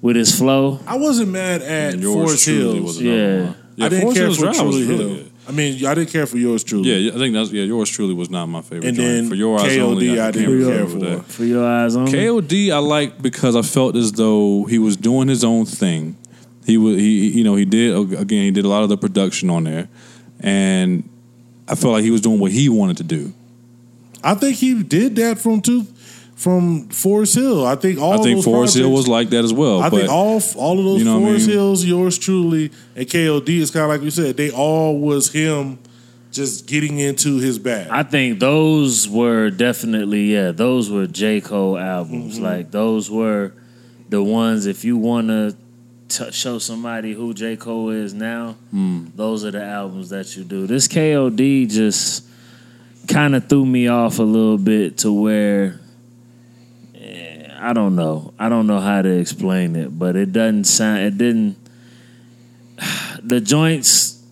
with his flow.
I wasn't mad at
And yours
Forest
truly
Hills.
was another
Yeah.
one.
I didn't
Forest
care
Hills
for
Drive
Truly
was
Hill.
really good.
I mean, I didn't care for yours truly.
Yeah, I think that's yeah. Yours truly was not my favorite.
And
joint.
then
for your eyes
KOD
only,
I
can't
didn't
really
care
remember
for.
that.
For your eyes only.
KOD I liked because I felt as though he was doing his own thing. He was he you know he did again he did a lot of the production on there, and I felt like he was doing what he wanted to do.
I think he did that from two, from Forest Hill. I think all.
I think
those
Forest Hill was
projects-
like that as well.
I
Oh, but
think all all of those
you know what I
Forest
mean?
Hills, yours truly, and KOD is kind of like you said. They all was him, just getting into his bag.
I think those were definitely yeah, those were J Cole albums. Like those were the ones if you want to show somebody who J Cole is now, those are the albums that you do. This KOD just kind of threw me off a little bit to where eh, I don't know. I don't know how to explain it, but it doesn't sound it didn't the joints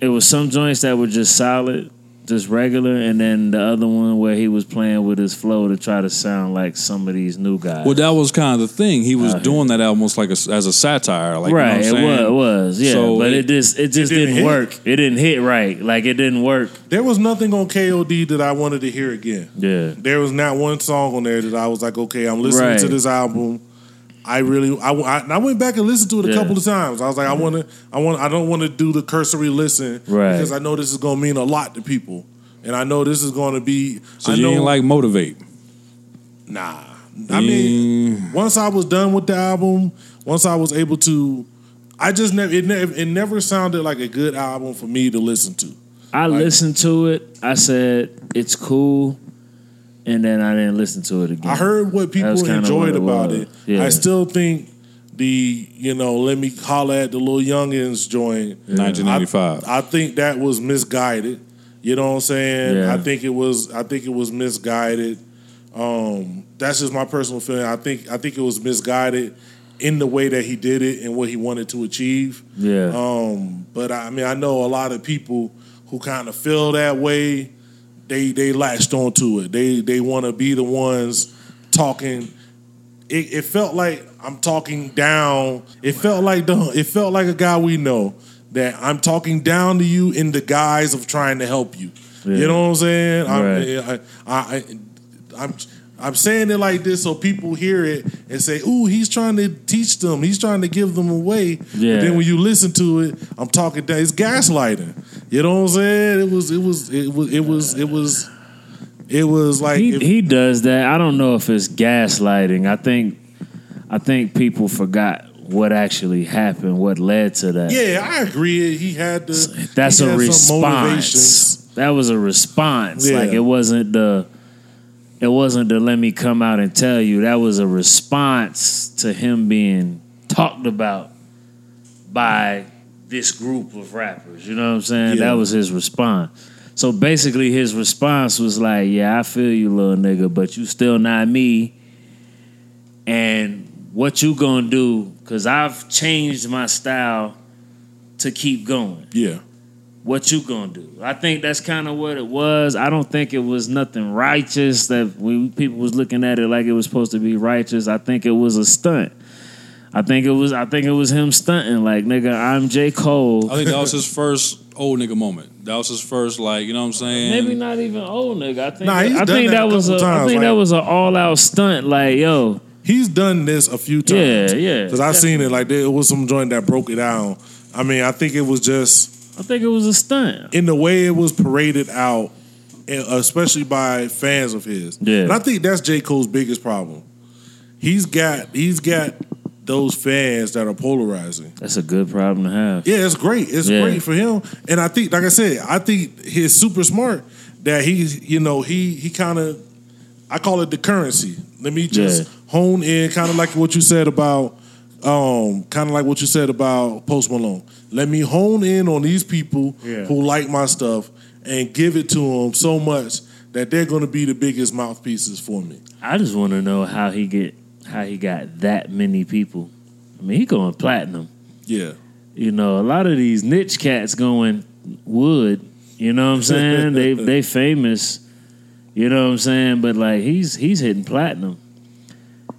it was some joints that were just solid, just regular and then the other one where he was playing with his flow to try to sound like some of these new guys.
well, that was kind of the thing. He was
Out here.
doing that almost like a, as a satire, like you know what I'm
Uh-huh. right, it
saying?
was, it was, yeah,
So
but it,
it-
just it just
didn't
didn't,
hit.
work. It didn't hit right, like it didn't work.
there was nothing on KOD that I wanted to hear again.
Yeah,
There was not one song on there that I was like, okay, I'm listening
Right.
to this album. I really, I, I, and I went back and listened to it a
Yeah.
couple of times. I was like, I want to, I want, I don't want to do the cursory listen
Right.
because I know this is going to mean a lot to people, and I know this is going to be.
So
I
you
know,
didn't like motivate.
nah. I mean, once I was done with the album, once I was able to, I just never, it never, it never sounded like a good album for me to listen to.
I listened to it. I said it's cool, and then I didn't listen to it again.
I heard what people
Mm. That's kinda
enjoyed
what it
about
was.
it.
Yeah.
I still think the you know let me holler at the little youngins joint.
1995.
I, I think that was misguided. You know what I'm saying?
Yeah.
I think it was. I think it was misguided. Um, that's just my personal feeling. I think. I think it was misguided in the way that he did it and what he wanted to achieve.
Yeah,
Um, but I mean, I know a lot of people who kind of feel that way. They they latched onto it. They they want to be the ones talking. It, it felt like I'm talking down. It felt like the it felt like a guy we know that I'm talking down to you in the guise of trying to help you. You know what I'm saying?
Right.
I, I, I, I, I'm, I'm saying it like this so people hear it and say, "Ooh, he's trying to teach them. He's trying to give them away."
Yeah.
But then when you listen to it, I'm talking that it's gaslighting. You know what I'm saying? It was, it was, it was, it was, it was, it was like
he,
if-
he does that. I don't know if it's gaslighting. I think I think people forgot what actually happened, what led to that.
Yeah, I agree. He had the
That's
he
a
had some
response.
motivations.
That was a response.
Yeah.
Like it wasn't the it wasn't the let me come out and tell you. That was a response to him being talked about by this group of rappers. You know what I'm saying?
Yeah.
That was his response. So basically his response was like, Yeah, I feel you, little nigga, but you still not me. And what you gonna do, cause I've changed my style to keep going
Yeah,
what you gonna do? I think that's kind of what it was. I don't think it was nothing righteous that we people was looking at it like it was supposed to be righteous. I think it was a stunt. I think it was. I think it was him stunting. Like nigga, I'm J Cole.
I think that was his first old nigga moment. That was his first, like, you know what I'm saying?
Maybe not even old nigga. I think.
Nah, he's
I
done
think
that
that,
a
was. A,
couple
I
times,
think
like-
that was an all out stunt. Like yo,
he's done this a few times.
Yeah, yeah.
Because I've seen it. Like there was some joint that broke it down. I mean, I think it was just
I think it was a stunt.
in the way it was paraded out, and especially by fans of his.
Yeah.
and I think that's J Cole's biggest problem. He's got he's got those fans that are polarizing.
That's a good problem to have.
Yeah, it's great. It's
Yeah.
great for him. And I think, like I said, I think he's super smart that he's, you know, he he kind of, I call it the currency. Let me just
Yeah.
hone in, kind of like what you said about, um, kind of like what you said about Post Malone. Let me hone in on these people
Yeah.
who like my stuff and give it to them so much that they're going to be the biggest mouthpieces for me.
I just want to know how he get how he got that many people. I mean, he going platinum.
Yeah,
you know, a lot of these niche cats going wood. You know what I'm saying? they they famous. You know what I'm saying? But like he's he's hitting platinum.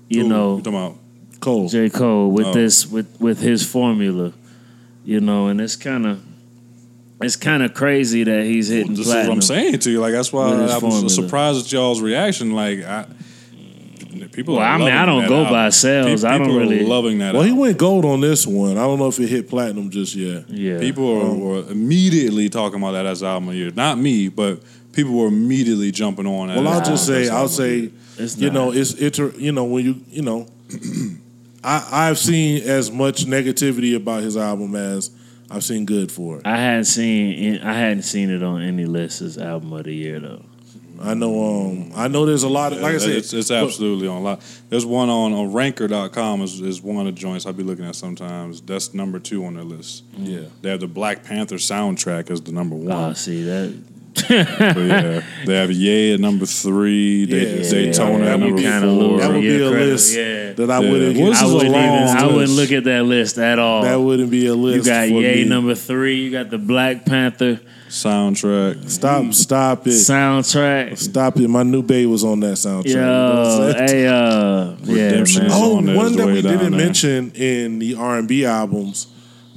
You
Ooh,
know,
you talking about
Cole.
J Cole with
Oh.
this with with his formula. You know, and it's kind of it's kind of crazy that he's hitting
this is what
platinum.
I'm saying to you. Like that's why
With his
I
formula.
was surprised at y'all's reaction. Like I, people.
Well,
are
I mean,
loving
I don't
that
go
album.
by sales.
Pe-
I don't
people
really-
are loving that.
Well, he
album.
went gold on this one. I don't know if it hit platinum just yet.
Yeah,
People are, were immediately talking about that as album of the year. Not me, but people were immediately jumping on. that
Well, I'll
as
just
album of
say,
the
I'll
year.
say,
It's
you
not.
know, it's it's you know when you you know, I I've seen as much negativity about his album as I've seen good for it.
I hadn't seen I hadn't seen it on any list as album of the year though.
I know, um, I know there's a lot. Of, like I said,
it's, it's
but-
absolutely on a lot. There's one on, on Ranker.com is, is one of the joints I'll be looking at sometimes. That's number two on their list.
Yeah.
They have the Black Panther soundtrack as the number one.
Oh, see that
But yeah, they have Ye at number three. They,
Yeah,
Daytona
yeah.
at
That would
number
be-
four.
kinda
that
lose
would
Yeah,
be a
credit,
list
yeah.
that I
Yeah.
wouldn't.
Well,
get-
this
I
is a
wouldn't even.
long
I wouldn't
list.
look at that list at all.
That wouldn't be a list.
you got
for me.
Yay number three. You got the Black Panther
Soundtrack.
Stop! Stop it!
soundtrack.
Stop it! My new babe was on that soundtrack. You know what I'm
Yo,
saying?
hey, uh, yeah,
Redemption.
man.
Oh,
Oh,
on there,
one
it's
that
way
we
down
didn't
there.
mention in the R and B albums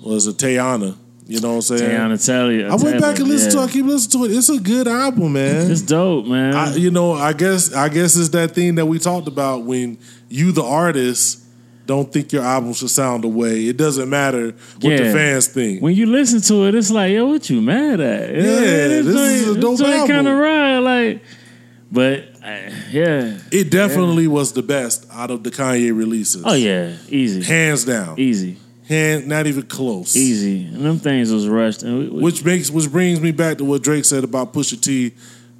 was a Tayana. You know what I'm saying?
Tiana Taylor.
I went back and listened to. it. I keep listening to it. It's a good album, man.
It's dope, man.
I, you know, I guess I guess it's that thing that we talked about when you, the artist, don't think your album should sound the way. It doesn't matter what the
Yeah.
fans think.
when you listen to it, it's like, yo, what you mad at? You know what I
Yeah,
mean? This
this is a
joint-
dope
this joint
album.
kind of ride, like, but uh, yeah,
It definitely was the best out of the Kanye releases.
oh yeah, E- easy,
hands down,
easy,
hand not even close.
easy. And them things was rushed. And we, we,
Which makes which brings me back to what Drake said about Pusha T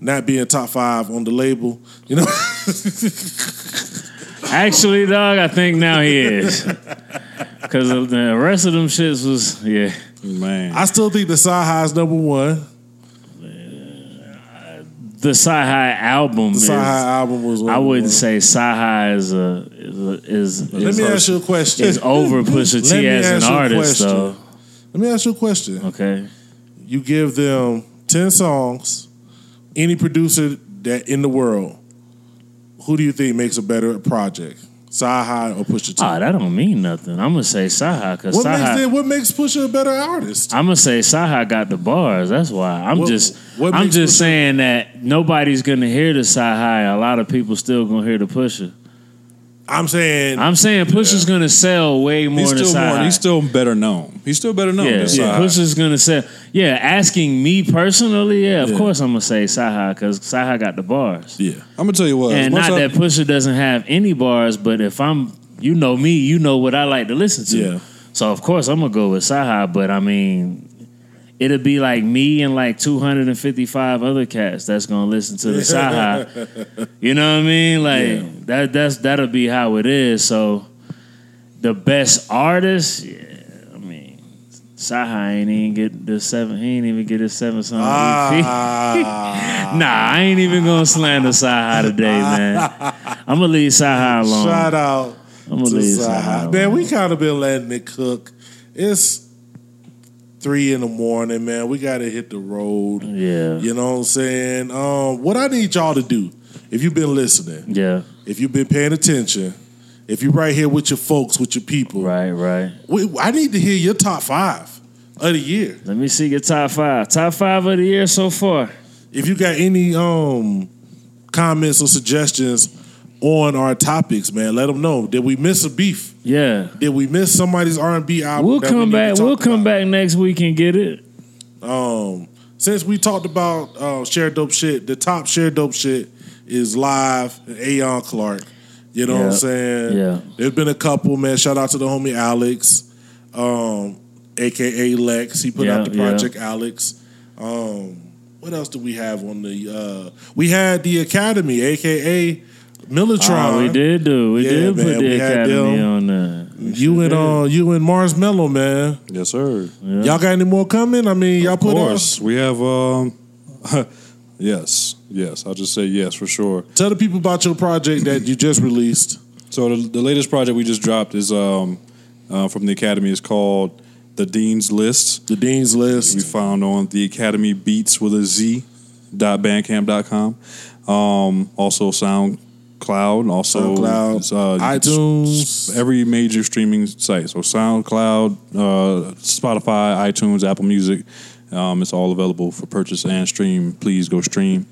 not being top five on the label. You know,
Actually, dog, I think now he is. Because the rest of them shits was, yeah.
Man.
I still think the Sci High's number one.
The Sci High album
The
is.
Sci High album was.
I
number
wouldn't
one.
say Sci High is, a, is, is,
Let
is,
me ask you a question.
is over Pusha
Let
T
me
as
ask
an
you a
artist,
question.
though.
Let me ask you a question.
Okay.
You give them 10 songs, any producer that in the world, who do you think makes a better project? Saha or Pusha T.
Ah, that don't mean nothing. I'm gonna say Saha because
what makes
Saha.
then, what makes Pusha a better artist?
I'm gonna say Saha got the bars. That's why I'm
What-
just
what
I'm
makes
just
Pusha-
saying that nobody's gonna hear the Saha. A lot of people still gonna hear the Pusha.
I'm saying
I'm saying Pusha's gonna sell way more
He's
than
still
Saha.
more. He's still better known. He's still better known.
yeah,
than
yeah.
Saha.
Pusha's gonna sell. Yeah, asking me personally, yeah, of
Yeah.
course I'm gonna say Saha because Saha got the bars.
yeah.
I'm gonna tell you what. as
And
much
not
as I-
that Pusha doesn't have any bars, but if I'm, you know me, you know what I like to listen to.
Yeah.
So of course I'm gonna go with Saha, but I mean, it'll be like me and like 255 other cats that's gonna listen to the Saha. You know what I mean? Like that. That's that'll be how it is. So the best artist, yeah, I mean, Saha ain't even get the seven. He ain't even get his seven song EP.
Ah,
Nah, I ain't even gonna slander Saha today, man. I'm gonna leave Saha alone.
shout out
I'm gonna
to
leave
Saha.
Saha. alone.
uh, Man, we kind of been letting it cook. It's three in the morning, man. We got to hit the road.
yeah, yeah,
You know what I'm saying? Um, what I need y'all to do, if you've been listening, if you've been paying attention, if you're right here with your folks, with your people,
Right, right.
we, I need to hear your top five of the year.
Let me see your top five. Top five of the year so far.
If you got any um, comments or suggestions on our topics, man, let them know. Did we miss a beef?
Yeah,
Did we miss somebody's R&B album?
we'll
that we
come
need to
back.
talk
We'll come
about?
back next week and get it.
Um, since we talked about uh, share dope shit, the top share dope shit is live. Aon Clark, you know what I'm
Yeah.
saying?
Yeah.
there's been a couple man. Shout out to the homie Alex, um, aka Lex. He put out
Yeah,
the
yeah.
project Alex. Um, what else do we have on the? Uh, we had the Academy, aka Militron.
Oh, we did do. We
Yeah,
did put
man,
the
we had
academy
them.
on there. We
You
sure
and
did.
uh, you and Mars Mello, man.
yes, sir.
Y'all got any more coming? I mean, y'all
Of
put
course, we have. Um, yes, yes. I'll just say yes for sure.
Out, tell the people about your project that you just released.
So the, the latest project we just dropped is um, uh, from the Academy. It's called The Dean's List.
The Dean's List.
We found on the Academy Beats with a Z. Dot bandcamp.com. Um, also SoundCloud. Also
SoundCloud,
it's, uh,
iTunes.
Every major streaming site. So SoundCloud, uh, Spotify, iTunes, Apple Music. Um, it's all available for purchase and stream. Please go stream.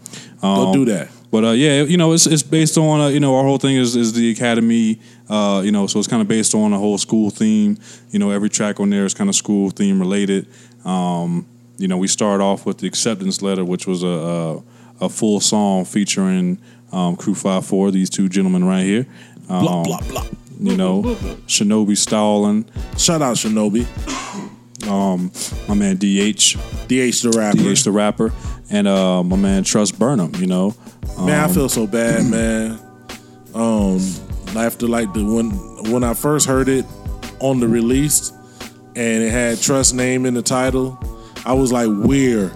Um,
Go do that.
But uh, yeah, you know, it's it's based on uh, you know our whole thing is is the academy, uh, you know, so it's kind of based on a whole school theme. You know, every track on there is kind of school theme related. Um, you know, we start off with the acceptance letter, which was a a, a full song featuring um, Crew Five Four, these two gentlemen right here. Um,
Blah, blah, blah.
You know, Shinobi Stalin, um,
Shout out Shinobi,
my man DH,
DH the rapper.
DH the rapper, and uh, my man Trust Burnham. You know,
man,
um,
I feel so bad, man. Um, after like the when when I first heard it on the release, and it had Trust name in the title, I was like, where,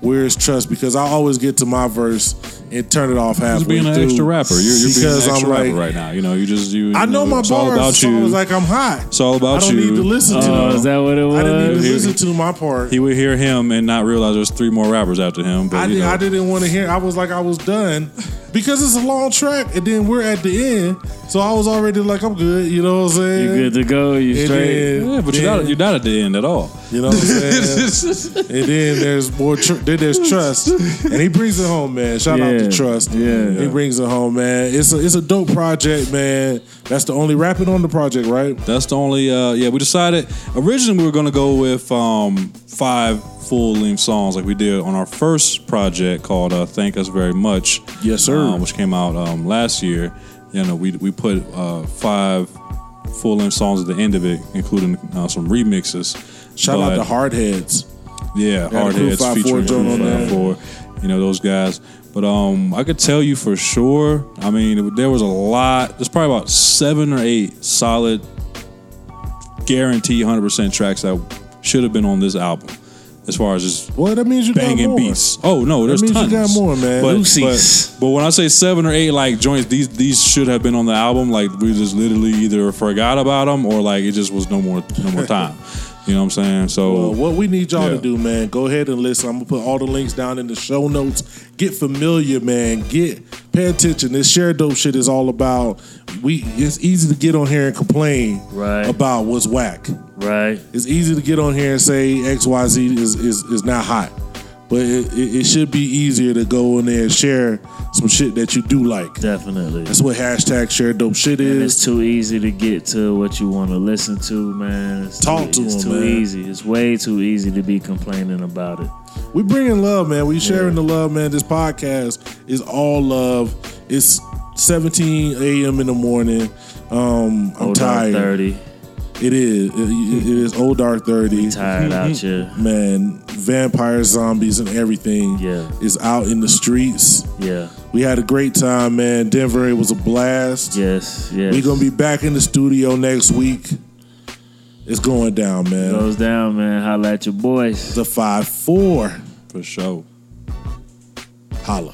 where's Trust? Because I always get to my verse and turn it off halfway
just being an
through
extra rapper. You're, you're being an
because
extra
I'm like,
rapper right now. You know, you just you.
I
you
know my
it's
bars.
all about
so I
you.
was like, I'm hot.
it's all about
I don't
you. Uh,
need to listen to.
Oh,
them.
is that what it was?
Uh, I didn't even
He-
listen to my part.
He would hear him and not realize there's three more rappers after him. But
I,
you
did,
know,
I didn't want to hear. I was like, I was done because it's a long track, and then we're at the end. So I was already like, I'm good. You know what I'm saying?
You good to go? You
And
straight?
then-
Yeah, but you're not you're not at the end at all.
You know what I'm saying? and then there's more. Tr- then there's trust, and he brings it home, man. Shout out
Yeah,
to trust.
yeah.
he brings it home, man. It's a it's a dope project, man. That's the only rapping on the project, right?
That's the only. Uh, yeah, we decided originally we were gonna go with um, five full length songs like we did on our first project called uh, "Thank Us Very Much."
Yes, sir.
um, which came out um, last year. You know, we we put uh, five full length songs at the end of it, including uh, some remixes.
Shout
But-
out to Hardheads.
Yeah,
Yeah,
hard
the Crew
heads
54
featuring
joint on there.
54, you know those guys. But um, I could tell you for sure. I mean, it- there was a lot. There's probably about seven or eight solid, guaranteed 100 percent tracks that should have been on this album, as far as just
Well, that means you got
banging
more.
beats. Oh no, there's
means you
tons.
got more, man.
But,
Lucy's.
but but when I say seven or eight like joints, these these should have been on the album. Like we just literally either forgot about them or like it just was no more no more time. You know what I'm saying? So
Well, Uh, what we need y'all
Yeah.
to do, man, go ahead and listen. I'm gonna put all the links down in the show notes. Get familiar, man. Get pay attention. This share dope shit is all about. We it's easy to get on here and complain
Right.
about what's whack.
Right.
It's easy to get on here and say X Y Z is is, is not hot, but it, it, it should be easier to go in there and share some shit that you do like.
Definitely.
That's what hashtag share dope shit
And
is.
it's too easy to get to what you want to listen to, man. It's
Talk
too, e-
to
It's
'em,
too
man.
easy. It's way too easy to be complaining about it.
We bringing love, man. We sharing the love, man. This podcast is all love. It's 17 a.m. in the morning. Um, I'm
Old
tired.
Thirty.
It is. It, it it is old dark 30.
Tired out
Mm-hmm.
here.
Man, vampires, zombies, and everything
Yeah.
is out in the streets.
Yeah.
We had a great time, man. Denver, it was a blast.
Yes. Yes.
We're gonna be back in the studio next week. It's going down, man.
goes down, man. Holla at your boys.
The five four.
for sure.
Holla.